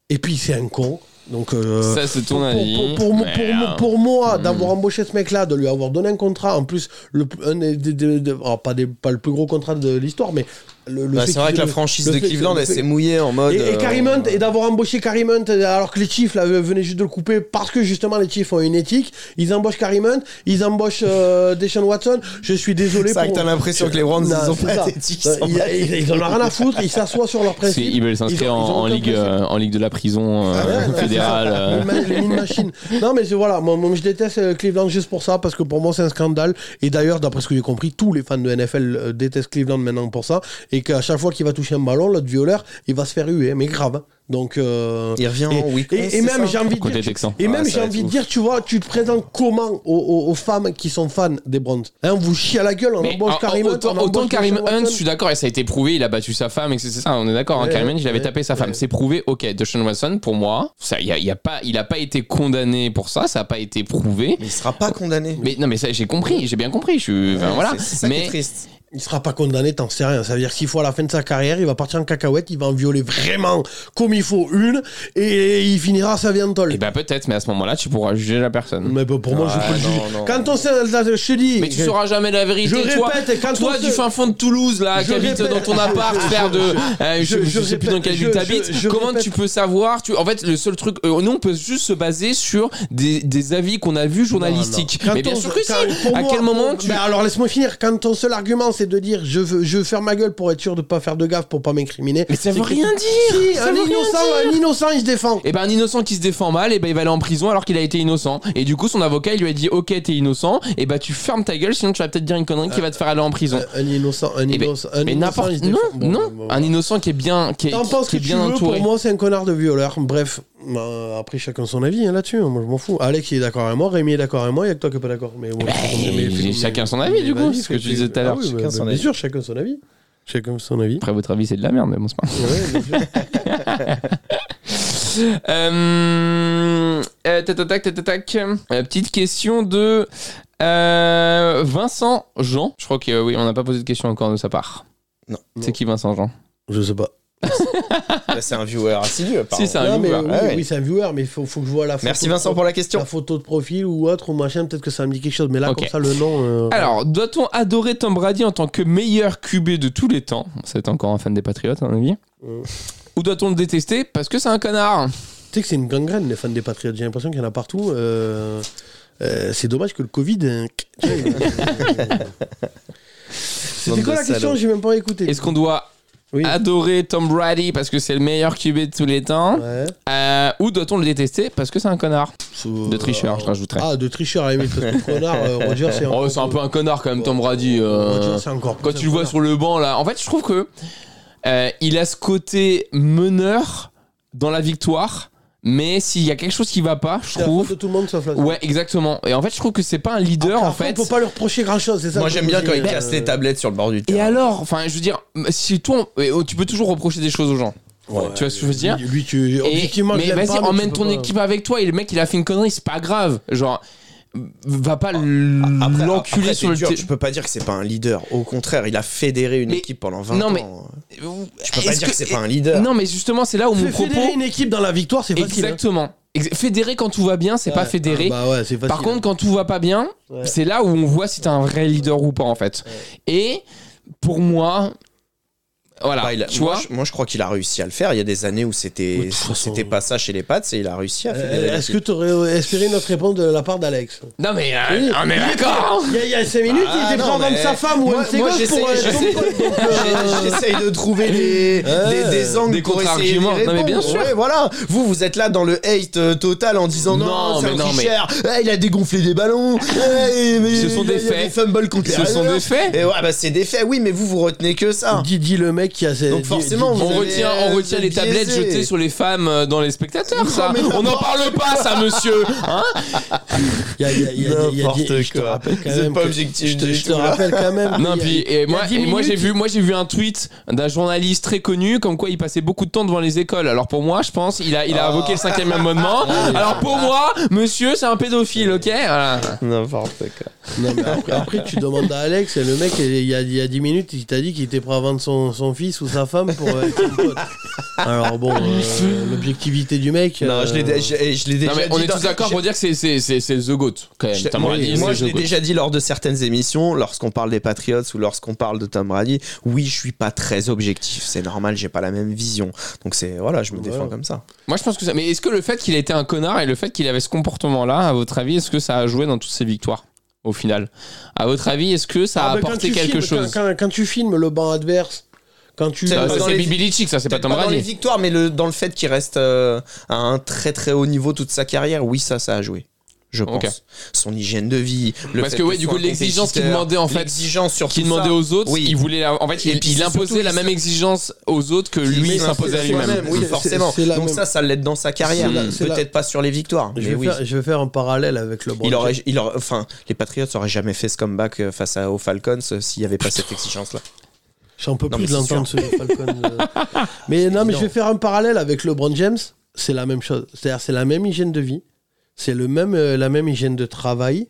Et puis c'est un con. Donc, euh, Ça, c'est ton pour- avis. Pour, pour, moi- pour moi- Merde. pour moi, Hmm. Mm. d'avoir embauché ce mec-là, de lui avoir donné un contrat, en plus, le, un des- des- des- des- alors, pas, des- pas le plus gros contrat de l'histoire, mais le, le Bah, fait c'est vrai qu'il- que la franchise le de fait- Cleveland, le elle fait- s'est mouillée en mode. et, et euh, Karim Hunt, et d'avoir embauché Karim Hunt euh, alors que les Chiefs là, euh, venaient juste de le couper parce que justement les Chiefs ont une éthique. Ils embauchent Karim Hunt, ils embauchent euh, Deshaun Watson. Je suis désolé. C'est vrai que pour- Euh, t'as l'impression que les Browns, Non, ils ont c'est pas ça. d'éthique, ils sont Ils, pas ils- ils en ont rien à foutre, ils s'assoient sur leurs Parce principes. qu'ils veulent s'inscrire ils ont- en, ils ont en aucun ligue, euh, en ligue de la prison euh, Ah ouais, ouais, c'est ça. fédérale. euh. Les ma- Les mines machines. Non, mais c'est- voilà, moi, moi, je déteste euh, Cleveland juste pour ça, parce que pour moi, c'est un scandale. Et d'ailleurs, d'après ce que j'ai compris, tous les fans de NFL euh, détestent Cleveland maintenant pour ça. Et qu'à chaque fois qu'il va toucher un ballon, l'autre violeur, il va se faire huer, mais grave. hein. Donc. euh, Il revient et, en week et- et même, j'ai envie de Côté dire. texan. Et Ah, même, ça j'ai va être envie de ouf. dire, tu vois, tu te présentes comment aux, aux- aux femmes qui sont fans des Browns hein, On vous chie à la gueule, on Mais embauche en- Karim Hunt, autant, on autant embauche Karim Deshaun Hunt, je Watson. suis d'accord, et ça a été prouvé, il a battu sa femme, et c'est c'est ça, on est d'accord. hein, Ouais, Karim Hunt, il avait ouais, tapé sa femme, ouais. c'est prouvé. Ok, Deshaun Watson, pour moi, ça, il a, il a pas, il a pas été condamné pour ça, ça a pas été prouvé. Mais il sera pas condamné. Mais non, mais ça, j'ai compris, j'ai bien compris. Je, suis- enfin, Ouais, voilà. c'est- C'est ça qui est Mais triste. Il sera pas condamné, t'en sais rien. Ça veut dire qu'il faut à la fin de sa carrière, il va partir en cacahuète, il va en violer vraiment comme il faut une, et il finira sa viandole. Eh ben peut-être, mais à ce moment-là, tu pourras juger la personne. Mais bon, pour moi, je Ouais, peux le non, juger. non. Quand on sait, je te dis. Mais tu sauras jamais la vérité. Je toi, répète, quand toi on du se- fin fond de Toulouse, là, Je qui habite répète, dans ton je- appart, je- faire de, euh, je, je- je je sais répète, plus dans quelle ville je- t'habites. je- je Comment répète. tu peux savoir Tu, en fait, le seul truc, euh, nous, on peut juste se baser sur des, des avis qu'on a vus journalistiques. Quand Mais bien on sûr se- que si. quand- pour À moi, quel moment pour- tu Ben alors laisse-moi finir. Quand ton seul argument c'est de dire je veux je ferme ma gueule pour être sûr de pas faire de gaffe pour pas m'incriminer. Mais ça c'est veut que- rien Si, dire. ça un veut rien innocent, dire. un innocent, il se défend. Et ben un innocent qui se défend mal, et ben il va aller en prison alors qu'il a été innocent. Et du coup son avocat il lui a dit ok t'es innocent, et ben tu fermes ta gueule sinon tu vas peut-être dire une Euh, connerie qui va te faire aller en prison. Un innocent, un Eh ben, innocent, un innocent, mais il n'importe se non défend. Bon, non Ah, bon, bon. un innocent qui est bien qui est, T'en penses que qui est tu bien veux, entouré. pour moi c'est un connard de violeur. Bref, bah, après chacun son avis hein, là-dessus, hein. moi je m'en fous. Alex il est d'accord avec moi, Rémi est d'accord avec moi, il y a que toi qui est pas d'accord. Mais, bon, bah, mais- mais- et mais- chacun son avis, du coup, vas-y, c'est ce que fais- tu disais tout à Ah l'heure, oui, chacun bah, son bah, Bien avis. sûr, chacun son avis. Chacun son avis. Après votre avis c'est de la merde mais bon c'est pas. Ouais, bien sûr. Euh, euh, tac, tac, tac, tac, tac. Euh, petite question de euh, Vincent Jean. Je crois que euh, oui on n'a pas posé de question encore de sa part. Non. C'est qui Vincent Jean je sais pas. Bah, C'est un viewer assidu, apparemment. Si, c'est un Non, mais, viewer. oui, Ah ouais. oui, c'est un viewer, mais il faut, faut que je vois la photo. Merci Vincent pour la la question. photo de profil ou autre ou machin, peut-être que ça me dit quelque chose, mais là Ok. comme ça le nom. euh, Alors, doit-on adorer Tom Brady en tant que meilleur QB de tous les temps Ça va être encore un fan des Patriotes, à mon avis. Mm. Ou doit-on le détester parce que c'est un connard Tu sais que c'est une gangrène, les fans des Patriotes. J'ai l'impression qu'il y en a partout. euh, euh, c'est dommage que le Covid. euh, C'était quoi la Bande de question salauds. J'ai même pas écouté. Est-ce qu'on Ah. doit Oui. adorer Tom Brady parce que c'est le meilleur QB de tous les temps Ouais. Euh, Ou doit-on le détester parce que c'est un connard De tricheur, je rajouterais. Ah, de tricheur, à la limite, parce que connard, euh, Roger, c'est Oh, c'est un peu un connard quand même, Tom Brady. euh. Roger, c'est encore quand plus un tu le vois connard. sur le banc, là. En fait, je trouve que euh, il a ce côté meneur dans la victoire, mais s'il y a quelque chose qui va pas, je C'est la faute trouve. de tout le monde sauf la Ouais, exactement. Et en fait, je trouve que c'est pas un leader en Après, fait. on peut pas leur reprocher grand chose, c'est ça Moi que j'aime je bien dis, quand il mais, casse euh, les tablettes sur le bord du Et terrain. alors, enfin, je veux dire, si toi, on- euh, tu peux toujours reprocher des choses aux gens. ouais. tu vois ce que je veux dire Lui, lui, tu. Et- Objectivement, mais je l'aime vas-y, pas, mais emmène tu peux ton pas- équipe avec toi. Et le mec, il a fait une connerie, c'est pas grave. Genre, va pas l'enculer Ah, après, sur c'est le. dur, te- Je peux pas dire que c'est pas un leader. Au contraire, il a fédéré une Mais- équipe pendant 20 non, mais- ans. Je Je peux pas dire que, c'est pas un leader. Non, mais justement, c'est là où mon Fais- propos. Fédérer une équipe dans la victoire, c'est facile. hein. Exactement. Ex- Fédérer quand tout va bien, c'est pas Ouais. fédérer. Ah, bah ouais, c'est facile. Par contre, quand tout va pas bien, Ouais. c'est là où on voit si t'es un vrai leader ou pas en fait. Et pour moi, voilà, Bah, il a- tu moi, vois. je, moi, je crois qu'il a réussi à le faire. Il y a des années où c'était Oui, de toute façon. c'était pas ça chez les Pats et il a réussi à fédérer. Euh, Est-ce que l'équipe. tu aurais espéré notre réponse de la part d'Alex Non mais euh, Oui. on est d'accord. Il y a- il y a 5 minutes, Ah, il était prêt à non, vendre mais- sa femme ou un Moi- de ses moi, gosses j'essaie- pour euh, être j'essaie- Tom Brady, donc, euh, J'essaye de trouver les, Ouais. des, des angles Des pour essayer de contre-arguments. les Non, mais bien répondre. sûr. Ouais, voilà. Vous, vous êtes là dans le hate euh, total en disant non, Non, c'est mais un non, mais- tricheur. Ah, il a dégonflé des ballons. Ah, et- mais Ce sont il a- des il y a faits. Des fumbles contre les Ce sont Raiders. des faits. Et ouais, bah c'est des faits. Oui, mais vous, vous retenez que ça. Dis, dis le mec qui a ses. Donc dis- forcément, dis- vous On avez- retient, on vous retient êtes les tablettes biaisés. jetées sur les femmes euh, dans les spectateurs, ça. On n'en parle pas, ça, monsieur. Hein il y a- il y a- il y a- il y a- il y a- je te rappelle quand C'est même pas que- objectif Je te, du je te tout, hein. là. rappelle quand même. non, qu'il y a- puis il y a et moi, 10 et moi j'ai minutes, vu, moi j'ai vu un tweet d'un journaliste très connu, comme quoi il passait beaucoup de temps devant les écoles. Alors pour moi, je pense, il a, il Ah. a invoqué le cinquième amendement. Alors pour moi, monsieur, c'est un pédophile, ok Voilà. N'importe quoi. Non, mais après, après, tu demandes à Alex, et le mec, il y a, il y a 10 minutes, il t'a dit qu'il était prêt à vendre son, son fils ou sa femme pour euh, être son pote. Alors bon, euh, l'objectivité du mec. Non, je l'ai euh, dé- je- je l'ai déjà Non, mais on dit est dans- tous d'accord pour dire que c'est- c'est c'est- c'est The Goat, quand même. Je- Tom moi, Brady, moi, c'est je The l'ai Goat. déjà dit lors de certaines émissions, lorsqu'on parle des Patriots ou lorsqu'on parle de Tom Brady, oui, je suis pas très objectif. C'est normal, j'ai pas la même vision. Donc c'est voilà, je me Voilà. défends comme ça. Moi, je pense que ça. Mais est-ce que le fait qu'il a été un connard et le fait qu'il avait ce comportement-là, à votre avis, est-ce que ça a joué dans toutes ces victoires au final À votre avis, est-ce que ça a ah, mais quand apporté tu filmes- quelque chose Quand, quand- quand tu filmes le banc adverse, quand tu. Ça, Ah, Pas Ça, dans c'est les- Bibi Lichick, ça, c'est pas Peut-être Tom dans les Brady. victoires, mais le- dans le fait qu'il reste euh, à un très très haut niveau toute sa carrière, oui, ça, ça a joué. Je pense. Ok. Son hygiène de vie. Le Parce fait que, ouais, ce du soit coup, un l'exigence qu'il compétiteur, demandait, en fait, L'exigence sur Qu'il tout ça. demandait aux autres, Oui. il voulait la- En fait, Et il, puis, il surtout, imposait la il- même exigence aux autres que Qu'il lui s'imposait s'imposait à lui-même. soi-même, Oui, C'est- forcément. c'est- c'est la Donc même- ça, ça l'aide dans sa carrière. la- c'est la- Peut-être pas sur les victoires, Je mais vais, oui. faire, je vais faire un parallèle avec le banc. Il aurait, il aurait- enfin, les Patriots auraient jamais fait ce comeback euh, face à, aux Falcons euh, s'il n'y avait pas cette exigence-là. J'en peux Non, plus mais de l'entendre, ce Falcon. euh. mais non, mais je vais faire un parallèle avec LeBron James. C'est la même chose. C'est-à-dire, c'est la même hygiène de vie, c'est le même, euh, la même hygiène de travail,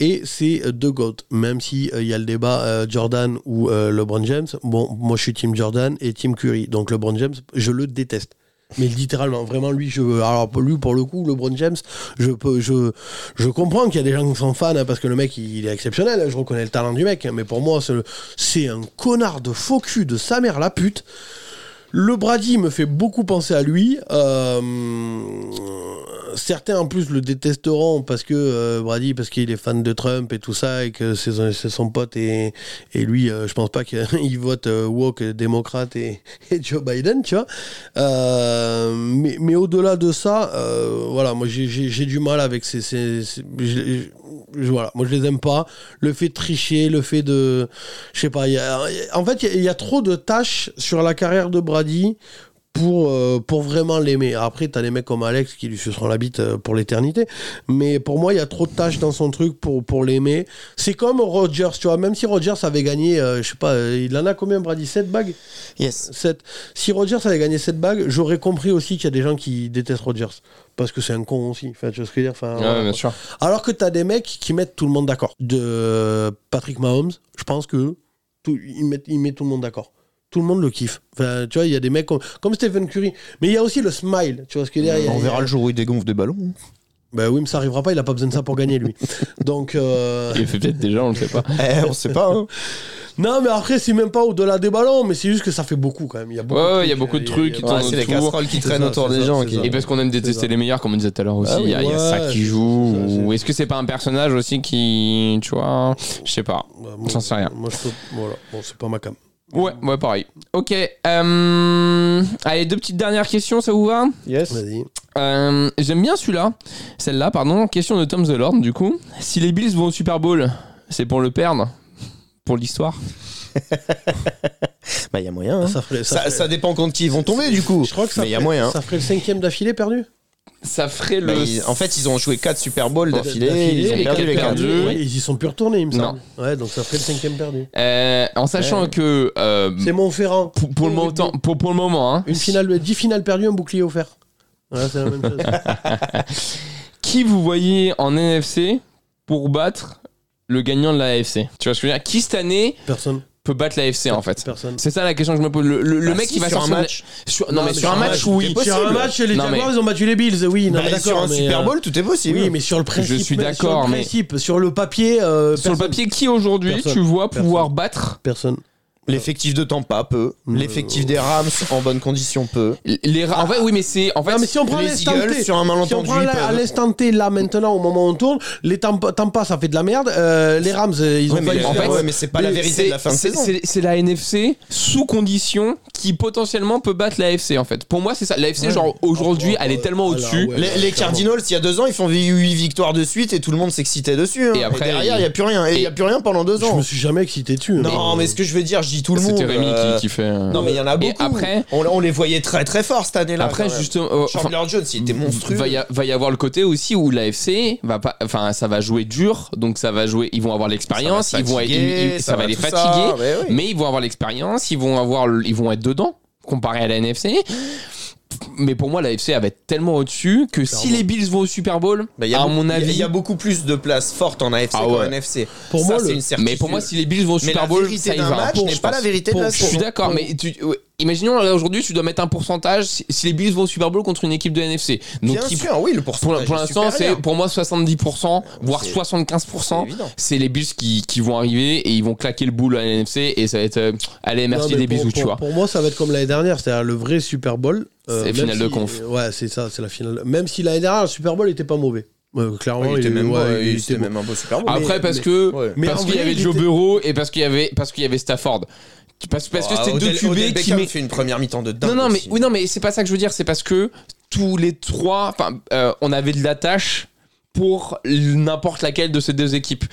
et c'est euh, deux GOAT. Même si euh, il y a le débat euh, Jordan ou euh, LeBron James. Bon, moi, je suis Team Jordan et Team Curry. Donc, LeBron James, je le déteste. Mais littéralement, vraiment, lui, je veux. Alors, lui, pour le coup, LeBron James, je peux, je, je comprends qu'il y a des gens qui sont fans hein, parce que le mec, il, il est exceptionnel. hein, je reconnais le talent du mec, hein, mais pour moi, c'est le- c'est un connard de faux cul de sa mère la pute. Le Brady me fait beaucoup penser à lui. euh, certains en plus le détesteront parce que euh, Brady, parce qu'il est fan de Trump et tout ça, et que c'est son, c'est son pote. Et, et lui, euh, je pense pas qu'il vote euh, woke, démocrate et, et Joe Biden, tu vois. Euh, mais mais au-delà de ça, euh, voilà, moi j'ai- j'ai j'ai du mal avec ces. ces- ces- je- je- voilà, moi je les aime pas. Le fait de tricher, le fait de. Je sais pas. il y a- en fait, il y a- il y, a trop de tâches sur la carrière de Brady pour, euh, pour vraiment l'aimer. Après, t'as des mecs comme Alex qui lui suceront la bite euh, pour l'éternité. Mais pour moi, il y a trop de tâches dans son truc pour, pour l'aimer. C'est comme Rodgers, tu vois. Même si Rodgers avait gagné, euh, je sais pas, euh, il en a combien, Brady 7 bagues Yes. Sept. Si Rodgers avait gagné cette bague, j'aurais compris aussi qu'il y a des gens qui détestent Rodgers. Parce que c'est un con aussi. Enfin, tu vois ce que je veux dire Enfin, Ouais, voilà, bien quoi. sûr. Alors que tu as des mecs qui mettent tout le monde d'accord. De Patrick Mahomes, je pense que tout, il, met, il met tout le monde d'accord. Tout le monde le kiffe. Enfin, tu vois, il y a des mecs comme, comme Stephen Curry. Mais il y a aussi le smile. Tu vois ce que je veux dire Il y a- il On y a- verra le jour où il dégonfle des hein. ballons. Ben oui, mais ça arrivera pas. Il a pas besoin de ça pour gagner, lui. Donc. euh, Il le fait peut-être déjà, on le sait pas. eh, on sait pas. hein. Non, mais après, c'est même pas au-delà des ballons, mais c'est juste que ça fait beaucoup quand même. Il y a beaucoup Ouais, ouais, de il y a trucs, beaucoup de il trucs qui il tournent Ouais, c'est les autour. casseroles qui C'est traînent ça, autour c'est des ça, gens. c'est qui- ça. Et parce qu'on aime C'est ça. détester les meilleurs, comme on disait tout à l'heure aussi, Ah oui, il y, a- il y ouais, a ça qui c'est- joue. c'est ça, c'est- Ou est-ce que c'est pas un personnage aussi qui, tu vois, je sais pas. Bah, moi, J'en sais rien. Moi, je peux- Voilà, bon, c'est pas ma cam. Hein Ouais, ouais, pareil. Ok. euh, Allez, deux petites dernières questions, ça vous va Yes. Vas-y. Euh, J'aime bien celui-là, celle-là, pardon. Question de Tom The Lord, du coup. Si les Bills vont au Super Bowl, c'est pour le perdre Pour l'histoire Bah, il y a moyen. hein. Ça ferait- ça Ça, ferait- ça dépend contre qui ils vont tomber du coup. Je crois que ça Mais il y a ferait- moyen. Ça ferait le cinquième d'affilée perdu Ça ferait Bah, le. ils- en fait, ils ont joué 4 Super Bowl d'affilée. D'affilée, Ils ont et perdu quatre les quatre. perdus. Ouais, ils y sont plus retournés, il me Non. semble. Ouais, donc ça ferait le cinquième perdu. Euh, en sachant que. euh, C'est Montferrand. pour, pour le moment, pour, pour le moment hein, Une finale, 10 finales perdues, un bouclier offert. Voilà, c'est la même chose. qui vous voyez en NFC pour battre le gagnant de la AFC Tu vois ce que je veux dire Qui cette année Personne. peut battre la AFC en fait Personne. C'est ça la question que je me pose. Le, le- le Bah, mec si, qui va sur un sortir de- match. sur- non, mais sur un match, c'est oui. Sur un possible. match, les Non, Jaguars, mais- ils ont battu les Bills. Oui, non, Bah, mais sur d'accord. un mais, Super euh, Bowl, tout est possible. Oui, mais sur le principe. suis mais Sur d'accord, le mais- principe, sur le papier. euh, Sur le personne. papier, qui aujourd'hui Personne. tu vois pouvoir battre Personne. L'effectif de Tampa peut. Euh, L'effectif des Rams en bonne condition peut. Les ra- En fait, oui, mais c'est. En fait, Non, mais si on prend les l'instant Eagles, T, sur un malentendu, si on prend ils la- peuvent. à l'instant T, là, maintenant, au moment où on tourne, les Tampa, Tampa, ça fait de la merde. euh, les Rams, euh, ils ont Ouais, mais failli les- en faire, fait, euh, ouais, mais c'est pas la vérité de la fin de c'est- saison. c'est- c'est la NFC sous condition qui potentiellement peut battre la FC en fait. Pour moi, c'est ça. La FC, genre aujourd'hui, Ah, elle est ouais, tellement ah, au-dessus. là, ouais. Les, les Cardinals, il y a deux ans, ils font 8 victoires de suite et tout le monde s'excitait dessus. hein. Et après, derrière, il il- n'y a plus rien. Et il n'y a plus rien pendant deux Je ans. me suis jamais excité dessus. hein. Non, Euh, mais ce que je veux dire, je dis tout le monde. C'était Rémi euh, qui, qui fait. euh, Non, mais il y en a Et beaucoup. après- on, on les voyait très très forts cette année-là. Après, quand même. justement. euh, enfin, Chandler Jones, il était monstrueux. Va y, a- va y avoir le côté aussi où l'AFC va pas, enfin ça va jouer dur, donc ça va jouer, ils vont avoir l'expérience, Ça va ils vont, être- fatiguer, ils- ils- ça, va les tout ça, fatiguer, mais oui. mais ils vont avoir l'expérience, ils vont avoir, le- ils vont être dedans comparé à la NFC. mais pour moi, la FC avait tellement au-dessus que si Clairement. les Bills vont au Super Bowl, Bah, il y a à beaucoup- mon il y a- avis. il y, a beaucoup plus de places fortes en AFC Ah qu'en ouais. NFC. Pour Ça, moi, c'est le- une certitude. Mais pour moi, si les Bills vont au Mais Super la Bowl, vérité ça y d'un va. match Pour- n'est pas la vérité de pour- la je Je suis seconde. d'accord, mais tu, ouais, imaginons là, aujourd'hui, tu dois mettre un pourcentage si, si les Bills vont au Super Bowl contre une équipe de NFC. Donc, Bien qui- sûr, oui, le pour, pourcentage pour est l'instant, c'est supérieur. pour moi 70%, voire C'est- 75%. C'est évident. C'est les Bills qui, qui vont arriver et ils vont claquer le boule à la NFC et ça va être euh, allez merci Non, mais pour- des bisous, pour, tu vois. Pour moi, ça va être comme l'année dernière, c'est-à-dire le vrai Super Bowl. euh, C'est même finale de si- conf. Ouais, c'est ça, c'est la finale. Même si l'année dernière, le Super Bowl était pas mauvais. Euh, clairement, Ouais, il était même ouais, pas- il il était était bon. même un beau Super Bowl. Ah, Après mais- parce mais- que Ouais. Mais parce en qu'il y vrai, avait il Joe était- Burrow et parce qu'il y avait parce qu'il y avait Stafford. Tu- Parce, parce que Ah, c'était deux Odell- Odell QB qui Beckham met- fait une première mi-temps de dingue. Non non mais aussi. oui non mais c'est pas ça que je veux dire, c'est parce que tous les trois enfin euh, on avait de la tâche pour n'importe laquelle de ces deux équipes.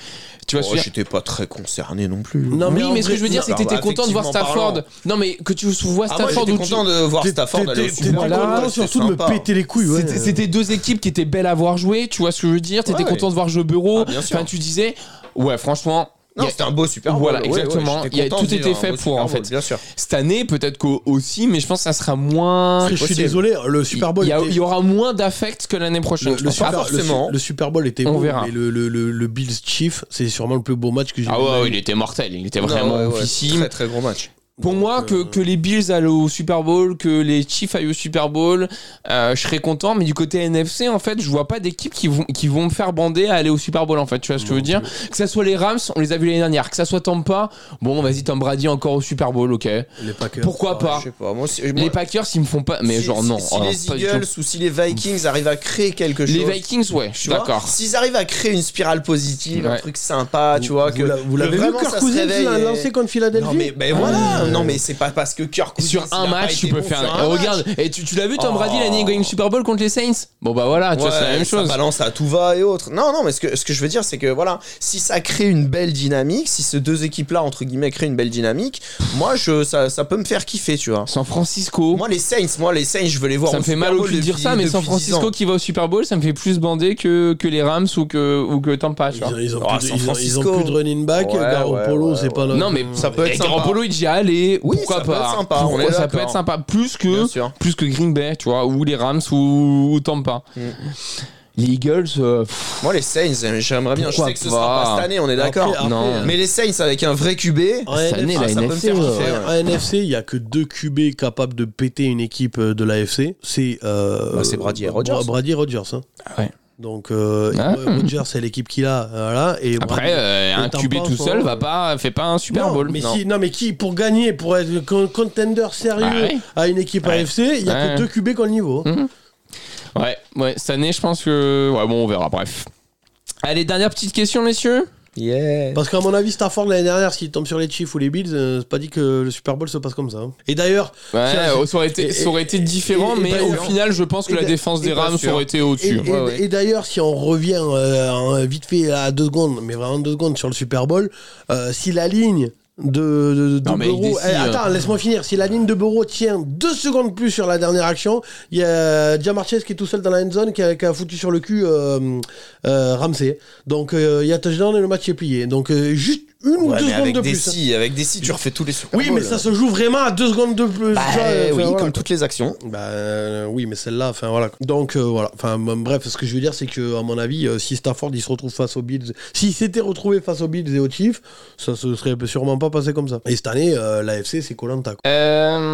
Tu vois ce Oh, que je veux dire j'étais pas très concerné non plus. Non, oui, en mais ce vrai- que je veux dire, c'est que non, t'étais bah, content de voir effectivement Stafford. parlant. Non, mais que tu vois Ah, moi, Stafford j'étais ou tu- content de voir T'es- Stafford aller au t'es- Super Bowl. T'étais content c'est surtout de me sympa. péter les couilles. ouais. C'était- C'était deux équipes qui étaient belles à voir jouer, tu vois ce que je veux dire T'étais Ouais. content de voir Joe Bureau. Ah, bien sûr. enfin, tu disais, ouais, franchement, il y Non, a- c'était un beau Super Bowl. Voilà, Ouais, exactement. j'étais Il y a- content tout de vivre était un fait beau pour, Super en Bowl, fait. Bien sûr. cette année, peut-être qu'au- aussi, mais je pense que ça sera moins. Après, je suis possible. désolé, le Super Bowl Il y, a- était- il y aura moins d'affect que l'année prochaine. Le, je le pense. Ah, super, pas le su- forcément. Le, Super Bowl était On bon, verra. mais le, le, le, le Bills Chief, c'est sûrement le plus beau match que j'ai Ah vu. de ma ouais, vie. il était mortel, il était vraiment Non, ouais, ouais, officime. Très très gros match. Pour Donc, moi, que, euh, que les Bills aillent au Super Bowl, que les Chiefs aillent au Super Bowl, euh, je serais content. Mais du côté NFC, en fait, je vois pas d'équipe qui vont, qui vont me faire bander à aller au Super Bowl, en fait. Tu vois ce que je veux dire Que ça soit les Rams, on les a vus l'année dernière. Que ça soit Tampa, bon, vas-y, Tom Brady encore au Super Bowl, ok. Les Packers. Pourquoi ouais. pas Je sais pas. Moi, c'est- moi, Les Packers, ils me font pas. Mais si- genre, non. Si, oh, si pas les du tout. Eagles ou si les Vikings arrivent à créer quelque chose. Les Vikings, ouais, je suis tu vois, d'accord. S'ils arrivent à créer une spirale positive, un Ouais. truc sympa, tu Vous- vois, vous que la- vous que l'avez vu, vraiment, Kirk ça se Cousins réveille l'a et- lancé contre Philadelphie. Non mais ben Ah, voilà, euh, non mais c'est pas parce que Kirk Cousins, Sur il un a pas match, tu été peux bon faire. sur un match. Regarde, et tu, tu l'as vu, Tom Oh. Brady, l'année gagne le Super Bowl contre les Saints Bon, bah voilà, tu vois, c'est la Ouais, même ça chose. balance à tout va et autres. Non, non, mais ce que, ce que je veux dire, c'est que voilà, si ça crée une belle dynamique, si ces deux équipes-là, entre guillemets, créent une belle dynamique, moi, je, ça, ça peut me faire kiffer, tu vois. San Francisco. Moi, les Saints, moi, les Saints, je veux les voir. ça au me fait Super mal au Bowl cul de dire depuis- ça, mais San depuis 10 Francisco ans. qui va au Super Bowl, ça me fait plus bander que, que les Rams ou que, ou que Tampa. Tu Ils, vois. ils ont Ah, plus de, San ils ont- ils ont Francisco. plus de running back. Ouais, Garoppolo, ouais, c'est pas là. Non, mais Ça peut Et être sympa. Garoppolo, il est déjà allé. Oui, pourquoi ça peut pas être sympa, on Pourquoi est ça peut d'accord. être sympa. Plus que, Bien sûr. plus que Green Bay, tu vois, ou les Rams ou, ou Tampa. Mm. Les Eagles, euh, pff, Moi, les Saints, j'aimerais bien. Pourquoi je sais que ce sera pas pas cette année, on est d'accord. Après, Non. après, Mais les Saints avec un vrai QB, en cette NF, année, ah, la ça peut me NFC, faire ouais. kiffer, ouais. En NFC, il n'y a que deux QB capables de péter une équipe euh, de l'AFC. C'est euh, Bah, c'est Brady et Bra- Rodgers. Brady et Rodgers. hein. Ah ouais. Donc, euh, Ah. Rodgers, c'est l'équipe qu'il a. Voilà, et Brady- après, euh, un Tampa, QB tout ça, seul ouais. va pas, fait pas un Super non, Bowl. Mais non. si- non, mais qui, pour gagner, pour être le con- contender sérieux Ah Bah, ouais. à une équipe Ouais. AFC, il n'y a Ouais. que deux QB qui ont le niveau. hein. Ouais, ouais, cette année, je pense que. Ouais, bon, on verra, bref. Allez, dernière petite question, messieurs. yeah. Parce qu'à mon avis, Stafford, l'année dernière, s'il tombe sur les Chiefs ou les Bills, euh, c'est pas dit que le Super Bowl se passe comme ça. hein. Et d'ailleurs, Ouais, Tiens, euh, ça aurait été, et- ça aurait été et- différent, et- et mais d'ailleurs- au final, je pense que et la d'a- défense des et bien Rams sûr. aurait été et, au-dessus. et- Ouais, ouais. et d'ailleurs, si on revient euh, en- vite fait à deux secondes, mais vraiment deux secondes sur le Super Bowl, euh, si la ligne de, de, de Non, mais Burrow- il décide, Eh, attends, laisse-moi finir. Si la ligne de Bureau tient deux secondes plus sur la dernière action, il y a euh, Jamar Chase qui est tout seul dans la end zone qui a, qui a foutu sur le cul euh, euh, Ramsey. Donc euh, il y a touchdown et le match est plié. Donc euh, juste une ou Ouais, deux mais secondes avec de des plus. hein. si, avec des si, tu refais tous les Super Oui, mais Bowls. ça se joue vraiment à deux secondes de plus. Bah, Tu vois, euh, oui, enfin, voilà. comme toutes les actions. Bah euh, oui, mais celle-là, enfin voilà. Donc euh, voilà, enfin m- bref, ce que je veux dire, c'est que à mon avis, euh, si Stafford il se retrouve face aux Bills, s'il s'était retrouvé face aux Bills et aux Chiefs, ça se serait sûrement pas passé comme ça. Et cette année, l'AFC c'est Colanta.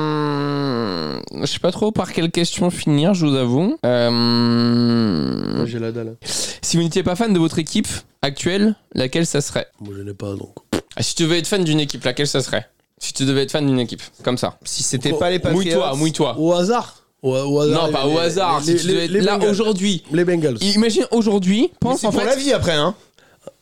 Euh, je sais pas trop par quelle question finir, je vous avoue. Hmm. Euh, J'ai la dalle. hein. si vous n'étiez pas fan de votre équipe actuelle, laquelle ça serait Moi je n'ai pas donc. Ah, Si tu devais être fan d'une équipe, laquelle ça serait Si tu devais être fan d'une équipe, comme ça. Si c'était Oh, pas les Patriots. Mouille-toi, mouille-toi. Au hasard. Au, au hasard. Ah. Non, les- pas au les- hasard. Les, si tu les- devais être les là Bengals. aujourd'hui. Les Bengals. Imagine aujourd'hui, Mais pense C'est en pour fait. la vie après, hein.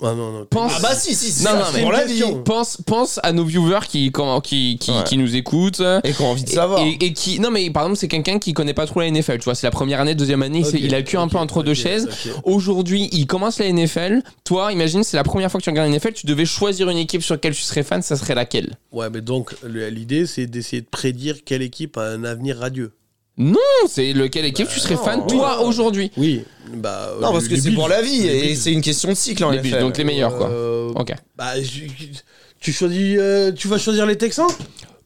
Ah non non. Pense, Ah bah si, si, si. Non, ça, non, c'est mais- pour la Une vie. question. pense, pense à nos viewers qui, comment- qui, qui, Ouais. qui nous écoutent. Et qu'on a envie de savoir. Et, et qui non mais par exemple c'est quelqu'un qui connaît pas trop la NFL tu vois c'est la première année deuxième année il s'est- Ok, il a le cul un ok, peu entre deux ok, chaises ok. aujourd'hui il commence la NFL toi imagine c'est la première fois que tu regardes la NFL tu devais choisir une équipe sur laquelle tu serais fan ça serait laquelle Ouais, mais donc le- l'idée c'est d'essayer de prédire quelle équipe a un avenir radieux. non c'est lequel équipe tu serais Ah, non, fan oui. toi aujourd'hui Oui. Bah. euh, Non, parce que les c'est Bills. pour la vie. Les Et Bills. c'est une question de cycle en les Bills NFL. donc les meilleurs quoi Euh, ok Bah, je- tu choisis, euh, tu vas choisir les Texans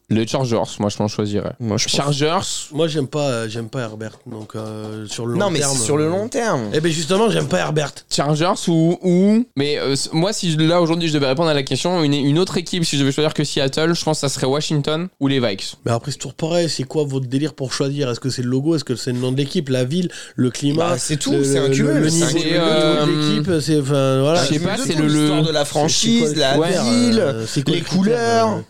Les Chargers, moi je m'en choisirais. Moi, je pense- Chargers, Moi, j'aime pas, euh, j'aime pas Herbert. Donc, euh, sur le long Non, mais terme, c'est sur le euh, long terme. Eh ben justement, j'aime pas Herbert. Chargers ou, ou... mais euh, c- moi si je- là aujourd'hui je devais répondre à la question une, une autre équipe si je devais choisir que Seattle je pense que ça serait Washington ou les Vikes Mais après, c'est toujours pareil. C'est quoi votre délire pour choisir Est-ce que c'est le logo Est-ce que c'est le nom de l'équipe La ville Le climat Bah, c'est tout, le- c'est un le- cumul, Le, c'est un niveau le niveau cumul. de Euh, l'équipe, c'est. Enfin, voilà. je sais C'est- C'est pas, de c'est tout, le- l'histoire le- de la c'est franchise, quoi la le critère, ville, euh, c'est quoi les le critère, couleurs. euh,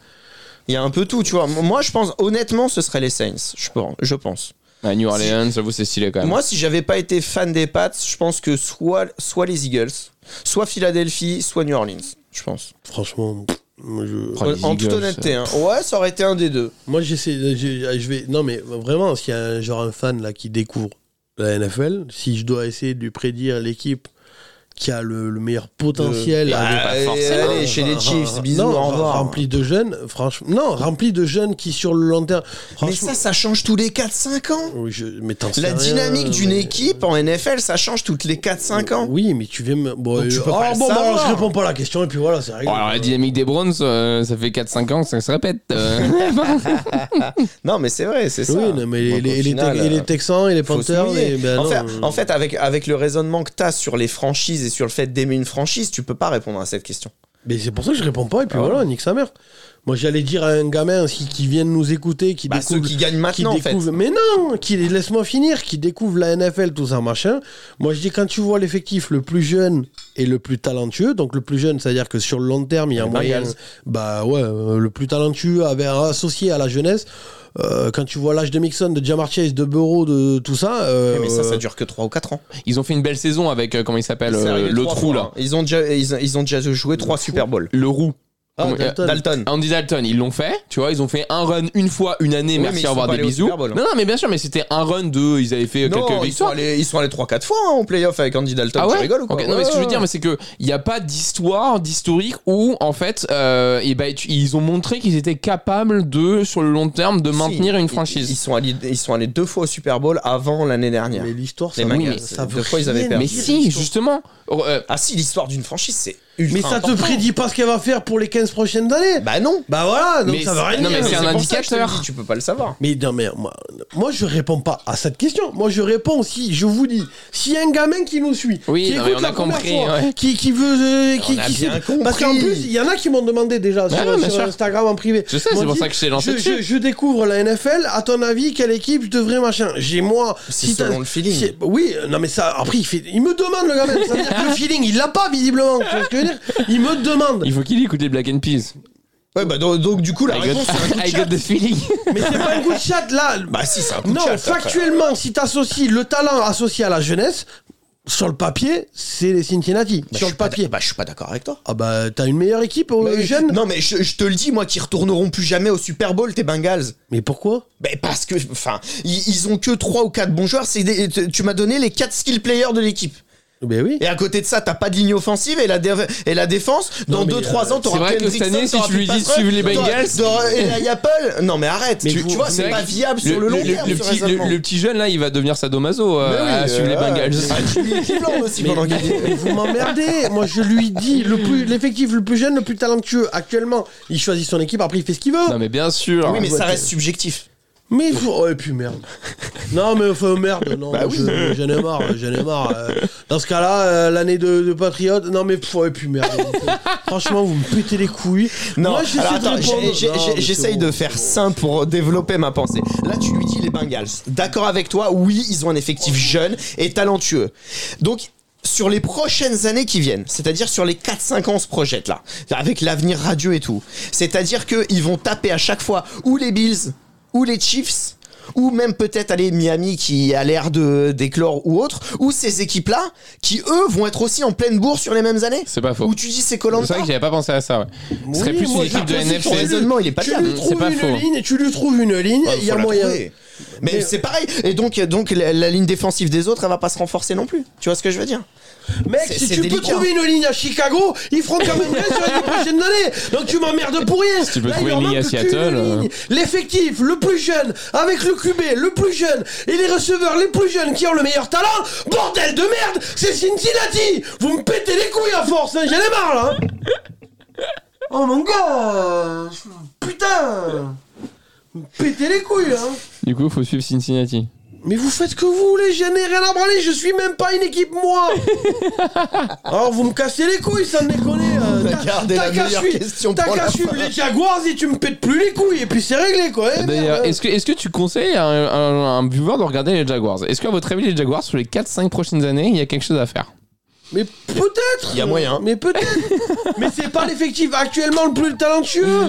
Il y a un peu tout, tu vois. Moi, je pense, honnêtement, ce serait les Saints, je pense. Je pense. à New Orleans j'avoue c'est stylé quand même Moi, si j'avais pas été fan des Pats, je pense que soit, soit les Eagles, soit Philadelphie, soit New Orleans, je pense. euh, Franchement, pff, moi, je- Oh, les en toute Eagles, honnêteté, hein. ouais, ça aurait été un des deux. Moi, j'essaie. Je, je vais. Non, mais vraiment, s'il y a un- genre un fan là qui découvre la NFL, si je dois essayer de lui prédire l'équipe qui a le, le meilleur potentiel De- à Ah, pas forcément. allez, chez les Enfin, Chiefs, enfin, bisous, non, au revoir. Rempli de jeunes, franchement. Non, rempli de jeunes qui, sur le long terme. Mais franchement- ça, ça change tous les 4-5 ans. Oui, je- mais t'en sais La rien, dynamique d'une mais- équipe en NFL, ça change toutes les 4-5 ans. Oui, mais tu viens me. Bon, Donc tu euh, peux oh, pas le bon, bah, savoir. je réponds pas à la question et puis voilà, c'est Bon, réglé. Oh, alors la dynamique des Browns euh, ça fait 4-5 ans que ça se répète euh. Non, mais c'est vrai, c'est ça. Oui, non, mais les, Donc, au les- les final, Tex- et les euh, Texans et les faut se Panthers. mouiller. et ben en, non, fait, euh, en fait, avec, avec le raisonnement que tu as sur les franchises et sur le fait d'aimer une franchise, tu peux pas répondre à cette question. Mais c'est pour ça que je réponds pas et Ah puis voilà, nique sa mère. Moi, j'allais dire à un gamin si, qui vient de nous écouter, qui Bah, découvre. ceux qui gagnent qui maintenant, en fait. découvre- Mais non, qui laisse-moi finir, qui découvre la NFL, tout ça, machin. Moi, je dis quand tu vois l'effectif le plus jeune et le plus talentueux, donc le plus jeune, c'est-à-dire que sur le long terme, il y a un Les moyen. Bengals. Bah ouais, euh, le plus talentueux avait associé à la jeunesse. euh, quand tu vois l'âge de Mixon, de Jamar Chase, de Burrow, de tout ça. euh, mais ça, ça dure que 3 ou 4 ans. ils ont fait une belle saison avec euh, comment il s'appelle C'est euh, arrivé le trois trou fois, là hein. Ils ont déjà, ils, ont- ils ont déjà joué 3 Super Bowls. le roux ah, Comment- Dalton. Dalton. Andy Dalton, ils l'ont fait, tu vois, ils ont fait un run une fois, une année, Oui, mais merci, ils au revoir, sont pas des allés au bisous. Super Non, Bowl. hein. non, mais bien sûr, mais c'était un run de, ils avaient fait Non, quelques ils sont, victoires. allés, ils sont allés 3-4 fois hein, en playoff avec Andy Dalton. Ah tu ouais rigoles ou quoi Ok, Non, mais ce que je veux dire, mais c'est que il n'y a pas d'histoire, d'historique où en fait, euh, eh ben, tu- ils ont montré qu'ils étaient capables de, sur le long terme, de Si, maintenir une ils- Ils, franchise. sont allés, ils sont allés deux fois au Super Bowl avant l'année dernière. Mais l'histoire, ça, Les veut- Bengals, ça deux veut fois, ils avaient rien perdu. Mais dire, si, l'histoire. justement. justement. Euh, Ah si, l'histoire d'une franchise, c'est ultra Mais ça te important. prédit pas ce qu'elle va faire pour les 15 prochaines années. Bah non. Bah voilà, donc Mais ça veut c'est- rien non, dire. mais c'est un pour ça que je te le indicateur. dis, Tu peux pas le savoir. Mais non, mais moi, moi, je réponds pas à cette question. Moi, je réponds si, je vous dis, si un gamin qui nous suit, Oui, qui non, mais écoute on la a première compris, fois, ouais. qui, qui veut. euh, qui, On a qui bien Parce qu'en compris. plus, il y en a qui m'ont demandé déjà sur, Ouais, bien sur sûr. Instagram en privé. Je sais, Ils m'ont c'est pour dit, ça que je t'ai lancé je, dessus. je- je découvre la NFL, à ton avis, quelle équipe je devrais machin J'ai moi. C'est t'as- selon le feeling. si- oui, euh, non, mais ça, après, il, fait, il me demande le gamin. Ça veut dire que le feeling, il l'a pas visiblement. Tu vois ce que je veux dire Il me demande. il faut qu'il écoute les Black and Peas. Ouais, bah donc, donc, du coup, la I got, réponse, c'est un coup de I chat. got the feeling. Mais c'est pas un coup de chat là. Bah si, c'est un coup de Non, chat, après. Bah, factuellement, si t'associes le talent associé à la jeunesse, sur le papier, c'est les Cincinnati. Bah, je sur suis le pas papier. d'ac- Bah, je suis pas d'accord avec toi. Ah bah, t'as une meilleure équipe aux Mais- jeunes Non, mais je, je te le dis, moi, qui retourneront plus jamais au Super Bowl, tes Bengals. Mais pourquoi Bah, parce que, enfin, ils, ils ont que 3 ou 4 bons joueurs. c'est des- tu tu m'as donné les 4 skill players de l'équipe. Ben oui. Et à côté de ça, t'as pas de ligne offensive et la, dé- et la défense, Non, dans mais, 2-3 euh, ans, t'auras c'est vrai que Kendrickson, cette année, si t'auras tu lui Pete dis, Pascal, suivez les t'auras- Bengals. t'auras Eli Apple. Non, mais arrête. Mais tu, vous- tu vois, vous c'est savez pas que viable sur le long terme. le ce petit, le- raisonnement. le petit jeune là, il va devenir Sadomaso Mais euh, oui, à suivre euh, les Bengals. Ah, tu lui dis Cleveland aussi pendant qu'il est- Mais vous m'emmerdez Moi je lui dis, le plus- l'effectif le, plus jeune, le plus talentueux actuellement, il choisit son équipe, après il fait ce qu'il veut. Non mais bien sûr. Oui, mais Ouais, ça t'es- reste subjectif. Mais vous... Oh et puis merde. non mais enfin merde, non, Bah oui. je- j'en ai marre, j'en ai marre. euh. Dans ce cas-là, euh, l'année de, de Patriote, non mais pff, oh, et puis merde. Franchement, vous me pétez les couilles. Non, Moi, j'essaie alors, de attends, répondre. j'ai- j'ai- Non, mais j'ai- c'est j'essaye bon, de c'est faire bon. simple pour développer ma pensée. Là, tu lui dis les Bengals. D'accord avec toi, oui, ils ont un effectif jeune et talentueux. Donc, sur les prochaines années qui viennent, c'est-à-dire sur les 4-5 ans, on se projette là, avec l'avenir radieux et tout. C'est-à-dire qu'ils vont taper à chaque fois ou les Bills ou les Chiefs. Ou même peut-être aller Miami qui a l'air de d'éclore ou autre, ou ces équipes-là qui eux vont être aussi en pleine bourre sur les mêmes années. C'est pas faux. Ou tu dis c'est C'est Colanta. vrai que j'avais pas pensé à ça. Ouais. Ce serait Oui, plus moi, une équipe je de pense que NFC. sur les raisonnement, il est pas tu clair. lui C'est trouves pas une faux. ligne, tu lui trouves une ligne, il y a moyen. Mais, Mais- c'est pareil. Et donc, donc la, la ligne défensive des autres, elle va pas se renforcer non plus. Tu vois ce que je veux dire Mec, C'est- si c'est tu peux délicat. trouver une ligne à Chicago, ils feront quand même bien sur les prochaines années. Donc tu m'emmerdes pour rien. tu peux Là, il trouver leur une ligne manque à qu'une Seattle, ligne. euh. L'effectif le plus jeune, avec le QB le plus jeune et les receveurs les plus jeunes qui ont le meilleur talent, bordel de merde, c'est Cincinnati. Vous me pétez les couilles à force, hein, j'en ai marre là. hein. Oh mon gars, putain. Pétez les couilles, hein Du coup, faut suivre Cincinnati. Mais vous faites ce que vous voulez, j'en ai rien à branler, je suis même pas une équipe, moi Alors vous me cassez les couilles, sans déconner euh, T'as t'as- gardé T'as la qu'à meilleure suivre, question t'as pour qu'à la suivre les Jaguars et tu me pètes plus les couilles, et puis c'est réglé, quoi eh, D'ailleurs, merde. euh, est-ce que, est que tu conseilles à un, un- un viewer de regarder les Jaguars Est-ce qu'à votre avis, les Jaguars, sur les 4-5 prochaines années, il y a quelque chose à faire Mais peut-être Y a moyen. Mais peut-être Mais c'est pas l'effectif actuellement le plus talentueux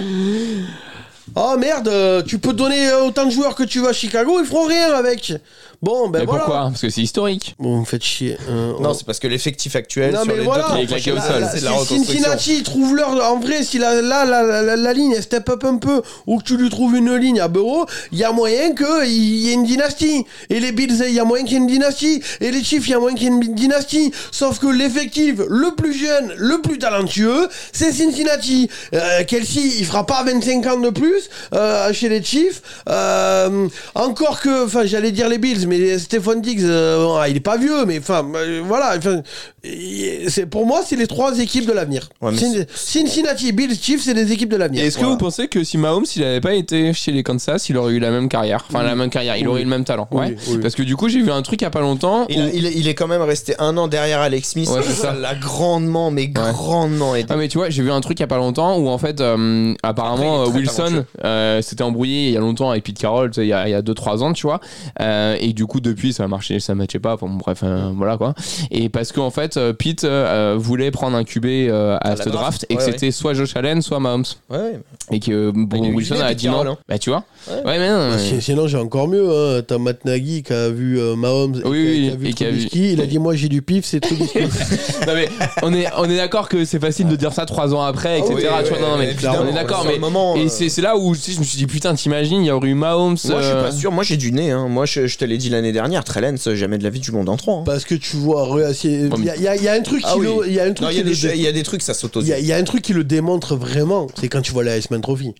Oh merde, euh, tu peux donner euh, autant de joueurs que tu veux à Chicago, ils feront rien avec Bon, ben Mais voilà pourquoi Parce que c'est historique. Bon, vous me faites chier. euh, on- Non, c'est parce que l'effectif actuel Non, sur mais les voilà. deux trois Il est claqué au prochaines sol. années, Là, c'est de la si reconstruction. Cincinnati il trouve leur en vrai si la, là, la, la, la- la ligne elle step up un peu ou que tu lui trouves une ligne à Bureau il y a moyen qu'il y ait une dynastie et les Bills il y a moyen qu'il y ait une dynastie et les Chiefs il y a moyen qu'il y ait une dynastie sauf que l'effectif le plus jeune le plus talentueux c'est Cincinnati Euh, Kelsey il fera pas 25 ans de plus euh, chez les Chiefs Euh, encore que enfin j'allais dire les Bills mais Stephon Diggs euh, bon, il est pas vieux mais enfin euh, voilà enfin, et c'est pour moi, c'est les trois équipes de l'avenir. Ouais, mais Cin- Cincinnati, Bills, Chiefs, c'est les équipes de l'avenir. Est-ce que vous pensez que si Mahomes, il n'avait pas été chez les Kansas, il aurait eu la même carrière Enfin, la même carrière, il aurait eu le même talent. Oui, ouais. oui. Parce que du coup, j'ai vu un truc il n'y a pas longtemps. Il, où- a- il est- il est quand même resté un an derrière Alex Smith. Ouais, c'est ça. l'a grandement, mais grandement aidé. Ah mais tu vois, j'ai vu un truc il y a pas longtemps où en fait euh, apparemment Après, il est très euh, Wilson talentueux. euh, s'était embrouillé il y a longtemps avec Pete Carroll, tu sais, il y a il y a 2-3 ans, tu vois. Euh, et du coup depuis ça marchait, ça matchait pas. Enfin bon, bref, euh, voilà quoi. Et parce qu'en fait euh, Pete euh, voulait prendre un QB euh, à, la ce draft, draft, et que ouais, c'était soit Josh Allen, soit Mahomes, Ouais, et que euh, bon, il est Wilson huilé, a Pete dit non. Carroll, hein. Bah tu vois. Ouais, Ouais. mais non. Bah, mais- si- Sinon, j'ai encore mieux. hein. T'as Matt Nagy qui a vu euh, Mahomes Oui, et, oui, qui a, vu et qui a vu- Trubisky. Il a dit Moi, j'ai du pif, c'est Trubisky. Non, mais on est on est d'accord que c'est facile de dire ça trois ans après, etc. oui, tu vois, Ah oui, non, non, mais évidemment, on est d'accord, sur mais le moment, et euh, c'est c'est là où tu sais, je me suis dit putain t'imagines, il y aurait eu Mahomes. Moi, je suis euh, pas sûr. Moi, j'ai du nez. hein. Moi, je, je te l'ai dit l'année dernière. Trellens, jamais de la vie du monde en hein. 3. Parce que tu vois, regarde, c'est- il y, a- il y a- il y a un truc Ah qui oui. le- il y a un truc Non, il y, qui a des le jeux- dé- il y a des trucs, ça saute aux il y yeux. a- il y a un truc qui le démontre vraiment. C'est quand tu vois la Iceman Trophy.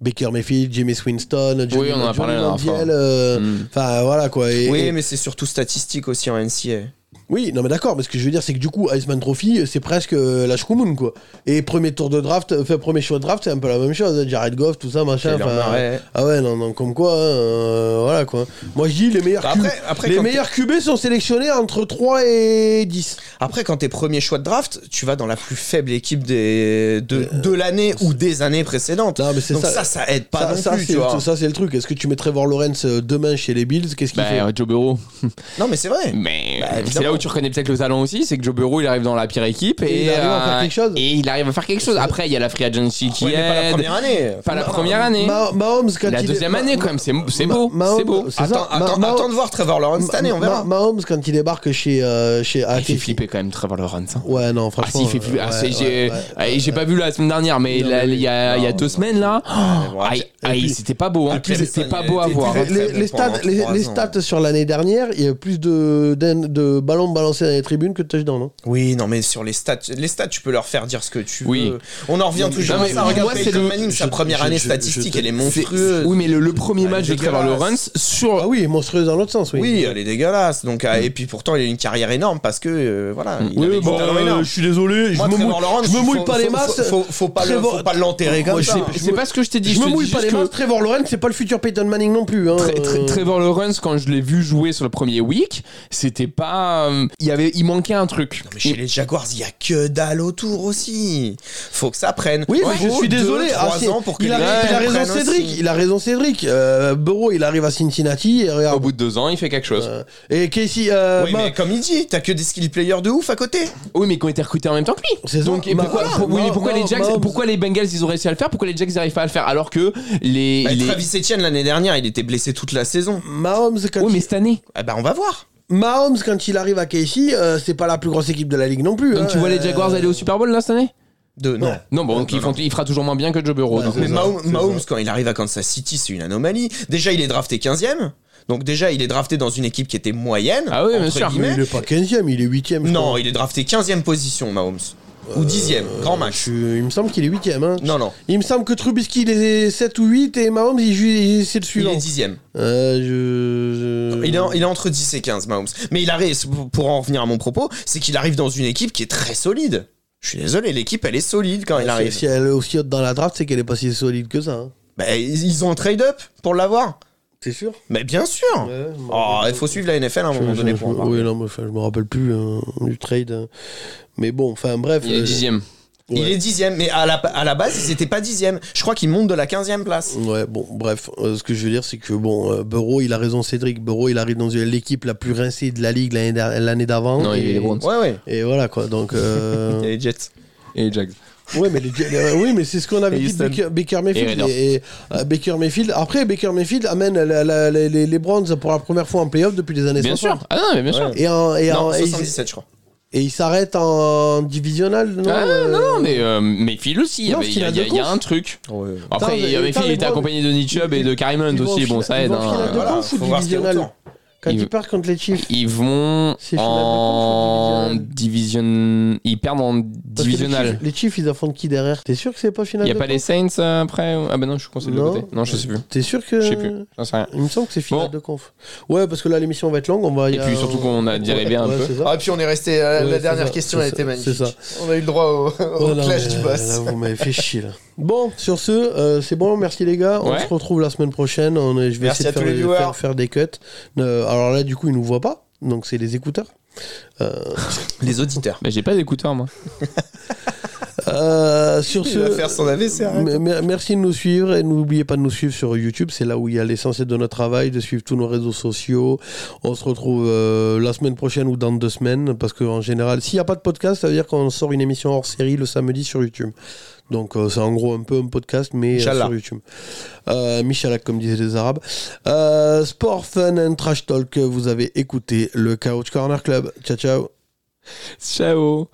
Baker Mayfield, James Winston, Johnny, Oui, on en a Johnny parlé la dernière fois. Manziel, euh, Mm. Enfin, voilà quoi. Et- Oui, et- mais c'est surtout statistique aussi en NCA. Oui, non mais d'accord, mais ce que je veux dire c'est que du coup, Iceman Trophy, c'est presque euh, la Shkumun quoi. Et premier tour de draft, enfin premier choix de draft, c'est un peu la même chose. hein. Jared Goff, tout ça, machin. Kyler enfin, Murray. Ah ouais, non, non, comme quoi, hein, euh, voilà quoi. Moi je dis les meilleurs, Bah, Q- après- après, les quand meilleurs QB sont sélectionnés entre 3 et 10. Après, quand t'es premier choix de draft, tu vas dans la plus faible équipe des, de, de l'année ou des années précédentes. Non, mais c'est Donc ça. ça, ça aide pas ça, non ça, plus, c'est, tu vois. ça, c'est le truc. Est-ce que tu mets Trevor Lawrence euh, demain chez les Bills Qu'est-ce qu'il Bah, fait euh, Joe Burrow. Non, mais c'est vrai. Mais Bah, c'est là évidemment. où tu reconnais peut-être le talent aussi, c'est que Joe Burrow il arrive dans la pire équipe Et il et, euh, arrive à faire quelque chose. Et il arrive à faire quelque chose. Après, il y a la free agency qui Ouais, mais pas la aide. première année. Pas la première année. Ma- Mahomes, quand La il est- deuxième Ma- année quand même, c'est c'est Ma- beau, Mahomes, c'est beau. c'est Attends, ça. Ma- attends, Ma- attends de voir Trevor Lawrence cette année, on Ma- verra. Mahomes, quand il débarque chez. euh, chez Ah, à Il fait flipper quand même Trevor Lawrence. hein. Ouais, non, Ah si, franchement. il fait flipper. euh, Ah, ouais, c'est- j'ai ouais, ouais. ah, j'ai pas vu la semaine dernière, mais Non, là, mais il y a, il y a non, deux non, semaines là, mais bon, Ah, et ah, puis- c'était pas beau. Hein. et puis les- C'était pas beau à les- voir. les- hein. les, les pendant stats, les, trois les ans. stats sur l'année dernière, il y a plus de, d'in- de ballons balancés dans les tribunes que de touchdowns. hein. non Oui, non, mais sur les stats, les stats, tu peux leur faire dire ce que tu Oui. veux. On en revient toujours Non, à mais ça. Regarde moi, c'est Peyton le- Manning, sa je- première je- année je- statistique, je- elle est C'est- monstrueuse. Oui, mais le, le premier Ah, match de Trevor dégueulasse. Lawrence sur Ah oui, et monstrueuse dans l'autre sens, oui. Oui, elle est dégueulasse. Donc, ah, et puis pourtant, il a eu une carrière énorme parce que euh, voilà, Mm. il avait du euh, talent énorme. suis désolé, Moi, Trevor Lawrence, je me faut- mouille pas les faut- masses. Faut, faut- faut pas le- Trevor- faut pas l'enterrer comme Moi, je ça. sais- C'est c'est pas ce que je t'ai dit. je me te mouille dis pas les juste que- masses. Trevor Lawrence, c'est pas le futur Peyton Manning non plus. Hein. Tre- Tre- Euh, Trevor Lawrence, quand je l'ai vu jouer sur le premier week, c'était pas. euh, Il y avait, il manquait un truc. Mais chez les Jaguars, il y a que dalle autour aussi. Faut que ça prenne. Oui, mais Ouais, je suis deux, désolé. trois ah, c'est- ans pour que il, a, les il a jeunes raison, prennent Cédric. aussi. Il a raison, Cédric. Euh, Burrow, il arrive à Cincinnati. Et, Au regarde, bout de deux ans, il fait quelque chose. euh, et Casey. euh, Oui, Ma- mais comme il dit, t'as que des skill players de ouf à côté. Oui, mais qui ont été recrutés en même temps que lui. C'est ça. Donc, et Bah, pourquoi, voilà. pour- oui, mais pourquoi Mahomes- les Jacks, Mahomes- pourquoi les Bengals, ils ont réussi à le faire Pourquoi les Jacks, ils n'arrivent pas à le faire Alors que les. Bah, les- Travis Etienne, l'année dernière, il était blessé toute la saison. Mahomes, quand Oui, il- mais cette année. Eh ben, on va voir. Mahomes, quand il arrive à Casey, euh, c'est pas la plus grosse équipe de la ligue non plus. hein. Donc, tu vois les Euh, Jaguars aller au Super Bowl là cette année De, non. Non, bon, donc il, font- il fera toujours moins bien que Joe Burrow. Ouais, donc. c'est Mais ça, Mahomes, c'est Mahomes, ça. quand il arrive à Kansas City, c'est une anomalie. Déjà, il est drafté 15ème. Donc déjà, il est drafté dans une équipe qui était moyenne. Ah oui, bien entre sûr. Mais guillemets. il est pas 15ème, il est 8ème. Non, il est drafté 15ème position, Mahomes. Ou Euh, 10ème, grand max. il me semble qu'il est 8ème. Hein. Non, non. Il me semble que Trubisky il est 7 ou 8 et Mahomes il, ju- il- c'est le Il suivant. est 10ème. Euh, je- je- Il est, en- il est entre 10 et 15, Mahomes. Mais il arrive, pour en revenir à mon propos, c'est qu'il arrive dans une équipe qui est très solide. Je suis désolé, l'équipe, elle est solide quand il Si- arrive. Si elle est aussi haute dans la draft, c'est qu'elle est pas si solide que ça. hein. Bah, ils ont un trade-up pour l'avoir. T'es sûr Mais bien sûr. Oh, il faut suivre la NFL à un moment donné pour en parler. Oui, non, mais enfin, je me rappelle plus euh, du trade. euh. Mais bon, enfin bref. Il est euh, dixième. ouais. Il est dixième, mais à la, à la base, ils étaient pas dixième. Je crois qu'ils montent de la quinzième place. Ouais, bon, bref, euh, ce que je veux dire, c'est que bon, euh, Burrow, il a raison, Cédric. Burrow, il arrive dans une- l'équipe la plus rincée de la ligue l'année d'a- l'année d'avant. Non, il est et, les Browns. Ouais, ouais. et voilà quoi, donc. euh, Il y a les Jets. Et Jags. ouais, mais les- euh, oui, mais c'est ce qu'on avait Et dit de Houston. Baker, Baker Mayfield. Raiders. Et, euh, Baker Mayfield. Après, Baker Mayfield amène la- la- la- les, les Browns pour la première fois en playoff depuis les années Bien 60. sûr. Ah non, mais bien sûr. Et, en- et, en- Non, et il- 77, je crois. et il s'arrête en divisional, non Ah, euh, non, non, mais, euh, mais Phil aussi, il y Non, avait- parce il y, qu'il a- a il y a- deux il y a courses. un truc. Ouais. Attends, Après, il y mais- avait attends, Phil, il les était Browns- accompagné de Nichub et de Karim Hunt Ils vont en aussi, finale- bon, ça ils aide. vont en hein. finale de Voilà, conf ou faut voir ce qu'il y a divisional autour. Quand Ils- ils partent contre les Chiefs. Ils vont C'est final de en conf ou division. Ils perdent en Parce que les divisional. Chiefs- Les Chiefs, ils affrontent qui derrière T'es sûr que c'est pas Il final n'y a de pas les conf Saints euh, après Ah bah non, je suis conseil de Non. Euh, l'autre côté. Non, je sais plus. T'es sûr que. Je sais plus. J'en sais rien. Il me semble que c'est final Bon. de conf. Ouais, parce que là, l'émission va être longue. On va y Et puis surtout qu'on a dérivé un peu. c'est ça. Ah, puis on est resté. La, Ouais, la c'est dernière ça, question, c'est elle ça, était magnifique. c'est ça. On a eu le droit au, au Oh là, clash mais du Là, boss. vous m'avez fait chier. Là. Bon, Bah, sur ce, euh, c'est bon. Merci les gars. On Ouais. se retrouve la semaine prochaine. On est- je vais Merci essayer à de faire, tous les des- viewers. faire- faire des cuts. Euh, alors là, du coup, ils nous voient pas. Donc c'est les écouteurs. Euh, Les auditeurs. Bah j'ai pas d'écouteurs moi. euh, sur Il va ce, faire son AVC. arrête. Me- me- Merci de nous suivre et n'oubliez pas de nous suivre sur YouTube. C'est là où il y a l'essentiel de notre travail, de suivre tous nos réseaux sociaux. On se retrouve euh, la semaine prochaine ou dans deux semaines parce qu'en général, s'il n'y a pas de podcast, ça veut dire qu'on sort une émission hors série le samedi sur YouTube. Donc euh, c'est en gros un peu un podcast mais euh, Inch'Allah. sur YouTube. Euh, Michalak comme disaient les Arabes. Euh, sport, fun and trash talk. Vous avez écouté le Couch Corner Club. Ciao ciao. Ciao.